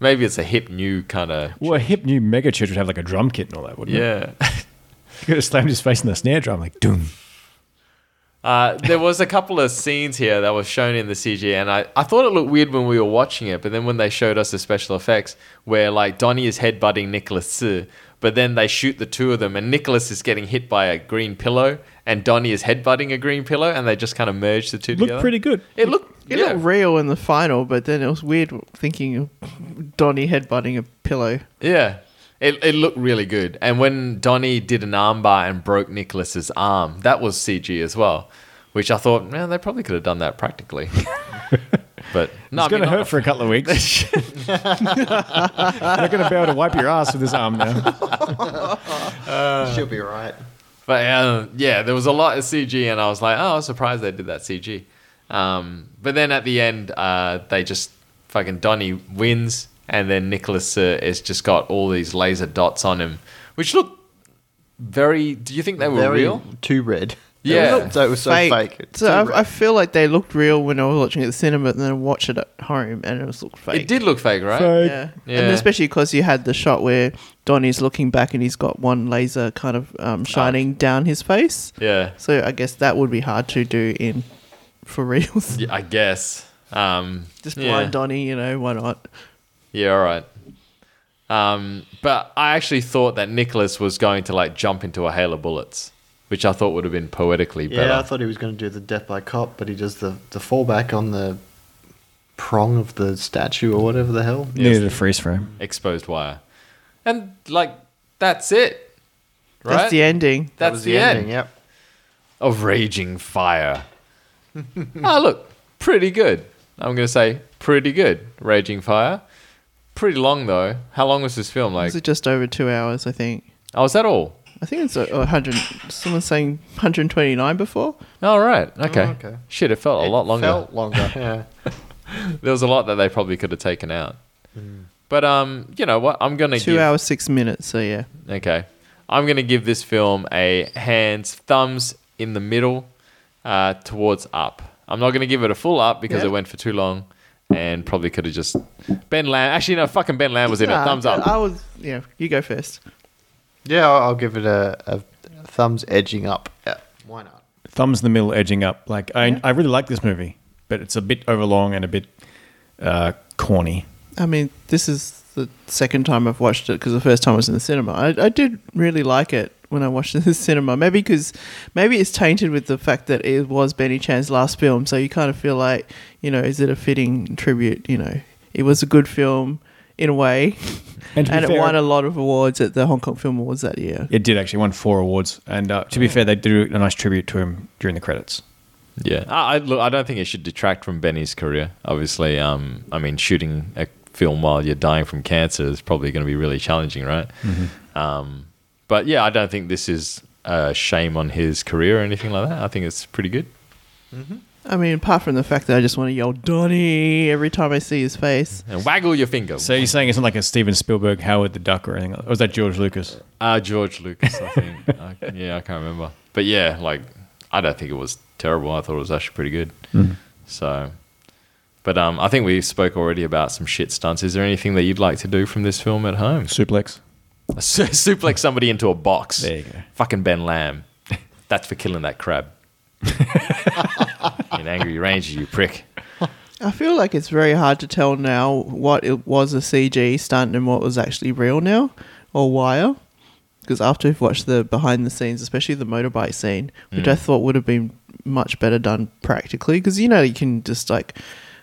Speaker 7: Maybe it's a hip new kind of
Speaker 9: well, a hip new mega church would have like a drum kit and all that, wouldn't it?
Speaker 7: yeah.
Speaker 9: You could have slammed his face in the snare drum, like doom.
Speaker 7: Uh, there was a couple of scenes here that were shown in the CG, and I, I thought it looked weird when we were watching it, but then when they showed us the special effects, where like Donnie is headbutting Nicholas Su, but then they shoot the two of them, and Nicholas is getting hit by a green pillow, and Donnie is headbutting a green pillow, and they just kind of merge the two
Speaker 9: Looked
Speaker 7: together.
Speaker 9: pretty good.
Speaker 7: It looked
Speaker 8: It
Speaker 7: yeah.
Speaker 8: looked real in the final, but then it was weird thinking of Donnie headbutting a pillow.
Speaker 7: Yeah. It, it looked really good. And when Donnie did an armbar and broke Nicholas's arm, that was CG as well, which I thought, man, they probably could have done that
Speaker 9: [laughs]
Speaker 7: practically. but no, I mean,
Speaker 9: it's going
Speaker 7: not-
Speaker 9: to hurt for a couple of weeks. [laughs] You're
Speaker 8: [laughs]
Speaker 9: not going to be able to wipe your ass with this arm now.
Speaker 10: She'll be right.
Speaker 7: But uh, yeah, there was a lot of CG, and I was like, oh, I was surprised they did that CG. Um, but then at the end, uh, they just fucking Donnie wins, and then Nicholas uh, has just got all these laser dots on him, which look very. Do you think they were
Speaker 10: Very
Speaker 7: real?
Speaker 10: Too red.
Speaker 7: Yeah.
Speaker 10: [laughs] so it was so fake. It's
Speaker 8: So
Speaker 10: too
Speaker 8: I, I
Speaker 10: red.
Speaker 8: feel like they looked real when I was watching it at the cinema, and then I watched it at home, and it was looked fake.
Speaker 7: It did look fake, right?
Speaker 9: Fake.
Speaker 8: Yeah.
Speaker 7: Yeah.
Speaker 8: And especially because you had the shot where Donnie's looking back and he's got one laser kind of um, shining down his face.
Speaker 7: Yeah.
Speaker 8: So I guess that would be hard to do in for [laughs] reals.
Speaker 7: Yeah, I guess. Um,
Speaker 8: Just
Speaker 7: yeah.
Speaker 8: blind Donnie, you know, why not?
Speaker 7: Yeah, all right. Um, but I actually thought that Nicholas was going to like jump into a hail of bullets, which I thought would have been poetically better.
Speaker 10: Yeah, I thought he was going to do the death by cop, but he does the the fallback on the prong of the statue or whatever the hell.
Speaker 9: Needed a freeze frame.
Speaker 7: Exposed wire, and like that's it. Right?
Speaker 8: That's the ending.
Speaker 7: That's
Speaker 10: was
Speaker 7: the, end
Speaker 10: Yep.
Speaker 7: of raging fire. [laughs] oh, look, pretty good. I'm gonna say pretty good. Raging fire. Pretty long though. How long was this film? Like,
Speaker 8: Is it just over two hours, I think?
Speaker 7: oh, is that all?
Speaker 8: I think it's a, a 100. Someone's saying 129 before?
Speaker 7: All Oh, right. Okay.
Speaker 10: okay.
Speaker 7: Shit, it felt a lot longer. [laughs]
Speaker 10: Felt longer. yeah.
Speaker 7: there was a lot that they probably could have taken out. But um, you know what? I'm gonna
Speaker 8: Two
Speaker 7: give,
Speaker 8: hours, six minutes. So yeah.
Speaker 7: Okay, I'm gonna give this film a hands thumbs in the middle, uh, towards up. I'm not gonna give it a full up because
Speaker 8: Yeah.
Speaker 7: it went for too long, and probably could have just Ben Lamb. Actually, no, fucking Ben Lamb was in it.
Speaker 8: Nah,
Speaker 7: Thumbs
Speaker 8: I
Speaker 7: up.
Speaker 8: was, yeah, you go first.
Speaker 10: Yeah, I'll I'll give it a, a thumbs edging up. Yeah. Why not?
Speaker 9: Thumbs in the middle, edging up. Like I, I really like this movie, but it's a bit overlong and a bit uh, corny.
Speaker 8: I mean, this is the second time I've watched it because the first time I was in the cinema. I, I did really like it when I watched [laughs] it in the cinema. Maybe because maybe it's tainted with the fact that it was Benny Chan's last film, so you kind of feel like you know, is it a fitting tribute? You know, it was a good film in a way,
Speaker 9: And to be
Speaker 8: and it
Speaker 9: fair-
Speaker 8: won a lot of awards at the Hong Kong Film Awards that year.
Speaker 9: It did actually won four awards, and uh, to be fair, they did a nice tribute to him during the credits.
Speaker 7: Yeah, I, I look. I don't think it should detract from Benny's career. Obviously, um, I mean, shooting a film while you're dying from cancer is probably going to be really challenging, right?
Speaker 8: Mm-hmm.
Speaker 7: Um, but yeah, I don't think this is a shame on his career or anything like that. I think it's pretty good.
Speaker 8: I mean, apart from the fact that I just want to yell Donnie every time I see his face.
Speaker 7: And waggle your finger.
Speaker 9: So you're saying it's not like a Steven Spielberg, Howard the Duck, or anything? Like, or was that George Lucas?
Speaker 7: Uh, George Lucas, I
Speaker 9: [laughs]
Speaker 7: think. I, yeah, I can't remember. But yeah, like, I don't think it was terrible. I thought it was actually pretty good.
Speaker 9: Mm.
Speaker 7: So, but um, I think we spoke already about some shit stunts. Is there anything that you'd like to do from this film at
Speaker 9: [laughs]
Speaker 7: home? [laughs]
Speaker 9: Suplex.
Speaker 7: Su- suplex somebody into a box.
Speaker 9: There you go.
Speaker 7: Fucking Ben Lamb.
Speaker 9: [laughs]
Speaker 7: That's for killing that crab. An angry ranger, you prick.
Speaker 8: I feel like it's very hard to tell now what it was a CG stunt and what was actually real now or wire. Because after we've watched the behind the scenes, especially the motorbike scene, which I thought would have been much better done practically, because you know you can just like,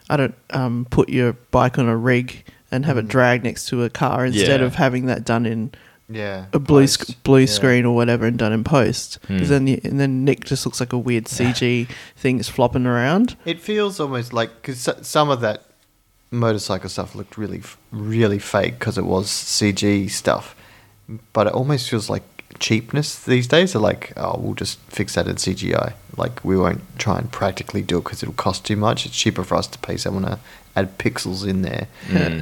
Speaker 8: I don't um, put your bike on a rig and have it drag next to a car instead
Speaker 7: Yeah.
Speaker 8: of having that done in
Speaker 10: Yeah.
Speaker 8: a blue
Speaker 10: post.
Speaker 8: sc- blue
Speaker 10: Yeah.
Speaker 8: screen or whatever and done in post.
Speaker 7: Hmm.
Speaker 8: 'Cause then you- and then Nick just looks like a weird CG thing that's flopping around.
Speaker 10: It feels almost like because some of that motorcycle stuff looked really, f- really fake because it was CG stuff, but it almost feels like cheapness these days. Are like, oh, we'll just fix that in CGI. Like we won't try and practically do it because it'll cost too much. It's cheaper for us to pay someone to add pixels in there.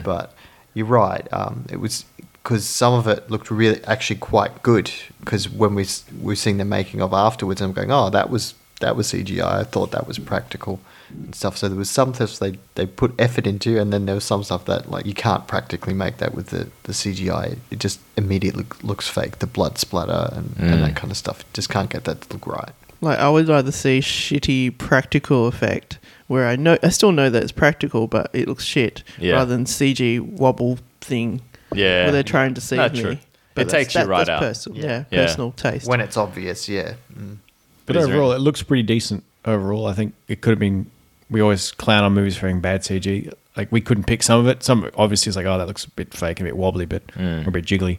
Speaker 10: But you're right. Um, it was because some of it looked really actually quite good because when we s- we're seeing the making of afterwards, I'm going, oh, that was that was CGI. I thought that was practical and stuff. So there was some stuff they they put effort into, and then there was some stuff that like you can't practically make that with the the CGI. It just immediately looks fake. The blood splatter and, and that kind of stuff. Just can't get that to look right.
Speaker 8: Like I would rather see shitty practical effect where I know I still know that it's practical, but it looks shit
Speaker 7: Yeah.
Speaker 8: rather than CG wobble thing.
Speaker 7: Yeah.
Speaker 8: where they're trying to deceive
Speaker 7: No,
Speaker 8: me.
Speaker 7: true. It
Speaker 8: that's-
Speaker 7: takes you right out.
Speaker 8: Personal, yeah.
Speaker 10: Yeah.
Speaker 7: Yeah.
Speaker 8: personal taste.
Speaker 10: When it's obvious, yeah. Mm.
Speaker 9: But
Speaker 7: Is there
Speaker 9: overall, it looks pretty decent. Overall, I think it could have been. We always clown on movies for having bad CG. Like we couldn't pick some of it. Some obviously it's like, oh, that looks a bit fake, and a bit wobbly, but or a bit jiggly.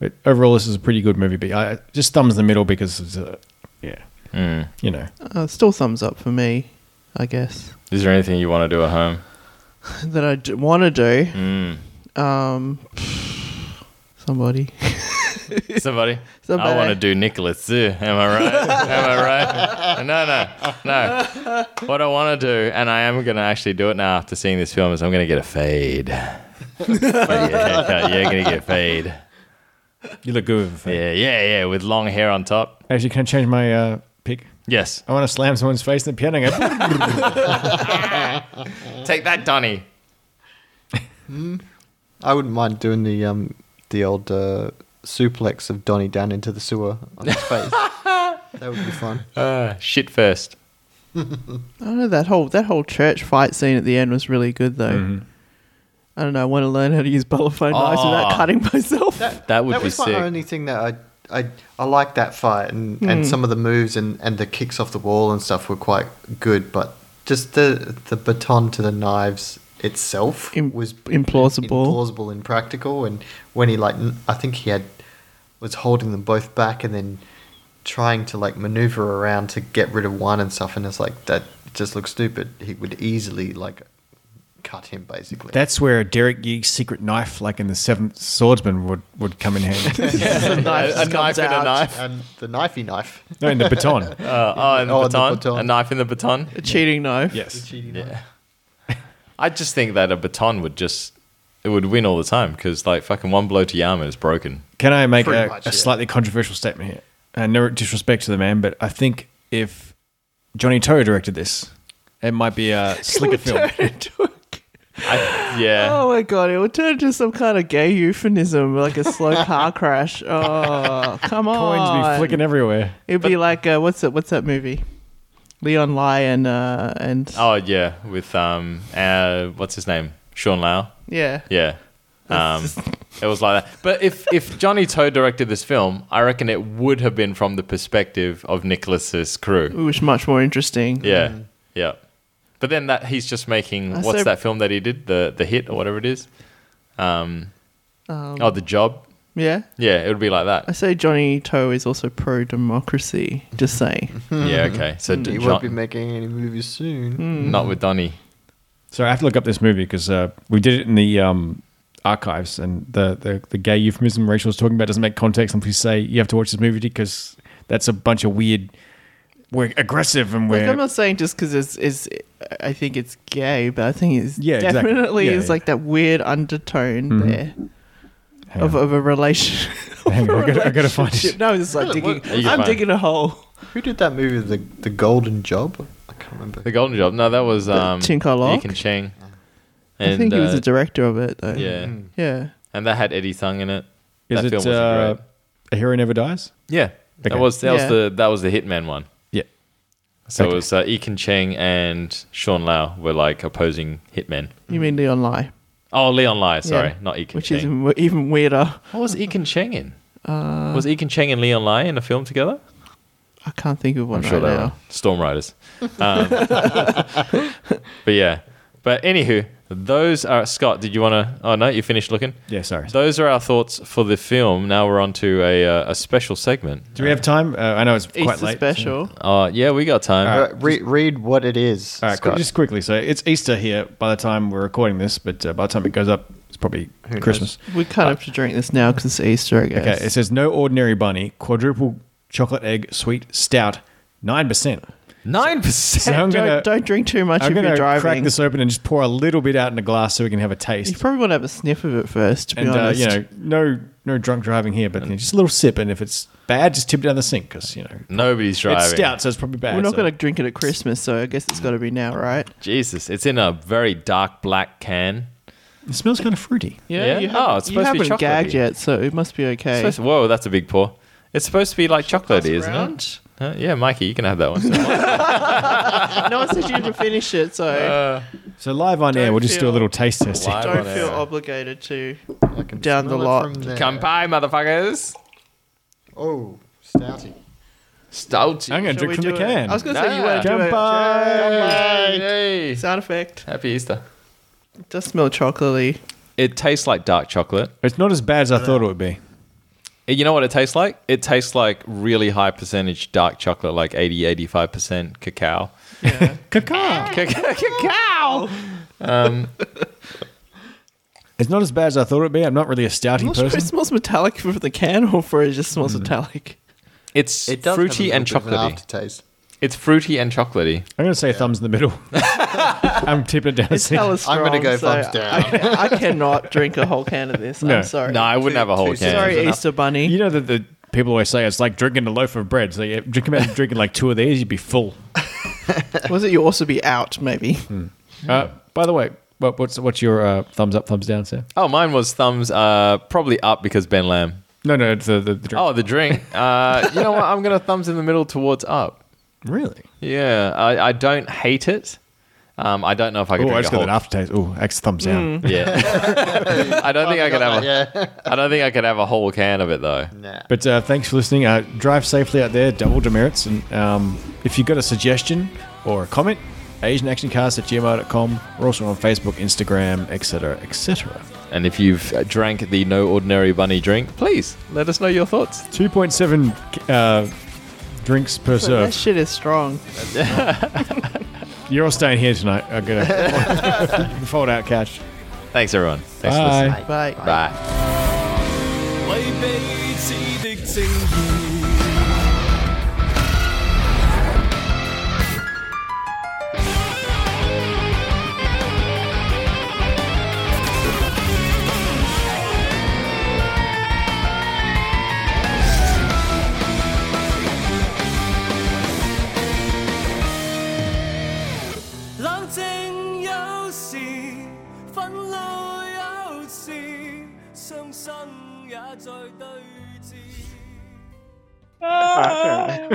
Speaker 9: But overall, this is a pretty good movie. But I just thumbs in the middle because it's a, yeah, you know,
Speaker 8: uh, still thumbs up for me, I guess. [laughs]
Speaker 7: Is there anything you want to do at
Speaker 9: [laughs]
Speaker 7: home?
Speaker 8: That I d- want to do.
Speaker 7: Hmm.
Speaker 8: Um, [sighs] somebody.
Speaker 7: Somebody?
Speaker 8: Somebody.
Speaker 7: I want to do Nicholas Zoo. Am I right? am I right? No, no, no. What I want to do, and I am going to actually do it now after seeing this film, is I'm going to get a fade. Fade haircut. yeah, going to get fade.
Speaker 9: you look good. With a
Speaker 7: Yeah, yeah, yeah, with long hair on top.
Speaker 9: Actually, can I change my uh, pick?
Speaker 7: Yes.
Speaker 9: I want to slam someone's face in the piano. and go, [laughs]
Speaker 7: Take that, Donnie.
Speaker 10: I wouldn't mind doing the um the old uh, suplex of Donnie down into the sewer on [laughs] his face. that would be fun.
Speaker 7: Uh, shit first.
Speaker 8: I don't know that whole that whole church fight scene at the end was really good though.
Speaker 7: Mm-hmm.
Speaker 8: I don't know. I want to learn how to use butterfly knives without
Speaker 7: Ah.
Speaker 8: cutting myself.
Speaker 7: That would
Speaker 10: that
Speaker 7: be
Speaker 10: was
Speaker 7: sick.
Speaker 10: my only thing that I I I like that fight and,
Speaker 8: Hmm.
Speaker 10: and some of the moves and, and the kicks off the wall and stuff were quite good, but just the the baton to the knives itself
Speaker 8: Im-
Speaker 10: was
Speaker 8: implausible.
Speaker 10: implausible and practical. And when he like n- I think he had was holding them both back and then trying to like maneuver around to get rid of one and stuff, and it's like that just looks stupid. He would easily like cut him basically.
Speaker 9: That's where a Derek Yee's secret knife, like in the Seventh Swordsman, would would come in handy. [laughs]
Speaker 10: the knife
Speaker 7: a knife and a knife.
Speaker 10: and the knifey knife.
Speaker 9: no, in the [laughs] baton.
Speaker 7: Uh, oh, and the,
Speaker 10: Oh, the
Speaker 7: baton?
Speaker 10: baton.
Speaker 7: A knife in the baton?
Speaker 8: A cheating [laughs] knife.
Speaker 9: yes.
Speaker 7: I just think that a baton would just, it would win all the time because, like, fucking one blow to Yama is broken.
Speaker 9: Can I make
Speaker 10: Pretty
Speaker 9: a,
Speaker 10: much,
Speaker 9: a
Speaker 10: yeah.
Speaker 9: slightly controversial statement here? Uh, no disrespect to the man, but I think if Johnny Toe directed this, it might be
Speaker 8: [laughs]
Speaker 9: a slicker film.
Speaker 7: I, yeah.
Speaker 8: Oh my god! It would turn into some kind of gay euphemism, like a
Speaker 7: [laughs]
Speaker 8: slow car crash. Oh, come on!
Speaker 9: Coins be flicking everywhere.
Speaker 8: It'd be like uh, what's that? What's that movie? Leon Lai and uh, and
Speaker 7: Oh yeah, with um, uh, what's his name, Sean Lau.
Speaker 8: yeah.
Speaker 7: Yeah, um, it was like that. But if if Johnny Toe directed this film, I reckon it would have been from the perspective of Nicholas's crew.
Speaker 8: It was much more interesting.
Speaker 7: Yeah, yeah. But then that he's just making
Speaker 8: I
Speaker 7: what's
Speaker 8: said-
Speaker 7: that film that he did the the hit or whatever it is. Um, oh, the job.
Speaker 8: Yeah.
Speaker 7: Yeah, it would be like
Speaker 8: I [laughs]
Speaker 7: that.
Speaker 8: say Johnny Toe is also pro democracy. Just saying.
Speaker 7: yeah, okay. So
Speaker 8: Mm,
Speaker 7: d-
Speaker 10: He
Speaker 7: John-
Speaker 10: won't be making any movies soon.
Speaker 7: not with Donnie.
Speaker 9: So I have to look up this movie because uh, we did it in the um, archives, and the, the the gay euphemism Rachel was talking about doesn't make context. And we say you have to watch this movie because that's a bunch of weird. We're aggressive and we're
Speaker 8: Like, I'm not saying just because it's, it's, I think it's gay, but I think it's
Speaker 9: Yeah, exactly.
Speaker 8: definitely
Speaker 9: Yeah,
Speaker 8: is
Speaker 9: yeah. Mm-hmm.
Speaker 8: like that weird undertone there
Speaker 9: Hang
Speaker 8: of,
Speaker 9: on.
Speaker 8: of a relation.
Speaker 9: Hang on, I gotta- I gotta find it.
Speaker 8: No, it's like
Speaker 10: Really,
Speaker 8: digging.
Speaker 10: what-
Speaker 7: You can
Speaker 8: I'm
Speaker 7: find-
Speaker 8: digging a hole.
Speaker 10: Who did that movie, the the Golden Job? I can't remember.
Speaker 7: The Golden Job. No, that was um,
Speaker 8: Chin Kai Lok?
Speaker 7: Deacon Chang.
Speaker 8: I think he was
Speaker 7: uh,
Speaker 8: the director Mm. of it. Though.
Speaker 7: Yeah.
Speaker 8: Yeah.
Speaker 7: And that had Eddie Thung in it.
Speaker 9: Is
Speaker 7: that
Speaker 9: it
Speaker 7: film wasn't
Speaker 9: uh,
Speaker 7: great.
Speaker 9: a hero never dies?
Speaker 7: Yeah.
Speaker 9: Okay.
Speaker 7: That was that was
Speaker 8: Yeah.
Speaker 7: the that was the Hitman one.
Speaker 9: Yeah.
Speaker 7: So it was uh, Ekin Cheng and Sean Lau were like opposing hitmen.
Speaker 8: You mean Leon Lai?
Speaker 7: Oh, Leon Lai, sorry,
Speaker 8: Yeah.
Speaker 7: not Ekin
Speaker 8: Which
Speaker 7: Cheng.
Speaker 8: is Uh, even- even weirder.
Speaker 7: What was Ekin Cheng in? was Ekin Cheng and Leon Lai in a film together?
Speaker 8: I can't think of one
Speaker 7: I'm sure
Speaker 8: right
Speaker 7: they
Speaker 8: now.
Speaker 7: were Storm Riders. Um, [laughs] but yeah. But anywho, those are Scott. Did you want to? Oh no, you finished looking.
Speaker 9: Yeah, sorry.
Speaker 7: Those are our thoughts for the film. Now we're on to a, uh, a special segment.
Speaker 9: Do we have time? Uh, I know it's quite
Speaker 8: Easter
Speaker 9: late.
Speaker 8: special.
Speaker 7: Uh, yeah, we got time.
Speaker 10: Uh, re- read what it is.
Speaker 9: All right,
Speaker 10: Scott.
Speaker 9: just quickly. So it's Easter here by the time we're recording this, but uh, by the time it goes up, it's probably
Speaker 10: knows?
Speaker 9: Christmas.
Speaker 8: We kind of have to drink this now because it's Easter, I guess.
Speaker 9: Uh, Okay, it says no ordinary bunny, quadruple chocolate egg sweet stout, nine
Speaker 8: [laughs]
Speaker 9: percent.
Speaker 7: Nine
Speaker 9: So
Speaker 7: percent.
Speaker 9: I'm
Speaker 8: don't,
Speaker 9: gonna
Speaker 8: don't drink too much
Speaker 9: I'm
Speaker 8: if
Speaker 9: gonna
Speaker 8: you're
Speaker 9: crack
Speaker 8: driving.
Speaker 9: this open and just pour a little bit out in a glass so we can have a
Speaker 8: You
Speaker 9: taste.
Speaker 8: probably want to have a sniff of it first, to be
Speaker 9: And uh,
Speaker 8: honest.
Speaker 9: you know, no no drunk driving here, but you know, just a little sip. And if it's bad, just tip it down the sink because you know
Speaker 7: Nobody's driving.
Speaker 9: it's stout, so it's probably bad.
Speaker 8: We're not
Speaker 9: so-
Speaker 8: going to drink it at Christmas, so I guess it's got to be now, right?
Speaker 7: Jesus, it's in a very dark black can.
Speaker 9: It smells kind of fruity.
Speaker 7: Yeah? you haven't- Oh, it's you supposed to be
Speaker 8: haven't
Speaker 7: haven't gagged chocolatey.
Speaker 8: gagged yet, so it must be
Speaker 7: It's
Speaker 8: okay.
Speaker 7: supposed to- whoa, that's a big pour. It's supposed to be like chocolatey, isn't it? Uh, yeah, Mikey, you can have that one.
Speaker 8: no one said you didn't finish it, so
Speaker 9: So live on air, we'll just do a
Speaker 8: feel-
Speaker 9: little taste test. here.
Speaker 7: Live
Speaker 8: don't
Speaker 7: on air.
Speaker 8: feel obligated to.
Speaker 10: I can
Speaker 8: Down the
Speaker 10: smell it
Speaker 8: lot.
Speaker 10: from
Speaker 7: [laughs]
Speaker 10: there.
Speaker 7: Come by, motherfuckers.
Speaker 10: Oh, stouty.
Speaker 7: Stout.
Speaker 9: I'm going to
Speaker 8: Shall
Speaker 9: drink
Speaker 8: we
Speaker 9: from the
Speaker 8: do it?
Speaker 9: can.
Speaker 8: I was going to say you
Speaker 7: Nah.
Speaker 8: want to do it.
Speaker 7: Yay.
Speaker 8: Sound effect.
Speaker 7: Happy Easter.
Speaker 8: It does smell chocolatey.
Speaker 7: It tastes like dark chocolate.
Speaker 9: It's not as bad as I thought it would
Speaker 7: Eh,
Speaker 9: be.
Speaker 7: You know what it tastes like? It tastes like really high percentage dark chocolate, like 80, 85% cacao.
Speaker 9: Caca.
Speaker 7: cacao!
Speaker 9: It's not as bad as I thought it would be. I'm not really a stouty
Speaker 8: I'm not sure if
Speaker 9: person.
Speaker 8: it smells metallic from the can or for it just
Speaker 7: Hmm.
Speaker 8: smells
Speaker 7: [laughs]
Speaker 8: metallic.
Speaker 7: It's fruity and chocolatey.
Speaker 10: aftertaste.
Speaker 7: it's fruity and chocolatey.
Speaker 9: I'm going to say thumbs in the
Speaker 8: [laughs]
Speaker 9: middle. I'm tipping it down.
Speaker 8: It's hella strong.
Speaker 10: I'm going to go
Speaker 8: so
Speaker 10: thumbs down.
Speaker 8: I cannot drink a whole can of this.
Speaker 9: No.
Speaker 8: I'm sorry.
Speaker 7: No, I wouldn't have a whole can.
Speaker 8: Sorry, Easter Bunny.
Speaker 9: You know that the people always say it's like drinking a loaf of bread. So you drink about drinking like two of these, you'd be full.
Speaker 8: Was it you also be out, maybe?
Speaker 7: Hmm.
Speaker 9: Uh, by the way, what, what's what's your uh, thumbs up, thumbs down, sir?
Speaker 7: Oh, mine was thumbs uh, probably up because Ben Lamb.
Speaker 9: No, no, it's the, the, the drink.
Speaker 7: Oh, the drink. [laughs] Uh, you know what? I'm going to thumbs in the middle towards up.
Speaker 9: really?
Speaker 7: Yeah, I, I don't hate it. Um, I don't know if I could
Speaker 9: Oh,
Speaker 7: drink
Speaker 9: I just
Speaker 7: a whole
Speaker 9: got an aftertaste. Oh, X thumbs
Speaker 8: Mm.
Speaker 7: [laughs]
Speaker 9: down.
Speaker 7: Yeah. [laughs] I don't think I could have a,
Speaker 10: Yeah.
Speaker 7: I don't think I could have a whole can of it though.
Speaker 10: Nah.
Speaker 9: But uh, thanks for listening. Uh, drive safely out there, double demerits. And um, if you've got a suggestion or a comment, AsianActionCast at gmail.com. We're also on Facebook, Instagram, etc., etc.
Speaker 7: And if you've uh, drank the no ordinary bunny drink, please let us know your thoughts.
Speaker 9: 2.7 uh, drinks per
Speaker 8: That
Speaker 9: serve.
Speaker 8: shit is strong.
Speaker 9: You're all staying here tonight. I'm going to fold out couch.
Speaker 7: Thanks everyone. Thanks for
Speaker 9: Bye.
Speaker 7: listening.
Speaker 8: Bye.
Speaker 7: Bye.
Speaker 1: 违彼此的正義。冷靜有時，憤怒有時，傷心也在對峙。
Speaker 6: Ah,